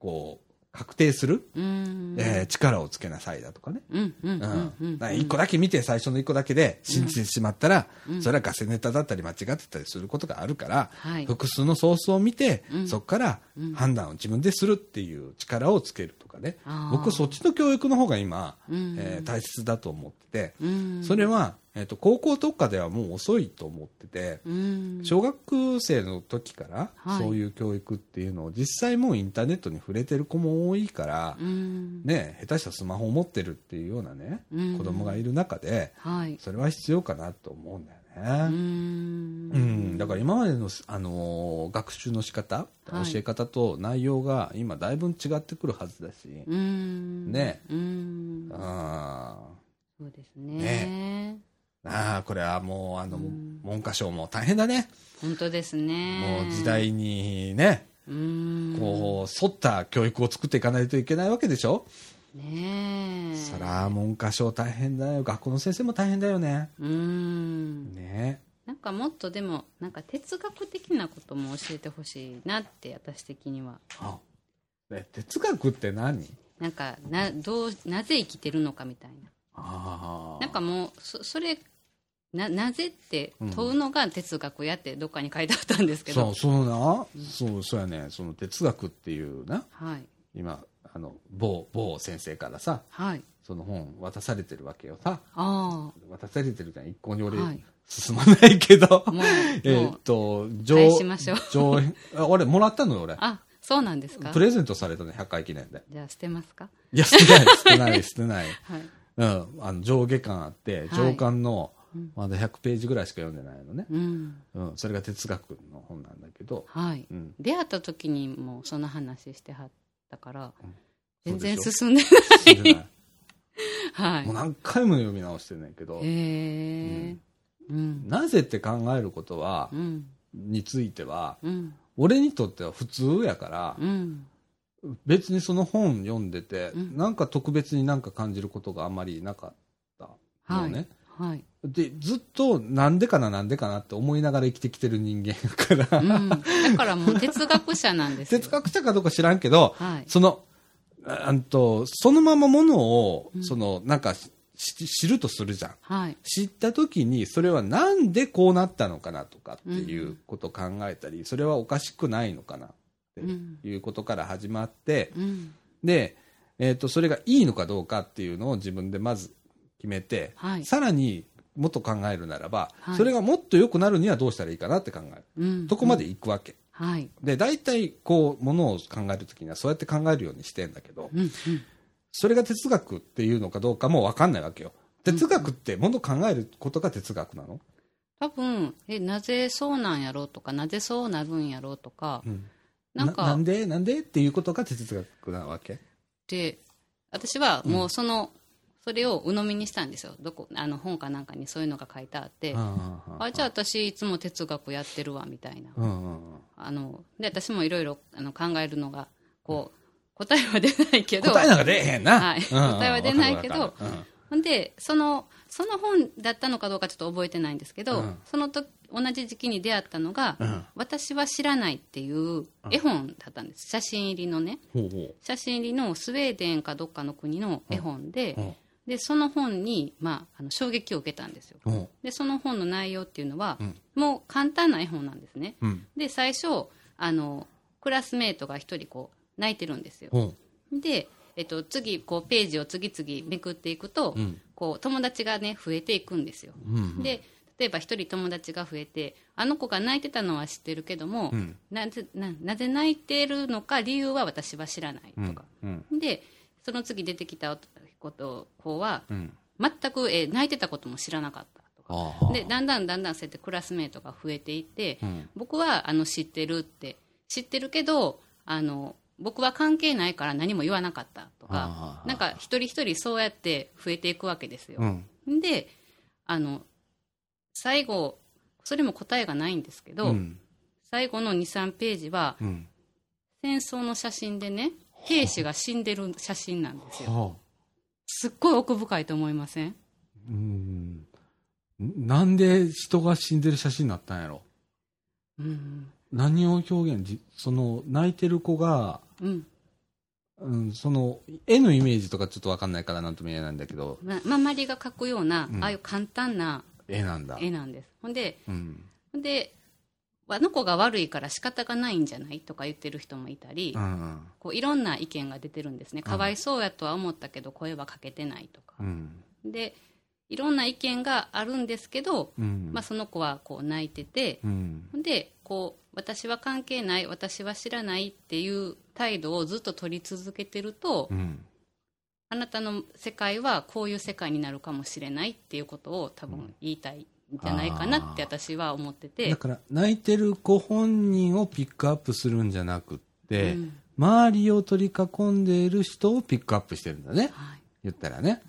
[SPEAKER 1] こう確定する、
[SPEAKER 2] うん
[SPEAKER 1] えー力をつけなさいだとかね、
[SPEAKER 2] うんうん
[SPEAKER 1] う
[SPEAKER 2] うんんうん
[SPEAKER 1] だから一個だけ見て最初の一個だけで信じてしまったら、それはガセネタだったり間違ってたりすることがあるから、
[SPEAKER 2] はい
[SPEAKER 1] 複数のソースを見て、
[SPEAKER 2] うん
[SPEAKER 1] そこから判断を自分でするっていう力をつけるとかね、
[SPEAKER 2] あー
[SPEAKER 1] 僕そっちの教育の方が今、
[SPEAKER 2] うん
[SPEAKER 1] えー大切だと思ってて、
[SPEAKER 2] うん
[SPEAKER 1] それは、えー、と高校とかではもう遅いと思ってて、
[SPEAKER 2] うん
[SPEAKER 1] 小学生の時から
[SPEAKER 2] はい
[SPEAKER 1] そういう教育っていうのを実際もうインターネットに触れてる子も多いから、
[SPEAKER 2] うん
[SPEAKER 1] ね、下手したらスマホを持ってるっていうようなね、
[SPEAKER 2] うん
[SPEAKER 1] 子供がいる中で
[SPEAKER 2] はい
[SPEAKER 1] それは必要かなと思うんだよ
[SPEAKER 2] う
[SPEAKER 1] ね。
[SPEAKER 2] ん
[SPEAKER 1] うん、だから今までの、あのー学習の仕方、
[SPEAKER 2] はい
[SPEAKER 1] 教え方と内容が今だいぶん違ってくるはずだし、
[SPEAKER 2] うん
[SPEAKER 1] ね
[SPEAKER 2] うん
[SPEAKER 1] あ
[SPEAKER 2] そうです
[SPEAKER 1] ね
[SPEAKER 2] ね
[SPEAKER 1] ああ、これはもう、あの、文科省も大変だね。
[SPEAKER 2] 本当ですね。
[SPEAKER 1] もう時代にね、
[SPEAKER 2] うん。
[SPEAKER 1] こう、沿った教育を作っていかないといけないわけでしょ
[SPEAKER 2] ねえ。
[SPEAKER 1] そら、文科省大変だよ。学校の先生も大変だよね。
[SPEAKER 2] うん。
[SPEAKER 1] ね
[SPEAKER 2] なんかもっとでも、なんか哲学的なことも教えてほしいなって、私的には。
[SPEAKER 1] あえ哲学って何
[SPEAKER 2] なんか、な、どう、なぜ生きてるのかみたいな。
[SPEAKER 1] あ
[SPEAKER 2] なんかもう、そそれ、な、なぜって問うのが哲学やってどっかに書いてあったんですけ
[SPEAKER 1] そ
[SPEAKER 2] ど。
[SPEAKER 1] う、そうな、そう、そうやね、その哲学っていうな、
[SPEAKER 2] はい。
[SPEAKER 1] 今、あの、某、某先生からさ、
[SPEAKER 2] はい。
[SPEAKER 1] その本渡されてるわけよさ、
[SPEAKER 2] あ
[SPEAKER 1] 渡されてるじゃん、一向に俺、
[SPEAKER 2] はい
[SPEAKER 1] 進まないけど
[SPEAKER 2] あ。、もう、
[SPEAKER 1] え
[SPEAKER 2] も
[SPEAKER 1] ーっ
[SPEAKER 2] う、
[SPEAKER 1] と、
[SPEAKER 2] 返しましょう
[SPEAKER 1] 上演、あ、俺、もらったのよ、俺。
[SPEAKER 2] あ、そうなんですか
[SPEAKER 1] プレゼントされたの、100回記念で。
[SPEAKER 2] じゃあ捨てますか
[SPEAKER 1] いや、捨て ない、捨てない、捨てない。
[SPEAKER 2] はい。
[SPEAKER 1] うん、あの上下巻あって、上巻の、まだ100ページぐらいしか読んでないのね。
[SPEAKER 2] うん。
[SPEAKER 1] うん、それが哲学の本なんだけど、
[SPEAKER 2] はい。
[SPEAKER 1] うん、
[SPEAKER 2] 出会った時にもうその話してはったから
[SPEAKER 1] うん、
[SPEAKER 2] 全然
[SPEAKER 1] そうでし
[SPEAKER 2] 進んで
[SPEAKER 1] 捨てない。
[SPEAKER 2] ない。
[SPEAKER 1] もう
[SPEAKER 2] は
[SPEAKER 1] 何回も読み直してんねんけど
[SPEAKER 2] い。、へえ。うん。
[SPEAKER 1] なぜって考えることは
[SPEAKER 2] う、ん。
[SPEAKER 1] については、
[SPEAKER 2] うん。
[SPEAKER 1] 俺にとっては普通やから、
[SPEAKER 2] うん。
[SPEAKER 1] 別にその本読んでて、
[SPEAKER 2] うん
[SPEAKER 1] なんか特別になんか感じることがあんまりなかった
[SPEAKER 2] は
[SPEAKER 1] の
[SPEAKER 2] い。
[SPEAKER 1] ね。
[SPEAKER 2] はい。
[SPEAKER 1] で、ずっとなんでかななんでかなって思いながら生きてきてる人間やから、
[SPEAKER 2] うん。だからもう哲学者なんですよ。
[SPEAKER 1] 哲学者かどうか知らんけど、
[SPEAKER 2] はい。
[SPEAKER 1] その、ああんと、そのままものを、
[SPEAKER 2] うん
[SPEAKER 1] その、なんかし、し知るとするじゃん。
[SPEAKER 2] はい。
[SPEAKER 1] 知った時にそれはなんでこうなったのかなとかっていうことを考えたり、それはおかしくないのかなっていうことから始まって、
[SPEAKER 2] うん。
[SPEAKER 1] で、えー、とそれがいいのかどうかっていうのを自分でまず決めて、
[SPEAKER 2] はい
[SPEAKER 1] さらにもっと考えるならば、
[SPEAKER 2] はい
[SPEAKER 1] それがもっと良くなるにはどうしたらいいかなって考える、
[SPEAKER 2] うん。
[SPEAKER 1] とこまで行くわけ。
[SPEAKER 2] はい。
[SPEAKER 1] で大体こうものを考えるときにはそうやって考えるようにしてんだけど、
[SPEAKER 2] うん。うん。
[SPEAKER 1] それが哲学っていうのかどうかも分かんないわけよ哲学ってものを考えることが哲学なの、
[SPEAKER 2] 多分、え、なぜそうなんやろうとか、なぜそうなるんやろうとか、
[SPEAKER 1] うん
[SPEAKER 2] なんか、
[SPEAKER 1] ななんでなんでっていうことが哲学なわけ
[SPEAKER 2] で私はもうその、それを鵜呑みにしたんですよどこあの本かなんかにそういうのが書いてあって、
[SPEAKER 1] あ
[SPEAKER 2] あじゃあ私いつも哲学やってるわみたいな、
[SPEAKER 1] うんうんうん
[SPEAKER 2] あので私もいろいろあの考えるのがこう答えは出ないけど
[SPEAKER 1] 答えなんか出えへんな、
[SPEAKER 2] はい
[SPEAKER 1] うんうん
[SPEAKER 2] 答えは出ないけど
[SPEAKER 1] わかるわかる
[SPEAKER 2] ほんでそのその本だったのかどうかちょっと覚えてないんですけど、
[SPEAKER 1] うん
[SPEAKER 2] その時同じ時期に出会ったのが「
[SPEAKER 1] うん
[SPEAKER 2] 私は知らない」っていう絵本だったんです写真入りのね
[SPEAKER 1] うんほうほ
[SPEAKER 2] 写真入りのスウェーデンかどっかの国の絵本で、
[SPEAKER 1] ううん
[SPEAKER 2] でその本に、まあ、あの衝撃を受けたんですよ
[SPEAKER 1] うん
[SPEAKER 2] でその本の内容っていうのは、
[SPEAKER 1] うん
[SPEAKER 2] もう簡単な絵本なんですね
[SPEAKER 1] うん
[SPEAKER 2] で最初あのクラスメートが一人こう泣いてるんですよ
[SPEAKER 1] うん
[SPEAKER 2] で、えっと、次こうページを次々めくっていくと、
[SPEAKER 1] うん
[SPEAKER 2] こう友達がね増えていくんですよ
[SPEAKER 1] うん
[SPEAKER 2] で例えば一人友達が増えてあの子が泣いてたのは知ってるけども、
[SPEAKER 1] うん
[SPEAKER 2] なぜななぜ泣いてるのか理由は私は知らないとか、
[SPEAKER 1] うん
[SPEAKER 2] でその次出てきたこと子は、
[SPEAKER 1] うん
[SPEAKER 2] 全く、えー泣いてたことも知らなかったとか
[SPEAKER 1] ああ
[SPEAKER 2] でだんだんだんだんそうやってクラスメートが増えていって、
[SPEAKER 1] うん
[SPEAKER 2] 僕はあの知ってるって知ってるけどあの僕は関係ないから何も言わなかったと
[SPEAKER 1] はあは
[SPEAKER 2] か
[SPEAKER 1] あ
[SPEAKER 2] なんか一人一人そうやって増えていくわけですよ
[SPEAKER 1] う、ん
[SPEAKER 2] であの最後それも答えがないんですけど、
[SPEAKER 1] うん
[SPEAKER 2] 最後の23ページは
[SPEAKER 1] うん
[SPEAKER 2] 戦争の写真でね兵士が死んでる写真なんですよ
[SPEAKER 1] はあ
[SPEAKER 2] すっごい奥深いと思いません
[SPEAKER 1] うんなんで人が死んでる写真になったんやろ
[SPEAKER 2] うん
[SPEAKER 1] 何を表現じその泣いてる子が、
[SPEAKER 2] うん
[SPEAKER 1] うん、その絵のイメージとかちょっと分かんないからなんとも言えないんだけど
[SPEAKER 2] ま、ま周りが描くような、
[SPEAKER 1] うん
[SPEAKER 2] ああいう簡単な
[SPEAKER 1] 絵なんだ
[SPEAKER 2] 絵なんですほんで
[SPEAKER 1] うん
[SPEAKER 2] ほんであの子が悪いから仕方がないんじゃないとか言ってる人もいたり、
[SPEAKER 1] うん
[SPEAKER 2] こういろんな意見が出てるんですねかわいそうやとは思ったけど声はかけてないとか
[SPEAKER 1] う、ん
[SPEAKER 2] でいろんな意見があるんですけど、
[SPEAKER 1] うん
[SPEAKER 2] まあ、その子はこう泣いてて、
[SPEAKER 1] うん
[SPEAKER 2] ほんでこう私は関係ない私は知らないっていう態度をずっと取り続けてると、
[SPEAKER 1] うん
[SPEAKER 2] あなたの世界はこういう世界になるかもしれないっていうことを多分言いたいんじゃないかなって私は思ってて
[SPEAKER 1] だから泣いてるご本人をピックアップするんじゃなくって、
[SPEAKER 2] うん
[SPEAKER 1] 周りを取り囲んでいる人をピックアップしてるんだね
[SPEAKER 2] はい、
[SPEAKER 1] 言ったらね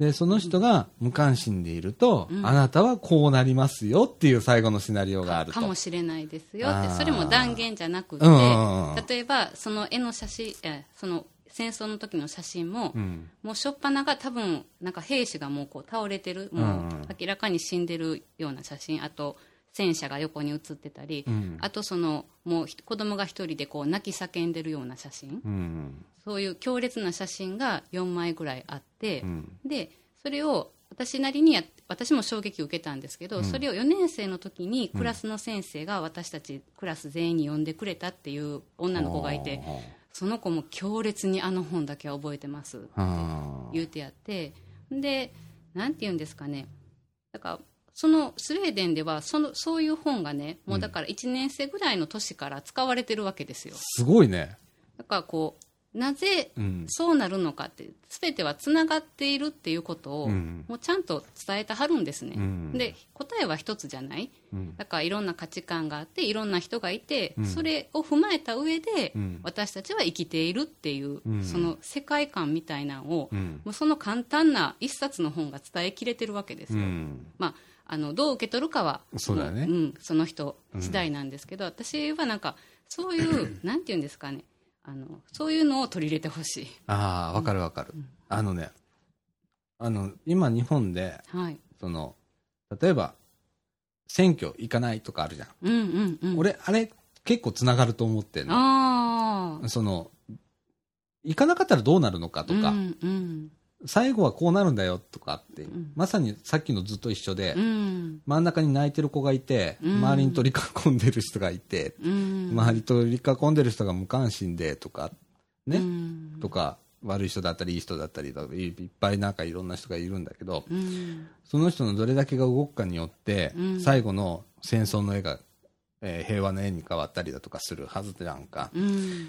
[SPEAKER 1] で、その人が無関心でいると、あなたはこうなりますよっていう最後のシナリオがあると。
[SPEAKER 2] かもしれないですよって
[SPEAKER 1] あー
[SPEAKER 2] それも断言じゃなくて、
[SPEAKER 1] うんうんうん
[SPEAKER 2] 例えばその絵の写真えーその戦争の時の写真も、
[SPEAKER 1] ん
[SPEAKER 2] もう初っ端が多分なんか兵士がもうこう倒れてるも
[SPEAKER 1] ん
[SPEAKER 2] う明らかに死んでるような写真あと戦車が横に写ってたり、あとそのもうひ子供が一人でこう泣き叫んでるような写真、
[SPEAKER 1] うん。
[SPEAKER 2] そういう強烈な写真が4枚ぐらいあって、
[SPEAKER 1] ん
[SPEAKER 2] でそれを私なりにや私も衝撃を受けたんですけど、それを4年生の時にクラスの先生が私たちクラス全員に呼んでくれたっていう女の子がいてその子も強烈にあの本だけは覚えてます
[SPEAKER 1] あー。
[SPEAKER 2] 言うてやってでなんて言うんですかねだからそのスウェーデンではそのそういう本がねもうだから1年生ぐらいの年から使われてるわけですよ。
[SPEAKER 1] すごいね。
[SPEAKER 2] だからこうなぜ
[SPEAKER 1] うん。
[SPEAKER 2] そうなるのかって、すべてはつながっているっていうことを、
[SPEAKER 1] うん
[SPEAKER 2] もうちゃんと伝えてはるんですね、
[SPEAKER 1] ん
[SPEAKER 2] で答えは一つじゃない、
[SPEAKER 1] ん
[SPEAKER 2] だからいろんな価値観があって、いろんな人がいて、それを踏まえた上で、
[SPEAKER 1] ん
[SPEAKER 2] 私たちは生きているっていう、
[SPEAKER 1] ん
[SPEAKER 2] その世界観みたいなのを、
[SPEAKER 1] うん。
[SPEAKER 2] もうその簡単な一冊の本が伝えきれてるわけです
[SPEAKER 1] う
[SPEAKER 2] よ。
[SPEAKER 1] ん。
[SPEAKER 2] まあ、あのどう受け取るかは
[SPEAKER 1] そうだね
[SPEAKER 2] もうん、その人次第なんですけど、私はなんかそういう なんていうんですかねあのそういうのを取り入れてほしい、
[SPEAKER 1] ああ、わかるわかる。あのね、あの、今日本で、
[SPEAKER 2] はい、
[SPEAKER 1] その、例えば、選挙行かないとかあるじゃん。
[SPEAKER 2] うんうんうん
[SPEAKER 1] 俺、あれ、結構つながると思ってんの
[SPEAKER 2] ああ
[SPEAKER 1] その、行かなかったらどうなるのかとか、
[SPEAKER 2] うんうん
[SPEAKER 1] 最後はこうなるんだよとかって、
[SPEAKER 2] ん
[SPEAKER 1] まさにさっきのずっと一緒で、
[SPEAKER 2] うん
[SPEAKER 1] 真ん中に泣いてる子がいて、
[SPEAKER 2] うん
[SPEAKER 1] 周りに取り囲んでる人がいて、
[SPEAKER 2] うん
[SPEAKER 1] 周り取り囲んでる人が無関心でとか、ね、
[SPEAKER 2] うん
[SPEAKER 1] とか、悪い人だったり、いい人だったりとか、いいっぱいなんかいろんな人がいるんだけど、
[SPEAKER 2] うん
[SPEAKER 1] その人のどれだけが動くかによって、
[SPEAKER 2] うん
[SPEAKER 1] 最後の戦争の絵が、えー平和の絵に変わったりだとかするはずじゃんか。
[SPEAKER 2] うん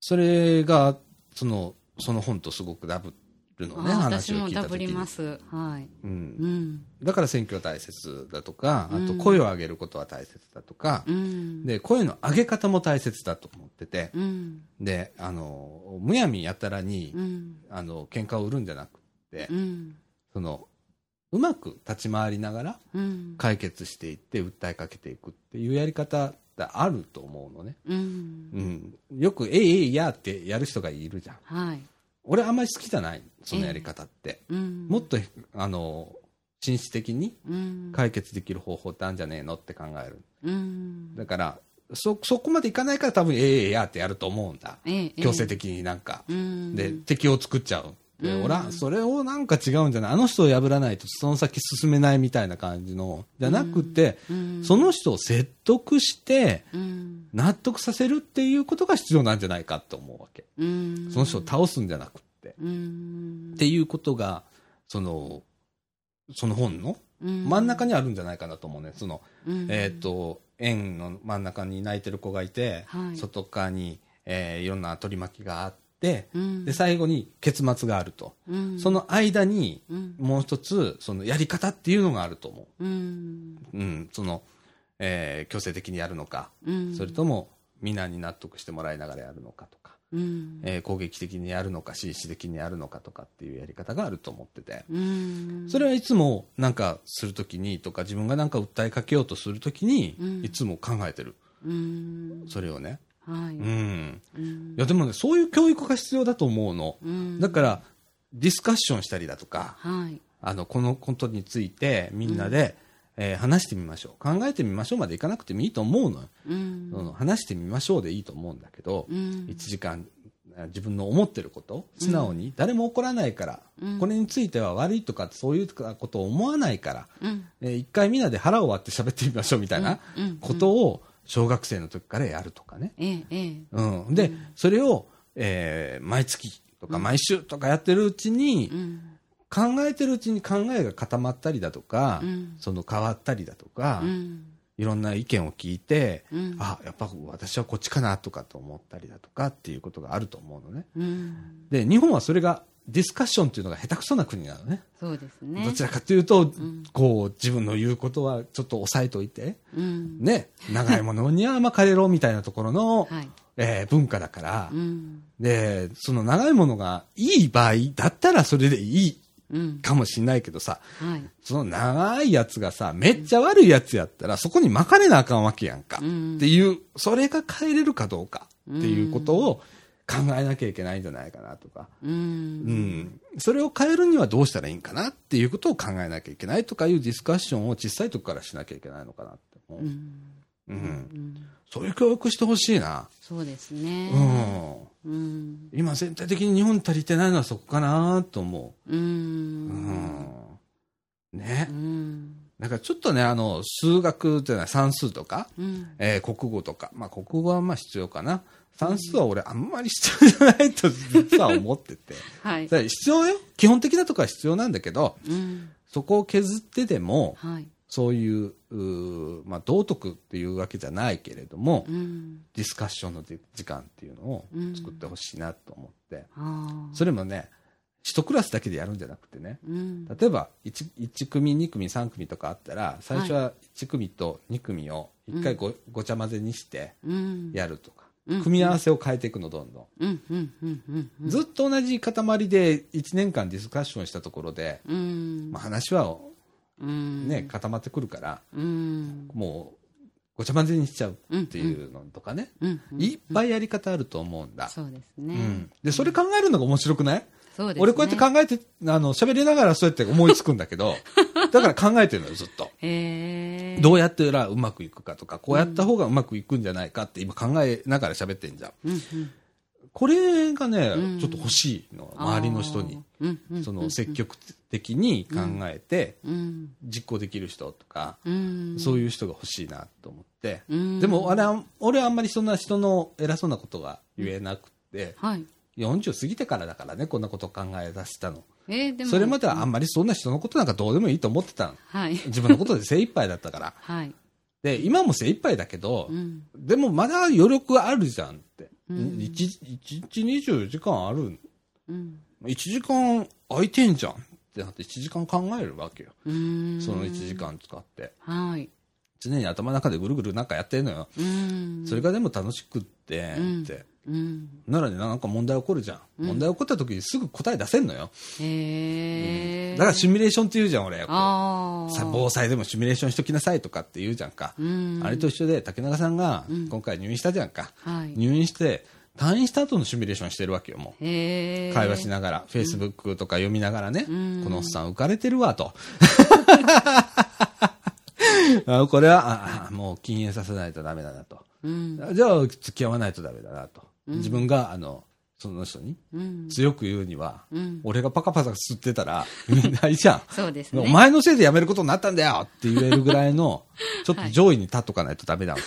[SPEAKER 1] それが、その、その本とすごくダブるのね、
[SPEAKER 2] あー
[SPEAKER 1] 話
[SPEAKER 2] 私
[SPEAKER 1] を
[SPEAKER 2] も
[SPEAKER 1] 聞いた
[SPEAKER 2] ダ
[SPEAKER 1] 時
[SPEAKER 2] ブり
[SPEAKER 1] に
[SPEAKER 2] ますはい
[SPEAKER 1] うん
[SPEAKER 2] うん
[SPEAKER 1] だから選挙は大切だとか、あと
[SPEAKER 2] うん
[SPEAKER 1] 声を上げることは大切だとか、
[SPEAKER 2] うん
[SPEAKER 1] で、声の上げ方も大切だと思ってて、
[SPEAKER 2] うん
[SPEAKER 1] で、あの、むやみやたらに、
[SPEAKER 2] うん
[SPEAKER 1] あの、喧嘩を売るんじゃなくって、
[SPEAKER 2] うん
[SPEAKER 1] その、うまく立ち回りながら
[SPEAKER 2] うん
[SPEAKER 1] 解決していって訴えかけていくっていうやり方ってあると思うのね。
[SPEAKER 2] うん
[SPEAKER 1] うん。よく、えいえいやーってやる人がいるじゃん。
[SPEAKER 2] はい
[SPEAKER 1] 俺あんまり好きじゃない、そのやり方って。
[SPEAKER 2] うん
[SPEAKER 1] もっと、あの、紳士的に
[SPEAKER 2] うん
[SPEAKER 1] 解決できる方法ってあるんじゃねえのって考える。
[SPEAKER 2] うん
[SPEAKER 1] だから、そ、そこまでいかないから多分、ええええやってやると思うんだ。
[SPEAKER 2] ええ
[SPEAKER 1] 強制的になんか。
[SPEAKER 2] うん
[SPEAKER 1] で、敵を作っちゃう。で、
[SPEAKER 2] うん
[SPEAKER 1] 俺はそれをなんか違うんじゃないあの人を破らないとその先進めないみたいな感じの、じゃなくて、
[SPEAKER 2] うん
[SPEAKER 1] その人を説得して、
[SPEAKER 2] うん
[SPEAKER 1] 納得させるっていうことが必要なんじゃないかと思うわけ。
[SPEAKER 2] うん
[SPEAKER 1] その人を倒すんじゃなくって。
[SPEAKER 2] うん
[SPEAKER 1] っていうことが、その、その本の真ん中にあるんじゃないかなと思うね。その、
[SPEAKER 2] うん
[SPEAKER 1] えっ、と、円の真ん中に泣いてる子がいて、
[SPEAKER 2] はい
[SPEAKER 1] 外側に、えーいろんな取り巻きがあって、
[SPEAKER 2] うん
[SPEAKER 1] で、最後に結末があると。
[SPEAKER 2] うん
[SPEAKER 1] その間に、
[SPEAKER 2] うん
[SPEAKER 1] もう一つ、そのやり方っていうのがあると思
[SPEAKER 2] うん
[SPEAKER 1] う。うん、その、えー強制的にやるのか、
[SPEAKER 2] うん
[SPEAKER 1] それとも、皆に納得してもらいながらやるのかとか、
[SPEAKER 2] うん
[SPEAKER 1] えー攻撃的にやるのか、紳士的にやるのかとかっていうやり方があると思ってて、
[SPEAKER 2] うん
[SPEAKER 1] それはいつもなんかするときにとか、自分がなんか訴えかけようとするときに
[SPEAKER 2] う、ん
[SPEAKER 1] いつも考えてる。
[SPEAKER 2] うん
[SPEAKER 1] それをね。
[SPEAKER 2] はい
[SPEAKER 1] うん。
[SPEAKER 2] うん
[SPEAKER 1] いや、でもね、そういう教育が必要だと思うの。
[SPEAKER 2] うん
[SPEAKER 1] だから、ディスカッションしたりだとか、
[SPEAKER 2] はい
[SPEAKER 1] あの、このことについてみんなで、えー話してみましょう。考えてみましょうまでいかなくてもいいと思うのよ。
[SPEAKER 2] うん
[SPEAKER 1] その話してみましょうでいいと思うんだけど、
[SPEAKER 2] うん
[SPEAKER 1] 1時間、えー自分の思ってること、素直に、誰も怒らないから、
[SPEAKER 2] うん
[SPEAKER 1] これについては悪いとかそういうことを思わないから、
[SPEAKER 2] うん
[SPEAKER 1] えー一回みんなで腹を割って喋ってみましょうみたいな
[SPEAKER 2] うんうん
[SPEAKER 1] ことを小学生の時からやるとかね。
[SPEAKER 2] ええええ
[SPEAKER 1] うん、で、それを、えー毎月とか毎週とかやってるうちに、
[SPEAKER 2] うん
[SPEAKER 1] 考えてるうちに考えが固まったりだとか、
[SPEAKER 2] うん
[SPEAKER 1] その変わったりだとか、
[SPEAKER 2] うん
[SPEAKER 1] いろんな意見を聞いて、
[SPEAKER 2] うん
[SPEAKER 1] あやっぱ私はこっちかなとかと思ったりだとかっていうことがあると思うのね。
[SPEAKER 2] うん
[SPEAKER 1] で日本はそれがディスカッションっていうのが下手くそな国なのね。
[SPEAKER 2] そうですね
[SPEAKER 1] どちらかというと、こう自分の言うことはちょっと抑えといて、
[SPEAKER 2] うん
[SPEAKER 1] ね、長いものにはまあ帰ろうみたいなところの、
[SPEAKER 2] はい
[SPEAKER 1] えー文化だから、
[SPEAKER 2] うん
[SPEAKER 1] で、その長いものがいい場合だったらそれでいい
[SPEAKER 2] うん
[SPEAKER 1] かもしんないけどさ、
[SPEAKER 2] はい
[SPEAKER 1] その長いやつがさ、めっちゃ悪いやつやったら、そこに巻かれなあかんわけやんか。
[SPEAKER 2] うん
[SPEAKER 1] っていう、それが変えれるかどうかっていうことを考えなきゃいけないんじゃないかなとか。
[SPEAKER 2] うん
[SPEAKER 1] うん。それを変えるにはどうしたらいいんかなっていうことを考えなきゃいけないとかいうディスカッションを小さい時からしなきゃいけないのかなって思う。
[SPEAKER 2] う
[SPEAKER 1] うん。
[SPEAKER 2] ん
[SPEAKER 1] そういう教育してほしいな。
[SPEAKER 2] そうですね
[SPEAKER 1] うん。
[SPEAKER 2] うん
[SPEAKER 1] 今全体的に日本足りてないのはそこかなと思
[SPEAKER 2] う
[SPEAKER 1] う。うんん。ね
[SPEAKER 2] う。ん
[SPEAKER 1] なんかちょっとね、あの、数学じゃない、算数とか、
[SPEAKER 2] うん
[SPEAKER 1] えー国語とか、まあ国語はまあ必要かな。算数は俺あんまり必要じゃないと実は思ってて。
[SPEAKER 2] はい
[SPEAKER 1] それ必要よ。基本的なとこは必要なんだけど、
[SPEAKER 2] うん
[SPEAKER 1] そこを削ってでも、
[SPEAKER 2] はい
[SPEAKER 1] そういう、うーまあ道徳っていうわけじゃないけれども、
[SPEAKER 2] うん
[SPEAKER 1] ディスカッションの時間っていうのを作ってほしいなと思って。
[SPEAKER 2] ああ
[SPEAKER 1] それもね、一クラスだけでやるんじゃなくてね、
[SPEAKER 2] うん
[SPEAKER 1] 例えば 1, 1組2組3組とかあったら最初は1組と2組を1回ご,、ごちゃ混ぜにして
[SPEAKER 2] うん
[SPEAKER 1] やるとか、
[SPEAKER 2] うん
[SPEAKER 1] 組み合わせを変えていくのどんど
[SPEAKER 2] うんうんうんうん
[SPEAKER 1] ん、ずっと同じ塊で1年間ディスカッションしたところで、
[SPEAKER 2] うん
[SPEAKER 1] まあ、話は、
[SPEAKER 2] うん
[SPEAKER 1] ね固まってくるから
[SPEAKER 2] うん
[SPEAKER 1] もうごちゃ混ぜにしちゃうっていうのとかね、
[SPEAKER 2] うん
[SPEAKER 1] いっぱいやり方あると思うんだ、
[SPEAKER 2] そうです
[SPEAKER 1] う
[SPEAKER 2] ね
[SPEAKER 1] ん、でそれ考えるのが面白くない
[SPEAKER 2] そうですね
[SPEAKER 1] 俺こうやって考えて、あの、喋りながらそうやって思いつくんだけ ど、だから考えてるのよ、ずっと。
[SPEAKER 2] へえ
[SPEAKER 1] どうやったらうまくいくかとか、こうやった方がうまくいくんじゃないかって今考えながら喋ってんじゃん。
[SPEAKER 2] うんうん
[SPEAKER 1] これがね、
[SPEAKER 2] うん
[SPEAKER 1] ちょっと欲しいの、周りの人に。
[SPEAKER 2] あーうんうん
[SPEAKER 1] その積極的に考えて、
[SPEAKER 2] うん
[SPEAKER 1] 実行できる人とか、
[SPEAKER 2] うん
[SPEAKER 1] そういう人が欲しいなと思って。
[SPEAKER 2] うん
[SPEAKER 1] でも、あれは、俺はあんまりそんな人の偉そうなことが言えなくて、
[SPEAKER 2] はい
[SPEAKER 1] 40過ぎてからだからね、こんなことを考え出したの。
[SPEAKER 2] えーでも
[SPEAKER 1] それまではあんまりそんな人のことなんかどうでもいいと思ってたの。
[SPEAKER 2] はい
[SPEAKER 1] 自分のことで精一杯だった から。
[SPEAKER 2] はい
[SPEAKER 1] で、今も精一杯だけど、
[SPEAKER 2] うん
[SPEAKER 1] でもまだ余力あるじゃんって。
[SPEAKER 2] うん
[SPEAKER 1] 一一日24時間ある。
[SPEAKER 2] うん
[SPEAKER 1] 1時間空いてんじゃんってなって1時間考えるわけよ。
[SPEAKER 2] うん
[SPEAKER 1] その1時間使って。
[SPEAKER 2] はい
[SPEAKER 1] 常に頭の中でぐるぐるなんかやってんのよ。
[SPEAKER 2] うん
[SPEAKER 1] それがでも楽しくって、
[SPEAKER 2] うん
[SPEAKER 1] って。
[SPEAKER 2] うん
[SPEAKER 1] ならね、なんか問題起こるじゃん。問題起こった時にすぐ答え出せんのよ。
[SPEAKER 2] へえ
[SPEAKER 1] だからシミュレーションって言うじゃん、俺。
[SPEAKER 2] ああ
[SPEAKER 1] さ防災でもシミュレーションしときなさいとかって言うじゃんか、
[SPEAKER 2] うん
[SPEAKER 1] あれと一緒で竹中さんが今回入院したじゃんか、
[SPEAKER 2] はい
[SPEAKER 1] 入院して退院した後のシミュレーションしてるわけよもう
[SPEAKER 2] へえ
[SPEAKER 1] 会話しながら、フェイスブックとか読みながらね、
[SPEAKER 2] うん
[SPEAKER 1] このおっさん浮かれてるわ と。あこれはああ、もう禁煙させないとダメだなと。
[SPEAKER 2] うん
[SPEAKER 1] じゃあ、付き合わないとダメだなと。自分が、あの、その人に
[SPEAKER 2] うん
[SPEAKER 1] 強く言うには、
[SPEAKER 2] うん
[SPEAKER 1] 俺がパカパカ吸ってたら、 みんない じゃん。
[SPEAKER 2] そうですね
[SPEAKER 1] お前のせいで辞めることになったんだよって言えるぐらい の、ちょっと上位に立っとかないとダメだわ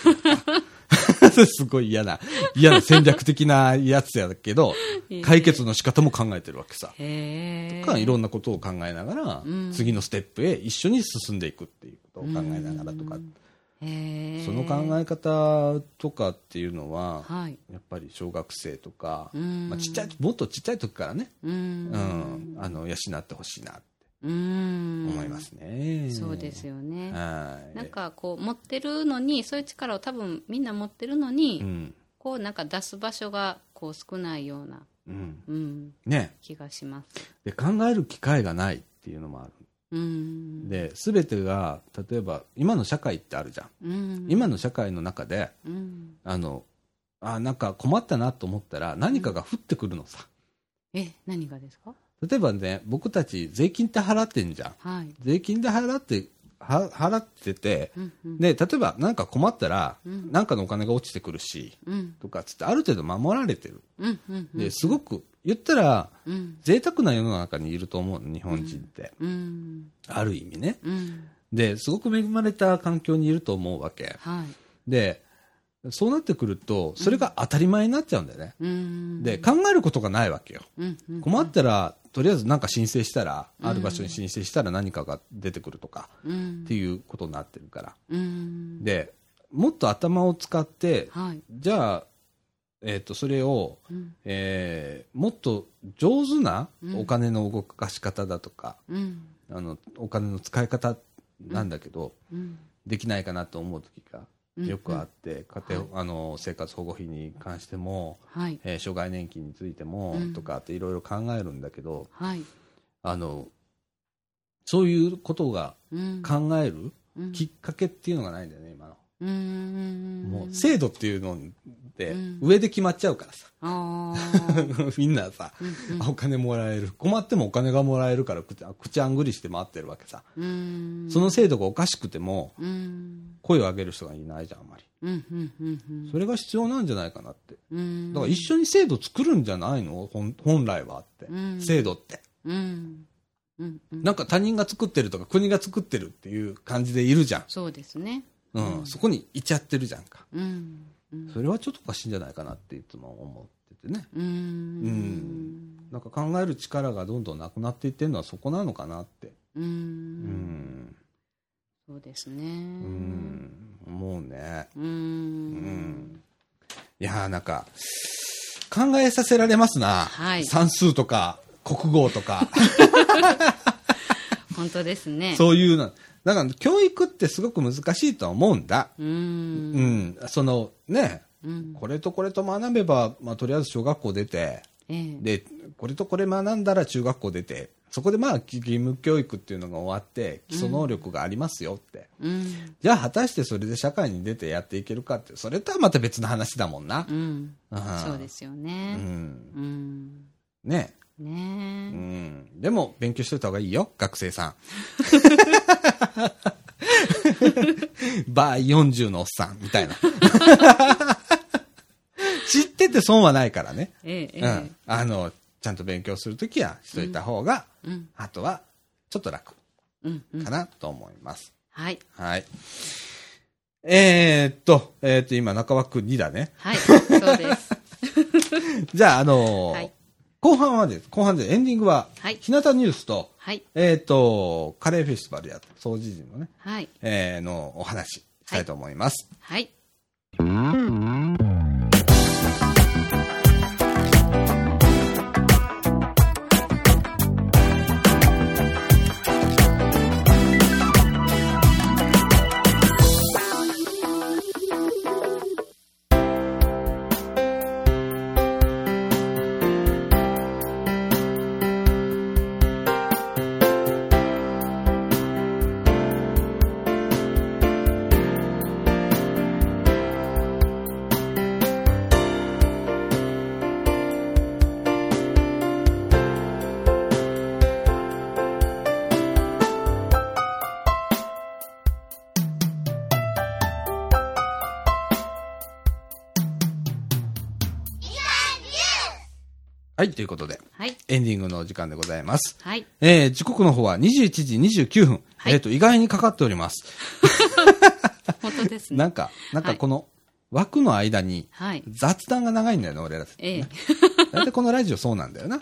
[SPEAKER 1] けすごい嫌な、嫌な戦略的なやつやけ ど
[SPEAKER 2] いい、ね
[SPEAKER 1] 解決の仕方も考えてるわけさ。
[SPEAKER 2] へえ
[SPEAKER 1] かいろんなことを考えながら、
[SPEAKER 2] ん
[SPEAKER 1] 次のステップへ一緒に進んでいくっていうことを考えながらとか、
[SPEAKER 2] へえ
[SPEAKER 1] その考え方とかっていうのは、
[SPEAKER 2] はい
[SPEAKER 1] やっぱり小学生とか、
[SPEAKER 2] うん
[SPEAKER 1] まあ、ちっちゃい、もっとちっちゃい時からね、
[SPEAKER 2] う
[SPEAKER 1] うんん、あの、養ってほしいなって
[SPEAKER 2] うん
[SPEAKER 1] 思いますね。
[SPEAKER 2] そうですよね
[SPEAKER 1] はい。
[SPEAKER 2] なんかこう持ってるのにそういう力を多分みんな持ってるのに、
[SPEAKER 1] うん。
[SPEAKER 2] こうなんか出す場所がこう少ないような、
[SPEAKER 1] うん。
[SPEAKER 2] うん、
[SPEAKER 1] ね。
[SPEAKER 2] 気がします。
[SPEAKER 1] で、考える機会がないっていうのもある。
[SPEAKER 2] うん
[SPEAKER 1] で、すべてが、例えば、今の社会ってあるじゃん。
[SPEAKER 2] うん
[SPEAKER 1] 今の社会の中で、
[SPEAKER 2] うん、
[SPEAKER 1] あの、あ、なんか困ったなと思ったら、何かが降ってくるのさ。
[SPEAKER 2] え何がですか
[SPEAKER 1] 例えばね、僕たち税金って払ってんじゃん。
[SPEAKER 2] はい、
[SPEAKER 1] 税金で払って、は払ってて、
[SPEAKER 2] うんうん
[SPEAKER 1] で、例えば何か困ったら、
[SPEAKER 2] うん
[SPEAKER 1] 何かのお金が落ちてくるし、
[SPEAKER 2] うん
[SPEAKER 1] とかっつって、ある程度守られてる。
[SPEAKER 2] うんうんうん
[SPEAKER 1] で、すごく、言ったら、
[SPEAKER 2] うん
[SPEAKER 1] 贅沢な世の中にいると思うの日本人って、
[SPEAKER 2] うん
[SPEAKER 1] ある意味ね
[SPEAKER 2] うん
[SPEAKER 1] ですごく恵まれた環境にいると思うわけ
[SPEAKER 2] はい
[SPEAKER 1] でそうなってくるとそれが当たり前になっちゃうんだよね、
[SPEAKER 2] うん
[SPEAKER 1] で考えることがないわけよ
[SPEAKER 2] うんうん
[SPEAKER 1] 困ったらとりあえず何か申請したら、ある場所に申請したら何かが出てくるとか、
[SPEAKER 2] うん
[SPEAKER 1] っていうことになってるから
[SPEAKER 2] うん
[SPEAKER 1] でもっと頭を使って
[SPEAKER 2] はい
[SPEAKER 1] じゃあ、えっとそれを
[SPEAKER 2] うん
[SPEAKER 1] えーもっと上手なお金の動かし方だとか、
[SPEAKER 2] うん
[SPEAKER 1] あのお金の使い方なんだけど、
[SPEAKER 2] うん
[SPEAKER 1] できないかなと思う時がよくあって、家庭、
[SPEAKER 2] はい
[SPEAKER 1] あの生活保護費に関しても、
[SPEAKER 2] はい
[SPEAKER 1] えー障害年金についても、
[SPEAKER 2] うん
[SPEAKER 1] とかっていろいろ考えるんだけど
[SPEAKER 2] はい
[SPEAKER 1] あのそういうことが
[SPEAKER 2] うん
[SPEAKER 1] 考えるきっかけっていうのがないんだよね、今の。
[SPEAKER 2] うーん
[SPEAKER 1] もう制度っていうので
[SPEAKER 2] うん
[SPEAKER 1] 上で決まっちゃうからさ。
[SPEAKER 2] あ
[SPEAKER 1] みんなさ、お金もらえる。困ってもお金がもらえるから口口あんぐりして回ってるわけさ。
[SPEAKER 2] ーうーん
[SPEAKER 1] その制度がおかしくても
[SPEAKER 2] うーん
[SPEAKER 1] 声を上げる人がいないじゃん、あんまり。
[SPEAKER 2] うんうんうんうん
[SPEAKER 1] それが必要なんじゃないかなって。
[SPEAKER 2] うーん
[SPEAKER 1] だから一緒に制度作るんじゃないの本本来はって、
[SPEAKER 2] うん
[SPEAKER 1] 制度って。
[SPEAKER 2] うんうんうん
[SPEAKER 1] なんか他人が作ってるとか国が作ってるっていう感じでいるじゃん。
[SPEAKER 2] そうですね
[SPEAKER 1] うん。そこにいちゃってるじゃんか。
[SPEAKER 2] うんうん
[SPEAKER 1] それはちょっとおかしいんじゃないかなっていつも思っててね。
[SPEAKER 2] うーん
[SPEAKER 1] なんか考える力がどんどんなくなっていってるのはそこなのかなって。
[SPEAKER 2] うー
[SPEAKER 1] うんん。
[SPEAKER 2] そうですね
[SPEAKER 1] うん。思うね。
[SPEAKER 2] うーん
[SPEAKER 1] いやーなんか、考えさせられますな。
[SPEAKER 2] はい
[SPEAKER 1] 算数とか、国語とか。
[SPEAKER 2] 本当ですね
[SPEAKER 1] そういうの。だから、教育ってすごく難しいとは思うんだ。
[SPEAKER 2] うーん
[SPEAKER 1] うん。その、ね、
[SPEAKER 2] うん
[SPEAKER 1] これとこれと学べば、まあ、とりあえず小学校出て、
[SPEAKER 2] ええ
[SPEAKER 1] で、これとこれ学んだら中学校出て、そこでまあ、義務教育っていうのが終わって、基礎能力がありますよって。
[SPEAKER 2] うん
[SPEAKER 1] じゃあ、果たしてそれで社会に出てやっていけるかって、それとはまた別の話だもんな
[SPEAKER 2] う。ん
[SPEAKER 1] あー
[SPEAKER 2] そうですよ
[SPEAKER 1] う
[SPEAKER 2] ね
[SPEAKER 1] ん。
[SPEAKER 2] うん
[SPEAKER 1] ね。う
[SPEAKER 2] ね
[SPEAKER 1] ん。でも、勉強しといた方がいいよ、学生 さん。バー40のおっさん、み たいな。知ってて損はないからね。
[SPEAKER 2] えええ
[SPEAKER 1] う
[SPEAKER 2] え
[SPEAKER 1] ん。あの、ちゃんと勉強するときはしといた方が、
[SPEAKER 2] うん
[SPEAKER 1] あとは、ちょっと楽
[SPEAKER 2] うんうん
[SPEAKER 1] かなと思います。
[SPEAKER 2] はい
[SPEAKER 1] はい。えー、っと、えーっと、今、中枠2だね。
[SPEAKER 2] はいそうです
[SPEAKER 1] じゃあ、あのー
[SPEAKER 2] はい
[SPEAKER 1] 後半はです。後半で、エンディングは、
[SPEAKER 2] はい
[SPEAKER 1] 日向ニュースと、
[SPEAKER 2] はい
[SPEAKER 1] えーっと、カレーフェスティバルや、掃除人のね、
[SPEAKER 2] はい
[SPEAKER 1] えーのお話したいと思います。
[SPEAKER 2] はい
[SPEAKER 1] はい、ということで、
[SPEAKER 2] はい
[SPEAKER 1] エンディングのお時間でございます。
[SPEAKER 2] はい
[SPEAKER 1] えー時刻の方は21時29分。
[SPEAKER 2] はい
[SPEAKER 1] えーっと、意外にかかっております。
[SPEAKER 2] 本当ですね
[SPEAKER 1] なんか、なんかこの枠の間に
[SPEAKER 2] はい
[SPEAKER 1] 雑談が長いんだよね、俺らって。
[SPEAKER 2] ええ
[SPEAKER 1] だいたいこのラジオそうなんだよな。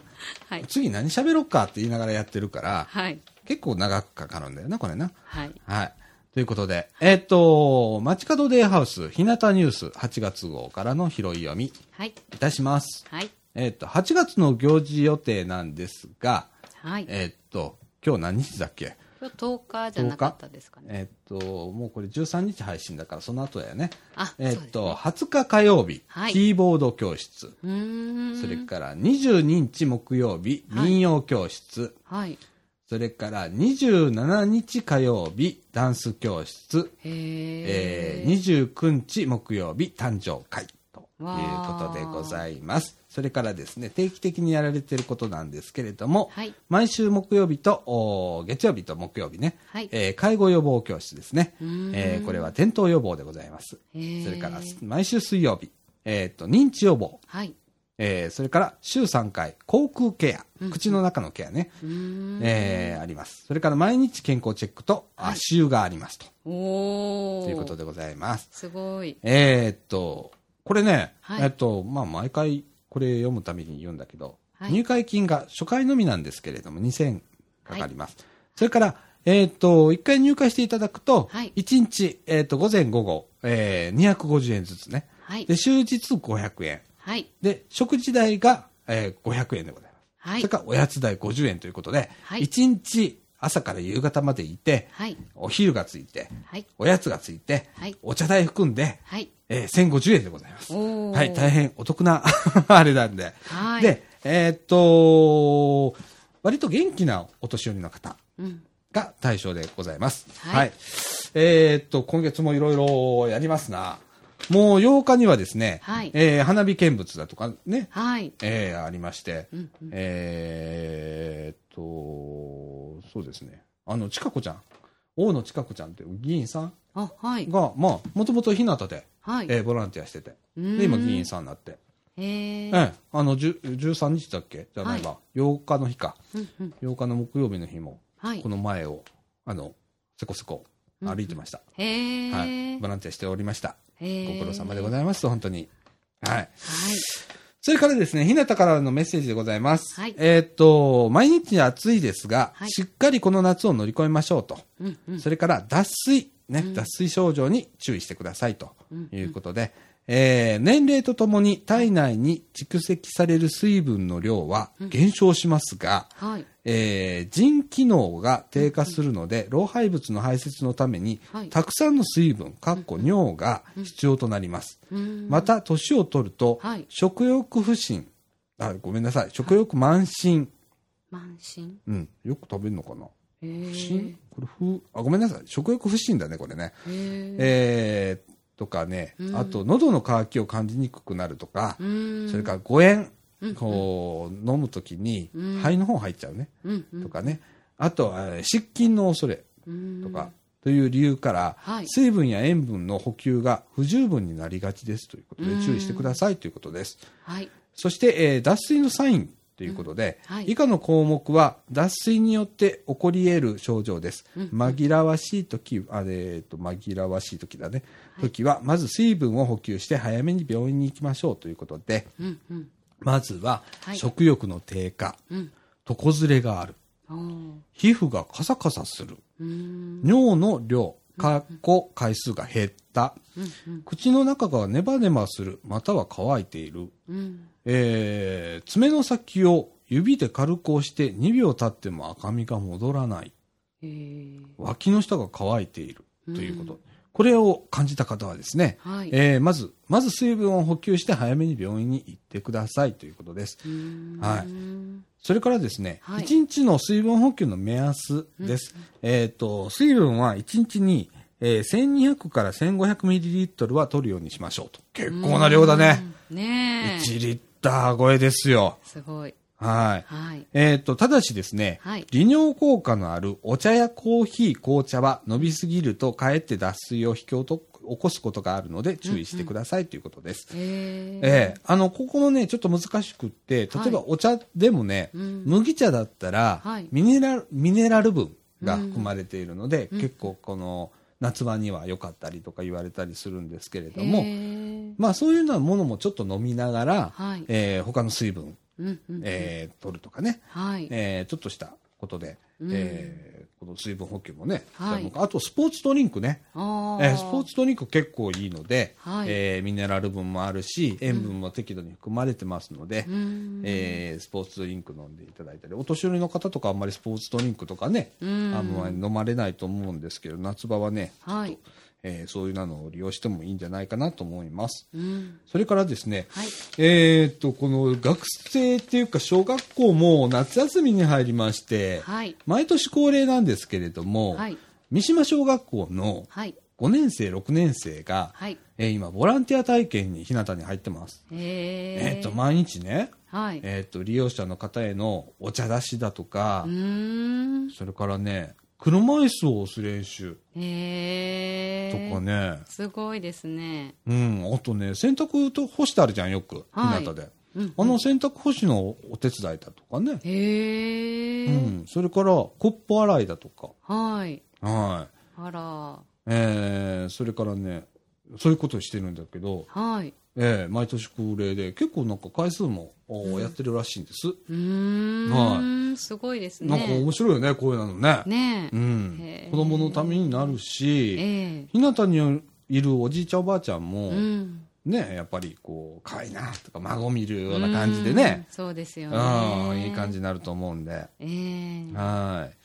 [SPEAKER 2] はい
[SPEAKER 1] 次何喋ろうかって言いながらやってるから、
[SPEAKER 2] はい
[SPEAKER 1] 結構長くかかるんだよな、これな。
[SPEAKER 2] はい
[SPEAKER 1] はい。ということで、えっ、と、街角デイハウス、日向ニュース8月号からの拾い読み
[SPEAKER 2] はい
[SPEAKER 1] いたします。
[SPEAKER 2] はい
[SPEAKER 1] えっ、と、8月の行事予定なんですが、
[SPEAKER 2] はい
[SPEAKER 1] えっ、と、今日何日だっけ
[SPEAKER 2] 今日10日じゃなかったですかね
[SPEAKER 1] えっ、と、もうこれ13日配信だからその後だよね。
[SPEAKER 2] あ
[SPEAKER 1] えっ、
[SPEAKER 2] そうです
[SPEAKER 1] と、
[SPEAKER 2] ね
[SPEAKER 1] 20日火曜日、
[SPEAKER 2] はい
[SPEAKER 1] キーボード教室。
[SPEAKER 2] うーん
[SPEAKER 1] それから22日木曜日、
[SPEAKER 2] はい
[SPEAKER 1] 民謡教室。
[SPEAKER 2] はい
[SPEAKER 1] それから27日火曜日、ダンス教室、え
[SPEAKER 2] へえ
[SPEAKER 1] ー、29日木曜日、誕生会ということでございます。それからですね、定期的にやられていることなんですけれども、
[SPEAKER 2] はい
[SPEAKER 1] 毎週木曜日とおー月曜日と木曜日ね、
[SPEAKER 2] はい
[SPEAKER 1] えー介護予防教室ですね、
[SPEAKER 2] ーん
[SPEAKER 1] えーこれは転倒予防でございます。
[SPEAKER 2] へー
[SPEAKER 1] それから毎週水曜日、えー、と認知予防、
[SPEAKER 2] はい
[SPEAKER 1] えーそれから週3回、口腔ケア、口の中のケアね、
[SPEAKER 2] うーん
[SPEAKER 1] えーあります。それから毎日健康チェックと、足湯がありますと。
[SPEAKER 2] おお
[SPEAKER 1] ということでございます。
[SPEAKER 2] すごい
[SPEAKER 1] えーっと、これね、
[SPEAKER 2] はい
[SPEAKER 1] えっと、まあ、毎回これ読むために言うんだけど、
[SPEAKER 2] はい
[SPEAKER 1] 入会金が初回のみなんですけれども、2000かかります。それから、えーっと、1回入会していただくと、
[SPEAKER 2] はい
[SPEAKER 1] 1日、えーっと、午前午後、えー、250円ずつね。
[SPEAKER 2] はい
[SPEAKER 1] で、終日500円。
[SPEAKER 2] はい
[SPEAKER 1] で、食事代が、えー500円でございます。
[SPEAKER 2] はい
[SPEAKER 1] それからおやつ代50円ということで、
[SPEAKER 2] はい
[SPEAKER 1] 1日朝から夕方までいて、
[SPEAKER 2] はい
[SPEAKER 1] お昼がついて、
[SPEAKER 2] はい
[SPEAKER 1] おやつがついて、
[SPEAKER 2] はい
[SPEAKER 1] お茶代含んで、
[SPEAKER 2] はい
[SPEAKER 1] えー1050円でございます。
[SPEAKER 2] おー
[SPEAKER 1] はい、大変お得な あれなんで。
[SPEAKER 2] はい
[SPEAKER 1] で、えーっと、割と元気なお年寄りの方
[SPEAKER 2] うん
[SPEAKER 1] が対象でございます。
[SPEAKER 2] は
[SPEAKER 1] はいい。えーっと、今月もいろいろやりますな。もう8日にはですね、
[SPEAKER 2] はい
[SPEAKER 1] えー花火見物だとかね、
[SPEAKER 2] はい。
[SPEAKER 1] えーありまして、えーっと、そうですね、あの、ちかこちゃん、大野ちかこちゃんって議員さん
[SPEAKER 2] あ、はい。
[SPEAKER 1] が、まあ、もともと日向で、
[SPEAKER 2] はい。
[SPEAKER 1] えーボランティアしてて、
[SPEAKER 2] うん
[SPEAKER 1] で、今議員さんになって、
[SPEAKER 2] へえ。
[SPEAKER 1] ええ、あの、じゅ13日だっけじゃないわ、
[SPEAKER 2] は
[SPEAKER 1] 8日の日か、
[SPEAKER 2] うんうん
[SPEAKER 1] 8日の木曜日の日も、
[SPEAKER 2] はい
[SPEAKER 1] こ。の前を、あの、せこせこ歩いてました。
[SPEAKER 2] へ
[SPEAKER 1] はい。
[SPEAKER 2] え。
[SPEAKER 1] ボランティアしておりました。
[SPEAKER 2] へ
[SPEAKER 1] ご
[SPEAKER 2] え
[SPEAKER 1] 苦労様でございます、本当に。はい。
[SPEAKER 2] はい。
[SPEAKER 1] それからですね、ひなたからのメッセージでございます。
[SPEAKER 2] はい
[SPEAKER 1] えーっと、毎日暑いですが、
[SPEAKER 2] はい
[SPEAKER 1] しっかりこの夏を乗り越えましょうと。
[SPEAKER 2] うんうん。
[SPEAKER 1] それから脱水、ね、脱水症状に注意してくださいということで、えー年齢とともに体内に蓄積される水分の量は減少しますが、
[SPEAKER 2] はい。
[SPEAKER 1] えー腎機能が低下するので、老廃物の排泄のために、
[SPEAKER 2] はい
[SPEAKER 1] たくさんの水分、かっこ尿が必要となります。
[SPEAKER 2] うん。
[SPEAKER 1] また、年を取ると、
[SPEAKER 2] はい
[SPEAKER 1] 食欲不振、あ、ごめんなさい、食欲満身、
[SPEAKER 2] 満身。
[SPEAKER 1] うん、よく食べるのかな不
[SPEAKER 2] へえ。
[SPEAKER 1] 振これ不、あ、ごめんなさい、食欲不振だね、これね。
[SPEAKER 2] へえ。
[SPEAKER 1] えーとかね、あと、喉の渇きを感じにくくなるとか、
[SPEAKER 2] うん。
[SPEAKER 1] それから誤嚥、こう、飲むときに、肺の方入っちゃうね、
[SPEAKER 2] うんうん。
[SPEAKER 1] とかね。あと、えー湿菌の恐れ
[SPEAKER 2] うん
[SPEAKER 1] とか、という理由から、
[SPEAKER 2] はい
[SPEAKER 1] 水分や塩分の補給が不十分になりがちですということで、注意してくださいということです。
[SPEAKER 2] はい。
[SPEAKER 1] そして、えー脱水のサインということで、
[SPEAKER 2] うんはい
[SPEAKER 1] 以下の項目は脱水によって起こり得る症状です。紛らわしい時あれ、えーと、紛らわしい時だね。時は、まず水分を補給して早めに病院に行きましょうということで、
[SPEAKER 2] うんうん。
[SPEAKER 1] まずは
[SPEAKER 2] はい
[SPEAKER 1] 食欲の低下、
[SPEAKER 2] うん。
[SPEAKER 1] 床ずれがある、
[SPEAKER 2] おー
[SPEAKER 1] 皮膚がカサカサする、
[SPEAKER 2] うーん。
[SPEAKER 1] 尿の量、かっこ回数が減った、口の中がネバネバする、または乾いている、
[SPEAKER 2] うん。
[SPEAKER 1] えー爪の先を指で軽く押して2秒経っても赤みが戻らない。
[SPEAKER 2] へえ。
[SPEAKER 1] 脇の下が乾いているということ。これを感じた方はですね、
[SPEAKER 2] はい
[SPEAKER 1] えーまず、まず水分を補給して早めに病院に行ってくださいということです。はい。それからですね、
[SPEAKER 2] はい
[SPEAKER 1] 1日の水分補給の目安です。えっ、と、水分は1日に、えー1200から1500ミリリットルは取るようにしましょうと。結構な量だね。
[SPEAKER 2] ねえ。
[SPEAKER 1] 1リッター超えですよ。
[SPEAKER 2] すごい。
[SPEAKER 1] はい。
[SPEAKER 2] はい。
[SPEAKER 1] えー、と、ただしですね、
[SPEAKER 2] はい
[SPEAKER 1] 利尿効果のあるお茶やコーヒー、紅茶は飲みすぎるとかえって脱水を引き起こ起こすことがあるので注意してくださいということです。
[SPEAKER 2] へ
[SPEAKER 1] え
[SPEAKER 2] え。
[SPEAKER 1] ーあの、ここもね、ちょっと難しくって、例え
[SPEAKER 2] は
[SPEAKER 1] ば
[SPEAKER 2] い
[SPEAKER 1] お茶でもね、
[SPEAKER 2] うん
[SPEAKER 1] 麦茶だったら、
[SPEAKER 2] はい
[SPEAKER 1] ミネラル、ミネラル分が含まれているので、結構この夏場には良かったりとか言われたりするんですけれども、
[SPEAKER 2] へえ
[SPEAKER 1] まあそういうようなものもちょっと飲みながら、
[SPEAKER 2] はい
[SPEAKER 1] えー他の水分、
[SPEAKER 2] うんうん。
[SPEAKER 1] えー取るとかね、
[SPEAKER 2] はい。
[SPEAKER 1] えーちょっとしたことで、えーこの水分補給もね、
[SPEAKER 2] はい
[SPEAKER 1] じゃああとスポーツドリンクね、
[SPEAKER 2] あ
[SPEAKER 1] えースポーツドリンク結構いいので、
[SPEAKER 2] はい
[SPEAKER 1] えーミネラル分もあるし塩分も適度に含まれてますので、
[SPEAKER 2] ん
[SPEAKER 1] えースポーツドリンク飲んでいただいたりお年寄りの方とかあんまりスポーツドリンクとかね、あんまり飲まれないと思うんですけど夏場はね、
[SPEAKER 2] はい。
[SPEAKER 1] えーそういうのを利用してもいいんじゃないかなと思います。
[SPEAKER 2] うん。
[SPEAKER 1] それからですね、
[SPEAKER 2] はい
[SPEAKER 1] えーっと、この学生っていうか小学校も夏休みに入りまして、
[SPEAKER 2] はい
[SPEAKER 1] 毎年恒例なんですけれども、
[SPEAKER 2] はい
[SPEAKER 1] 三島小学校の
[SPEAKER 2] はい。
[SPEAKER 1] 5年生、6年生が、
[SPEAKER 2] はい
[SPEAKER 1] えー今、ボランティア体験に日向に入ってます。
[SPEAKER 2] へ
[SPEAKER 1] えー
[SPEAKER 2] え。
[SPEAKER 1] っと、毎日ね、
[SPEAKER 2] はい。
[SPEAKER 1] えーっと、利用者の方へのお茶出しだとか、
[SPEAKER 2] うーん。
[SPEAKER 1] それからね、車椅子を押す練習
[SPEAKER 2] へ
[SPEAKER 1] と
[SPEAKER 2] え。
[SPEAKER 1] かね、
[SPEAKER 2] すごいですね。
[SPEAKER 1] うん、あとね、洗濯と干してあるじゃん、よく、
[SPEAKER 2] はい
[SPEAKER 1] 日向で。あの洗濯干しのお手伝いだとかね。
[SPEAKER 2] へえ。
[SPEAKER 1] うん、それから、コップ洗いだとか。
[SPEAKER 2] はい。
[SPEAKER 1] はい。
[SPEAKER 2] あら。
[SPEAKER 1] えー、それからね、そういうことをしてるんだけど、
[SPEAKER 2] はい。
[SPEAKER 1] えー、毎年恒例で、結構なんか回数も、おーやってるらしいんです。
[SPEAKER 2] うーん。すごいです
[SPEAKER 1] なんか
[SPEAKER 2] ね
[SPEAKER 1] 面。白いよね、こういうのね。
[SPEAKER 2] ね
[SPEAKER 1] う
[SPEAKER 2] え。
[SPEAKER 1] ん
[SPEAKER 2] へー。
[SPEAKER 1] 子供のためになるし、
[SPEAKER 2] ええ。
[SPEAKER 1] 日向にいるおじいちゃんおばあちゃんも、
[SPEAKER 2] うん。
[SPEAKER 1] ね、やっぱりこう、可愛いなとか、孫見るような感じでね。
[SPEAKER 2] うん。そうですよ
[SPEAKER 1] う
[SPEAKER 2] ね。
[SPEAKER 1] ん、いい感。じになると思うんで。
[SPEAKER 2] ええ。
[SPEAKER 1] はい。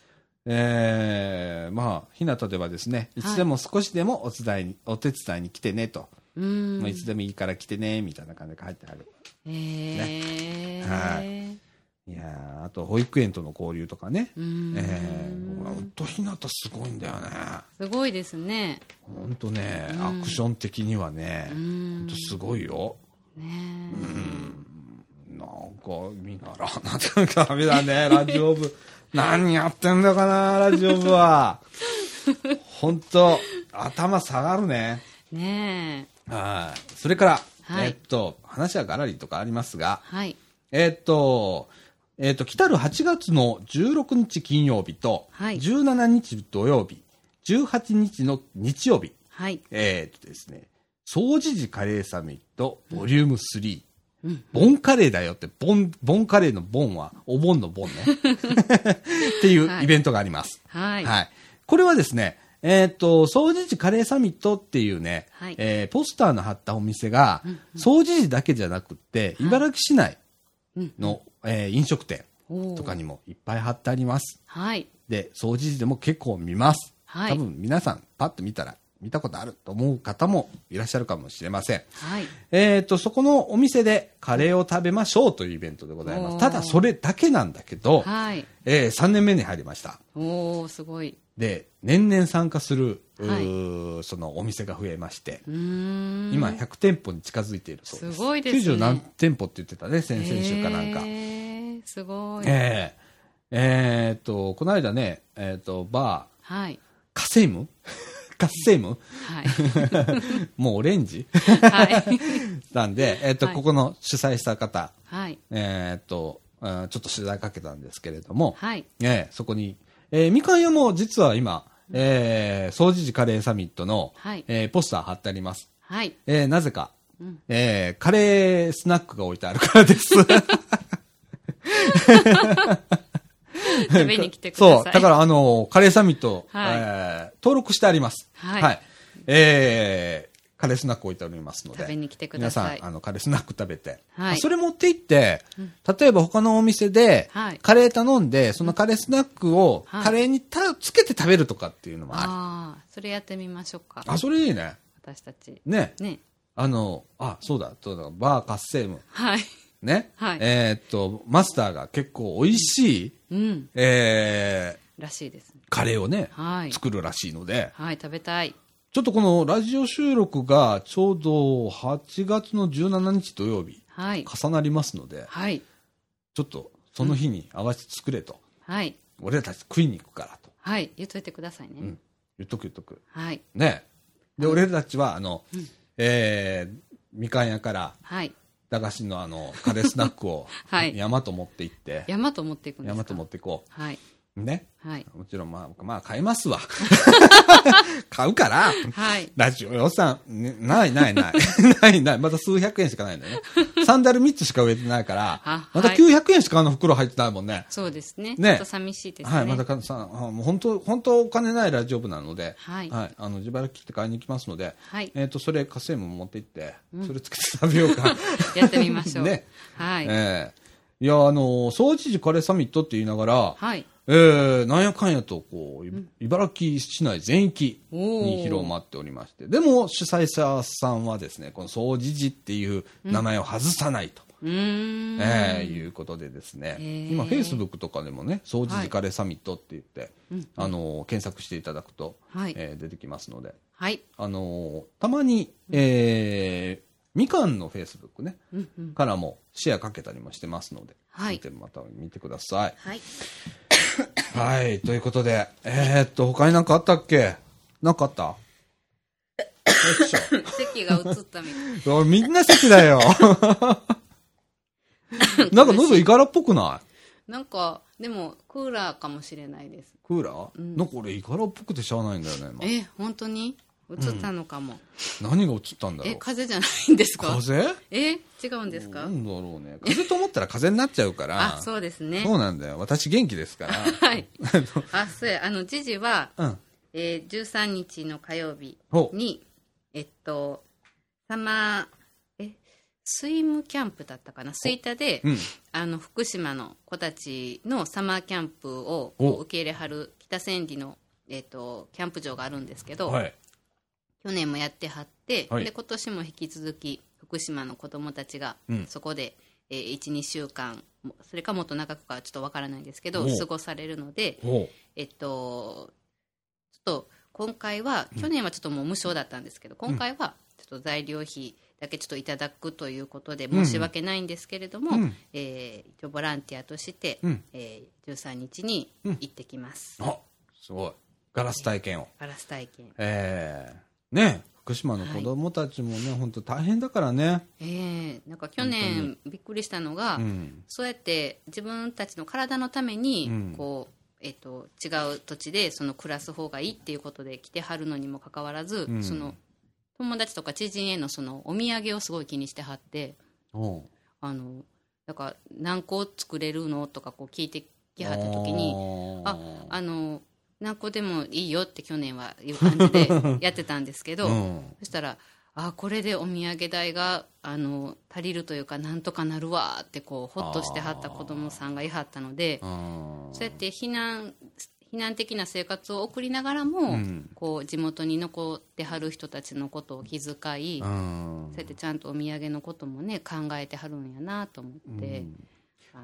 [SPEAKER 1] えー、まあ、ひなたではですね、いつでも少しでもお伝いに、お手伝いに来てねと、
[SPEAKER 2] うん。
[SPEAKER 1] まあいつでもいいから来てね、みたいな感じで書いてある。
[SPEAKER 2] ええ。。
[SPEAKER 1] はいいいやーあと保育園との交流とかね。
[SPEAKER 2] ん
[SPEAKER 1] えー、僕はうっとひなたすごいんだよね。
[SPEAKER 2] すごいですね。
[SPEAKER 1] ほんとね、アクション的にはね、ほんとすごいよ。
[SPEAKER 2] ね
[SPEAKER 1] なんか、見習わなきゃダメだ ね、ラジオ部。何やってんだかな、ラジオ部 は。ほんと、頭下がるね。
[SPEAKER 2] え。ねえ。
[SPEAKER 1] はい。それから、
[SPEAKER 2] はい
[SPEAKER 1] えっと、話はガラリとかありますが、
[SPEAKER 2] はい。
[SPEAKER 1] えっと、えっと、来たる8月の16日金曜日と、
[SPEAKER 2] はい
[SPEAKER 1] 17日土曜日、18日の日曜日、
[SPEAKER 2] はい。
[SPEAKER 1] えーっとですね、総除時カレーサミット、ボリューム3。ボンカレーだよって、ボン、ボンカレーのボンは、お盆の ボンね。っていうイベントがあります。
[SPEAKER 2] はい
[SPEAKER 1] これはですね、えーっと、総除時カレーサミットっていうね、
[SPEAKER 2] はい
[SPEAKER 1] えーポスターの貼ったお店が、総除時だけじゃなくって、茨城市内の、えー飲食店とかにもいっぱい貼ってあります。
[SPEAKER 2] はい。
[SPEAKER 1] で、掃除時でも結構見ます。
[SPEAKER 2] はい
[SPEAKER 1] 多分皆さん、パッと見たら、見たことあると思う方もいらっしゃるかもしれません。
[SPEAKER 2] はい。
[SPEAKER 1] えっ、と、そこのお店でカレーを食べましょうというイベントでございま
[SPEAKER 2] お
[SPEAKER 1] す。
[SPEAKER 2] ー
[SPEAKER 1] ただ、それだけなんだけど、
[SPEAKER 2] はい。
[SPEAKER 1] えー3年目に入りました。
[SPEAKER 2] おー、すごい。
[SPEAKER 1] で、年々参加する、う
[SPEAKER 2] は
[SPEAKER 1] ーそのお店が増えまして、
[SPEAKER 2] うーん。
[SPEAKER 1] 今100店舗に近づいているそうです。
[SPEAKER 2] すごいですね
[SPEAKER 1] 90何店舗って言ってたね、先々週かなんか。
[SPEAKER 2] へーすごい。
[SPEAKER 1] えーえーっと、この間ね、えーっと、バー、
[SPEAKER 2] はい。
[SPEAKER 1] カセイム カセイム
[SPEAKER 2] はい。
[SPEAKER 1] もうオレンジ
[SPEAKER 2] はい。
[SPEAKER 1] なんで、えっ、と、
[SPEAKER 2] はい
[SPEAKER 1] ここの主催した方、
[SPEAKER 2] はい。
[SPEAKER 1] えっ、と、うんちょっと取材かけたんですけれども、
[SPEAKER 2] はい。
[SPEAKER 1] ええそこに、えーみかん屋も実は今、えー、総除時カレーサミットの、
[SPEAKER 2] はい
[SPEAKER 1] えーポスター貼ってあります。
[SPEAKER 2] はい。
[SPEAKER 1] えーなぜか、えーカレースナックが置いてあるから です。
[SPEAKER 2] 食べに来てください。
[SPEAKER 1] そう。だから、あの、カレーサミット、
[SPEAKER 2] は
[SPEAKER 1] え
[SPEAKER 2] い
[SPEAKER 1] ー登録してあります。
[SPEAKER 2] はい
[SPEAKER 1] えーカレースナック置いておりますので。
[SPEAKER 2] 食べに来てください
[SPEAKER 1] 皆さん、あの、カレースナック食べて。
[SPEAKER 2] はい
[SPEAKER 1] それ持って行って、例えば他のお店で
[SPEAKER 2] はい、
[SPEAKER 1] カレー頼んで、そのカレースナックを
[SPEAKER 2] はい
[SPEAKER 1] カレーにたつけて食べるとかっていうのもある。
[SPEAKER 2] ああ、それやってみましょうか。
[SPEAKER 1] あ、それいいね。
[SPEAKER 2] 私たち。
[SPEAKER 1] ね。
[SPEAKER 2] ね。
[SPEAKER 1] あの、あ、そうだ、そうだ、バーカッセーム。
[SPEAKER 2] はい。
[SPEAKER 1] ね。
[SPEAKER 2] はい
[SPEAKER 1] えーっと、マスターが結構美味しい、
[SPEAKER 2] うん。
[SPEAKER 1] えー
[SPEAKER 2] らしいですね。
[SPEAKER 1] カレーをね、
[SPEAKER 2] はい。
[SPEAKER 1] 作るらしいので、
[SPEAKER 2] はい、食べたい。
[SPEAKER 1] ちょっとこのラジオ収録がちょうど8月の17日土曜日、
[SPEAKER 2] はい。
[SPEAKER 1] 重なりますので、
[SPEAKER 2] はい。
[SPEAKER 1] ちょっとその日に合わせて作れと、
[SPEAKER 2] はい。
[SPEAKER 1] 俺たち食いに行くからと、
[SPEAKER 2] はい。言っといてくださいね。
[SPEAKER 1] うん、言っとく言っとく。
[SPEAKER 2] はい。
[SPEAKER 1] ね。で、俺たちは、あの、えー、みかん屋から、
[SPEAKER 2] はい。、
[SPEAKER 1] 駄菓子のあの、カレースナックを
[SPEAKER 2] はい
[SPEAKER 1] 山と持って行って、
[SPEAKER 2] 山と持っていくんですか
[SPEAKER 1] 山と持ってこ
[SPEAKER 2] はい。
[SPEAKER 1] う。ね。
[SPEAKER 2] はい。
[SPEAKER 1] もちろん、まあ、僕まあ、買います わ。買うから。
[SPEAKER 2] はい。
[SPEAKER 1] ラジオ予算、ねないないない。 ないない。また数百円しかないんだよね。サンダル3つしか植えてないから
[SPEAKER 2] あ、
[SPEAKER 1] また
[SPEAKER 2] はい
[SPEAKER 1] 900円しかあの袋入ってないもんね。
[SPEAKER 2] そうですね。
[SPEAKER 1] ね
[SPEAKER 2] ちょっと寂しいですね。
[SPEAKER 1] はい、またかさ、あもう本当、本当お金ないラジオ部なので、
[SPEAKER 2] はい
[SPEAKER 1] あの、自腹切って買いに行きますので、
[SPEAKER 2] はい
[SPEAKER 1] えっ、と、それ、稼いも持って行って、それつけて食べようか。
[SPEAKER 2] やってみましょ う。
[SPEAKER 1] ね。
[SPEAKER 2] はい。
[SPEAKER 1] ええいや、あの、総知事カレーサミットって言いながら、
[SPEAKER 2] はい。
[SPEAKER 1] えー、なんやかんやと、こう、い茨城市内全域に広まっておりまして、でも主催者さんはですね、この総知事っていう名前を外さないと、
[SPEAKER 2] うーん。
[SPEAKER 1] えーいうことでですね、
[SPEAKER 2] へー
[SPEAKER 1] 今、フェイスブックとかでもね、総知事カレーサミットって言って、あのー検索していただくと、
[SPEAKER 2] はい
[SPEAKER 1] えー出てきますので、
[SPEAKER 2] はい。
[SPEAKER 1] あのーたまに、えーみかんのフェイスブックね、からもシェアかけたりもしてますので、
[SPEAKER 2] はい
[SPEAKER 1] 見てまた見てください。
[SPEAKER 2] はい。
[SPEAKER 1] はい、ということで、えー、っと、他になんかあったっけなんかあったよいし
[SPEAKER 2] 席が映ったみた い。
[SPEAKER 1] ょ。おいみんな席だよ。なんか喉いからっぽくない
[SPEAKER 2] なんか、でも、クーラーかもしれないです。
[SPEAKER 1] クーラー、なんか俺いからっぽくてしゃあないんだよね、
[SPEAKER 2] え、本当に映ったのかも。
[SPEAKER 1] 今。何が映ったんだろ
[SPEAKER 2] え、
[SPEAKER 1] う。
[SPEAKER 2] 風邪じゃないんですか
[SPEAKER 1] 風邪
[SPEAKER 2] え、違うんです
[SPEAKER 1] な
[SPEAKER 2] か
[SPEAKER 1] んだろうね。風邪と思ったら風邪になっちゃうから。
[SPEAKER 2] あ、そうですね。
[SPEAKER 1] そうなんだよ。私元気ですから。
[SPEAKER 2] はい。あ、そうや、あの、知事は、
[SPEAKER 1] うん。
[SPEAKER 2] えー、13日の火曜日
[SPEAKER 1] ほう。
[SPEAKER 2] に、えっと、サマー、え、スイムキャンプだったかな、スイタで、
[SPEAKER 1] うん。
[SPEAKER 2] あの、福島の子たちのサマーキャンプをこ
[SPEAKER 1] お
[SPEAKER 2] う受け入れはる北千里の、えっと、キャンプ場があるんですけど、
[SPEAKER 1] はい。
[SPEAKER 2] 去年もやってはって、
[SPEAKER 1] はい
[SPEAKER 2] で今年も引き続き福島の子どもたちが
[SPEAKER 1] うん
[SPEAKER 2] そこで、えー、12週間それかもっと長くかちょっとわからないんですけど
[SPEAKER 1] おう
[SPEAKER 2] 過ごされるので、
[SPEAKER 1] ほ
[SPEAKER 2] えっと、ちょっと今回は、去年はちょっともう無償だったんですけど、今回はちょっと材料費だけちょっといただくということで、申し訳ないんですけれども、
[SPEAKER 1] うん
[SPEAKER 2] えー一応ボランティアとして、
[SPEAKER 1] うん
[SPEAKER 2] えー13日に行ってきます。
[SPEAKER 1] う。あ、すごい。ガラス体験を。
[SPEAKER 2] ガラス体験。
[SPEAKER 1] えー、ね福島の子供たちもね、本当大変だからね。
[SPEAKER 2] えーなんか去年びっくりしたのが、
[SPEAKER 1] うん。
[SPEAKER 2] そうやって自分たちの体のために、
[SPEAKER 1] うん
[SPEAKER 2] こうえっと違う土地でその暮らす方がいいっていうことで来てはるのにもかかわらず、
[SPEAKER 1] うん
[SPEAKER 2] その友達とか知人へのそのお土産をすごい気にしてはって
[SPEAKER 1] おう
[SPEAKER 2] あのなんか何個作れるのとかこう聞いてきはった時にあ
[SPEAKER 1] あ
[SPEAKER 2] あの何個でもいいよって去年はいう感じでやってたんですけ
[SPEAKER 1] ー、
[SPEAKER 2] ど、
[SPEAKER 1] うん
[SPEAKER 2] そしたらあこれでお土産代があの足りるというかなんとかなるわーってこうほっとしてはった子供さんがいはったので
[SPEAKER 1] うん
[SPEAKER 2] そうやって避難避難的な生活を送りながらも、
[SPEAKER 1] うん
[SPEAKER 2] こう地元に残ってはる人たちのことを気遣い、
[SPEAKER 1] う
[SPEAKER 2] そ
[SPEAKER 1] ん
[SPEAKER 2] うやってちゃんとお土産のこともね考えてはるんやなと思って、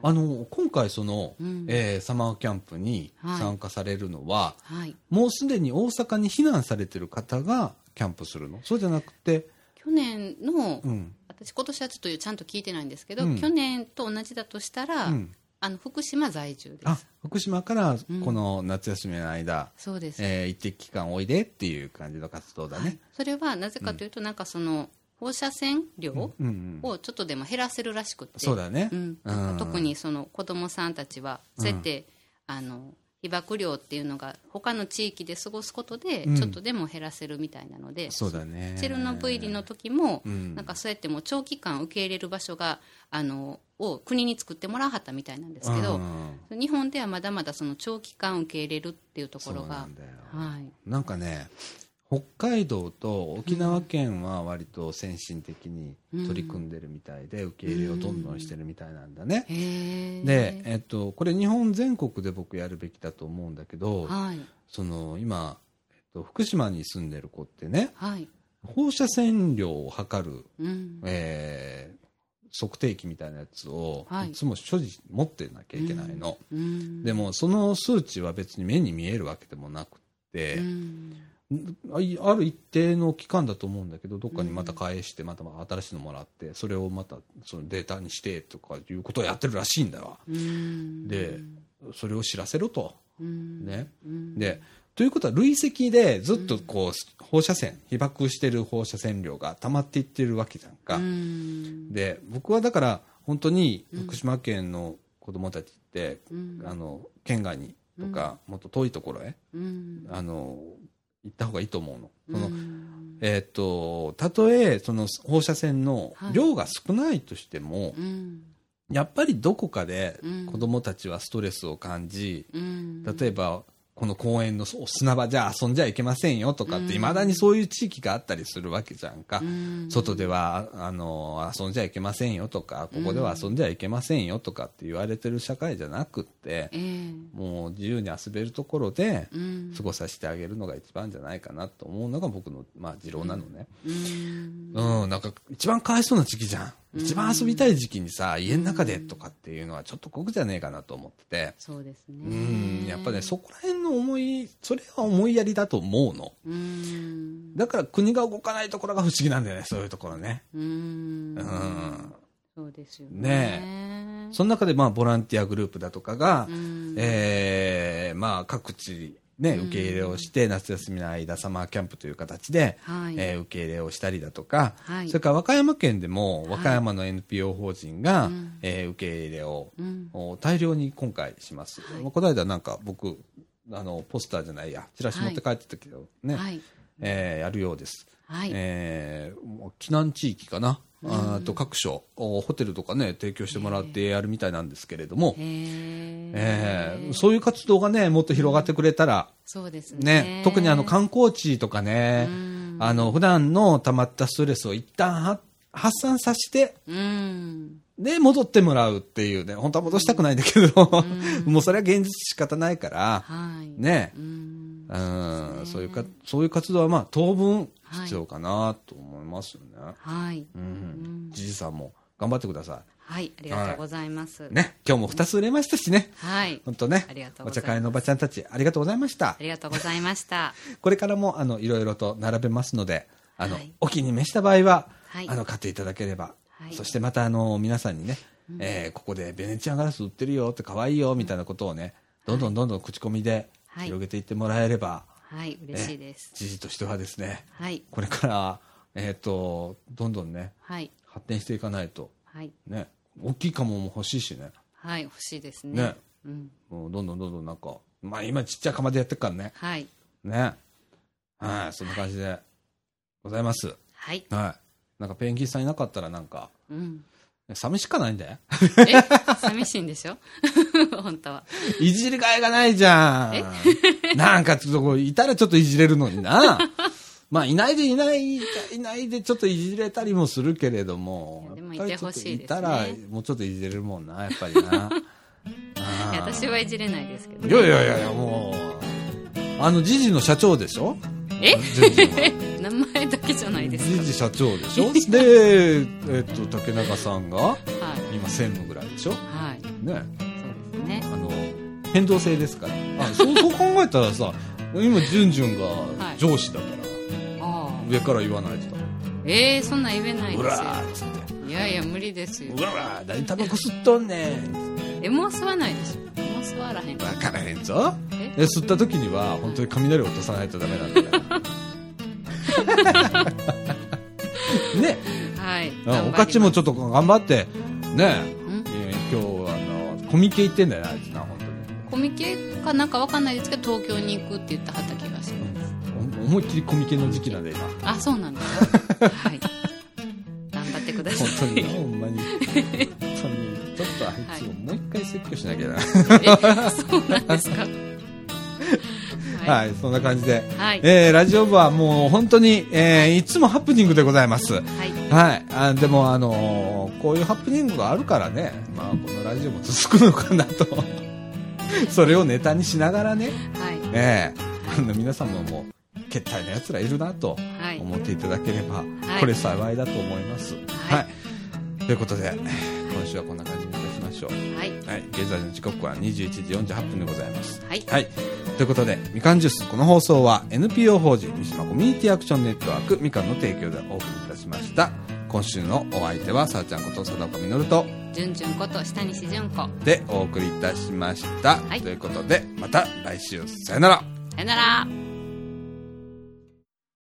[SPEAKER 1] あの今回その、
[SPEAKER 2] うん
[SPEAKER 1] えーサマーキャンプに
[SPEAKER 2] はい
[SPEAKER 1] 参加されるのは、
[SPEAKER 2] はい、
[SPEAKER 1] もうすでに大阪に避難されてる方がキャンプするのそうじゃなくて、
[SPEAKER 2] 去年の、
[SPEAKER 1] うん
[SPEAKER 2] 私今年はちょっとちゃんと聞いてないんですけど、
[SPEAKER 1] うん
[SPEAKER 2] 去年と同じだとしたら、
[SPEAKER 1] うん
[SPEAKER 2] あの福島在住で
[SPEAKER 1] あ
[SPEAKER 2] す。
[SPEAKER 1] 福島からこの夏休みの間、
[SPEAKER 2] そうです
[SPEAKER 1] えー一定期間おいでっていう感じの活動だね。
[SPEAKER 2] それはなぜかというと、なんかその放射線量
[SPEAKER 1] うんうん
[SPEAKER 2] をちょっとでも減らせるらしくて、
[SPEAKER 1] そうだね、
[SPEAKER 2] うんなんか特にその子どもさんたちは、そうやってあの被爆量っていうのが他の地域で過ごすことで、
[SPEAKER 1] うん
[SPEAKER 2] ちょっとでも減らせるみたいなので、
[SPEAKER 1] そうだね
[SPEAKER 2] チェルノブイリの時も、
[SPEAKER 1] うん
[SPEAKER 2] なんかそうやってもう長期間受け入れる場所があのを国に作ってもらわはったみたいなんですけど、
[SPEAKER 1] うん
[SPEAKER 2] 日本ではまだまだその長期間受け入れるっていうとこ
[SPEAKER 1] そう
[SPEAKER 2] ろ
[SPEAKER 1] な
[SPEAKER 2] が
[SPEAKER 1] ん。だよ、
[SPEAKER 2] はい
[SPEAKER 1] なんかね北海道と沖縄県は割と先進的に取り組んでるみたいで、受け入れをどんどんしてるみたいなんだね。
[SPEAKER 2] へー
[SPEAKER 1] で、えっと、これ日本全国で僕やるべきだと思うんだけど、
[SPEAKER 2] はい
[SPEAKER 1] その今、えっと、福島に住んでる子ってね
[SPEAKER 2] はい、
[SPEAKER 1] 放射線量を測る、
[SPEAKER 2] うん、
[SPEAKER 1] えー測定器みたいなやつを
[SPEAKER 2] はい
[SPEAKER 1] いつも所持持ってなきゃいけないの、
[SPEAKER 2] うん
[SPEAKER 1] でもその数値は別に目に見えるわけでもなくって、
[SPEAKER 2] うん
[SPEAKER 1] あいある一定の期間だと思うんだけどどっかにまた返してまた新しいのもらってそれをまたそのデータにしてとかいうことをやってるらしいんだわ
[SPEAKER 2] うん
[SPEAKER 1] でそれを知らせろと。
[SPEAKER 2] うん
[SPEAKER 1] ね
[SPEAKER 2] うん
[SPEAKER 1] でということは累積でずっとこう放射線被爆してる放射線量が溜まっていってるわけじゃんか
[SPEAKER 2] う。ん
[SPEAKER 1] で僕はだから本当に福島県の子供たちって、
[SPEAKER 2] うん
[SPEAKER 1] あの県外にとか、もっと遠いところへ
[SPEAKER 2] うん
[SPEAKER 1] あの行った方がいいと思うの。その
[SPEAKER 2] うん
[SPEAKER 1] えー、とたとえその放射線の
[SPEAKER 2] はい
[SPEAKER 1] 量が少ないとしても、
[SPEAKER 2] うん
[SPEAKER 1] やっぱりどこかで
[SPEAKER 2] うん
[SPEAKER 1] 子どもたちはストレスを感じ、
[SPEAKER 2] うん
[SPEAKER 1] 例えばこの公園の砂場じゃ遊んじゃいけませんよとかっていまだにそういう地域があったりするわけじゃんか、
[SPEAKER 2] うん
[SPEAKER 1] 外ではあの遊んじゃいけませんよとかここでは遊んじゃいけませんよとかって言われてる社会じゃなくって、
[SPEAKER 2] ええ
[SPEAKER 1] もう自由に遊べるところで
[SPEAKER 2] うん
[SPEAKER 1] 過ごさせてあげるのが一番じゃないかなと思うのが僕の、まあ、持論なのね。
[SPEAKER 2] うん
[SPEAKER 1] うん、なんか一番かわいそうな時期じゃん。一番遊びたい時期にさ、家の中でとかっていうのはちょっと酷じゃねえかなと思ってて。
[SPEAKER 2] そうですね
[SPEAKER 1] うん、やっぱね、そこら辺の思い、それは思いやりだと思うの。
[SPEAKER 2] うん
[SPEAKER 1] だから国が動かないところが不思議なんだよね、そういうところね。
[SPEAKER 2] うん
[SPEAKER 1] うん。
[SPEAKER 2] そうですよね
[SPEAKER 1] その中でまあボランティアグループだとかが、
[SPEAKER 2] うん
[SPEAKER 1] えーまあ各地ね、受け入れをして、夏休みの間サマーキャンプという形で、
[SPEAKER 2] はい
[SPEAKER 1] えー受け入れをしたりだとか、
[SPEAKER 2] はい
[SPEAKER 1] それから和歌山県でも和歌山の NPO 法人が、
[SPEAKER 2] うん
[SPEAKER 1] えー受け入れを、
[SPEAKER 2] うん
[SPEAKER 1] お大量に今回します、
[SPEAKER 2] はい
[SPEAKER 1] まあこの間なんか僕あのポスターじゃないやチラシ持って帰ってたけどね、
[SPEAKER 2] はい
[SPEAKER 1] えーやるようです、
[SPEAKER 2] はい
[SPEAKER 1] えーもう避難地域かな、あーと各所おホテルとかね提供してもらってやるみたいなんですけれども、
[SPEAKER 2] へえ
[SPEAKER 1] えーそういう活動がねもっと広がってくれたら、
[SPEAKER 2] そうです
[SPEAKER 1] ね
[SPEAKER 2] ね、
[SPEAKER 1] 特にあの観光地とかね、あの普段の溜まったストレスを一旦は発散させて、
[SPEAKER 2] うん
[SPEAKER 1] で、戻ってもらうっていうね、本当は戻したくないんだけど、 もうそれは現実仕方ないから、
[SPEAKER 2] はい
[SPEAKER 1] ね
[SPEAKER 2] う、ん
[SPEAKER 1] うん、そういうか、そういう活動はまあ当分
[SPEAKER 2] はい
[SPEAKER 1] 必要かなと思いますよね。
[SPEAKER 2] はい。
[SPEAKER 1] うん。じいさんも頑張ってくださ
[SPEAKER 2] はい、ありがとうございます。
[SPEAKER 1] い。ね、今日も2つ売れましたしね。
[SPEAKER 2] はい。
[SPEAKER 1] 本当ね
[SPEAKER 2] ありがと、
[SPEAKER 1] お
[SPEAKER 2] うござ
[SPEAKER 1] 茶
[SPEAKER 2] います
[SPEAKER 1] 会のおばちゃんたち、ありがとうございました
[SPEAKER 2] あ。りがとうございま した。
[SPEAKER 1] これからも、あの、いろいろと並べますので、あの、
[SPEAKER 2] はい
[SPEAKER 1] お気に召した場合は、
[SPEAKER 2] はい
[SPEAKER 1] あの、買っていただければ。
[SPEAKER 2] はい
[SPEAKER 1] そしてまた、あの、皆さんにね、えーここでベネチアンガラス売ってるよって可愛いよ、みたいなことをね、どんどんどんどん口コミで
[SPEAKER 2] はい
[SPEAKER 1] 広げていってもらえれば、
[SPEAKER 2] はい、嬉しいです。
[SPEAKER 1] 知事としてはですね、
[SPEAKER 2] はい、
[SPEAKER 1] これから、えっ、と、どんどんね、
[SPEAKER 2] はい、
[SPEAKER 1] 発展していかないと、
[SPEAKER 2] はい、
[SPEAKER 1] ね、大きいカモも欲しいしね、
[SPEAKER 2] はい、欲しいですね。
[SPEAKER 1] ね
[SPEAKER 2] うん、
[SPEAKER 1] もうどんどんどんどんなんか、まあ今ちっちゃい釜でやってるからね、
[SPEAKER 2] はい、
[SPEAKER 1] ね、はい、そんな感じでございます。
[SPEAKER 2] はい、
[SPEAKER 1] はい。なんかペンギンさんいなかったらなんか、
[SPEAKER 2] うん。
[SPEAKER 1] 寂しかないん だよ。
[SPEAKER 2] え、寂しいんでしょ 本当は。
[SPEAKER 1] いじりがいがないじゃん。 なんかちょっとこう、いたらちょっといじれるのに な。まあ、いないでいない、いないでちょっといじれたりもするけれども
[SPEAKER 2] い。やでも
[SPEAKER 1] やっぱりちょっといた
[SPEAKER 2] いてほ
[SPEAKER 1] ら
[SPEAKER 2] しいです、
[SPEAKER 1] もうちょっといじれるもんな、やっぱり な。
[SPEAKER 2] いや私はいじれないですけど
[SPEAKER 1] い。やいやいやいや、もう、あの、ジジの社長でしょ
[SPEAKER 2] え
[SPEAKER 1] ジジは
[SPEAKER 2] 名前だけじゃ ないです
[SPEAKER 1] ジジ社長でし ょで、えっと、竹中さんが、
[SPEAKER 2] か。はい。
[SPEAKER 1] 今専務ぐらいでしょ
[SPEAKER 2] はい。
[SPEAKER 1] ね。
[SPEAKER 2] そうですね。
[SPEAKER 1] あの変動性ですからあそうそう考えたらさ今じゅんじゅんが
[SPEAKER 2] い
[SPEAKER 1] 上司だから、
[SPEAKER 2] ああ。
[SPEAKER 1] 上から言わないとだも
[SPEAKER 2] えー、そんなん言えない
[SPEAKER 1] んう
[SPEAKER 2] です
[SPEAKER 1] らーっつって
[SPEAKER 2] よ。いやいや、無理ですよ
[SPEAKER 1] う。らー何タバコ吸っとんねん
[SPEAKER 2] え、もう吸わないでしょ。もう吸わらへん。
[SPEAKER 1] 分からへんぞ
[SPEAKER 2] え
[SPEAKER 1] え吸った時には本当に雷を落とさないとダメなんだよね
[SPEAKER 2] はい。
[SPEAKER 1] あ
[SPEAKER 2] 頑張ります
[SPEAKER 1] おかちもちょっと頑張ってね
[SPEAKER 2] ん
[SPEAKER 1] え今日あのコミケ行ってんだよなあいつな本当に
[SPEAKER 2] コミケかなんかわかんないですけど東京に行くって言ってはった気がします
[SPEAKER 1] うん思いっきりコミケの時期なんで今
[SPEAKER 2] あそうなんですかはい頑張ってくださ
[SPEAKER 1] 本当
[SPEAKER 2] い
[SPEAKER 1] になほんまに本当にちょっとあいつをもう一回説教しなきゃなは
[SPEAKER 2] えそうなんですか
[SPEAKER 1] い、
[SPEAKER 2] はい、
[SPEAKER 1] そんな感じで、
[SPEAKER 2] はい
[SPEAKER 1] えーラジオ部はもう本当に、えーいつもハプニングでございます
[SPEAKER 2] はい、
[SPEAKER 1] はいあでもあのーこういうハプニングがあるからねまあこのラジオも続くのかなと それをネタにしながらね、
[SPEAKER 2] はい
[SPEAKER 1] えーあの皆さんももうけったいなやつらいるなと
[SPEAKER 2] はい
[SPEAKER 1] 思っていただければ、
[SPEAKER 2] い
[SPEAKER 1] これ幸いだと思います、
[SPEAKER 2] はい
[SPEAKER 1] はい、ということで今週はこんな感じにいたしましょう
[SPEAKER 2] はい
[SPEAKER 1] はい、現在の時刻は21時48分でございます。
[SPEAKER 2] はい
[SPEAKER 1] はい、ということで、みかんジュース、この放送は NPO 法人三島コミュニティアクションネットワークみかんの提供でお送りいたしました。今週のお相手は、さあちゃんこと貞岡実と、
[SPEAKER 2] じゅんじゅんこと下西じゅんこさ
[SPEAKER 1] でお送りいたしました。
[SPEAKER 2] はい
[SPEAKER 1] ということで、また来週、さよなら。
[SPEAKER 2] よなら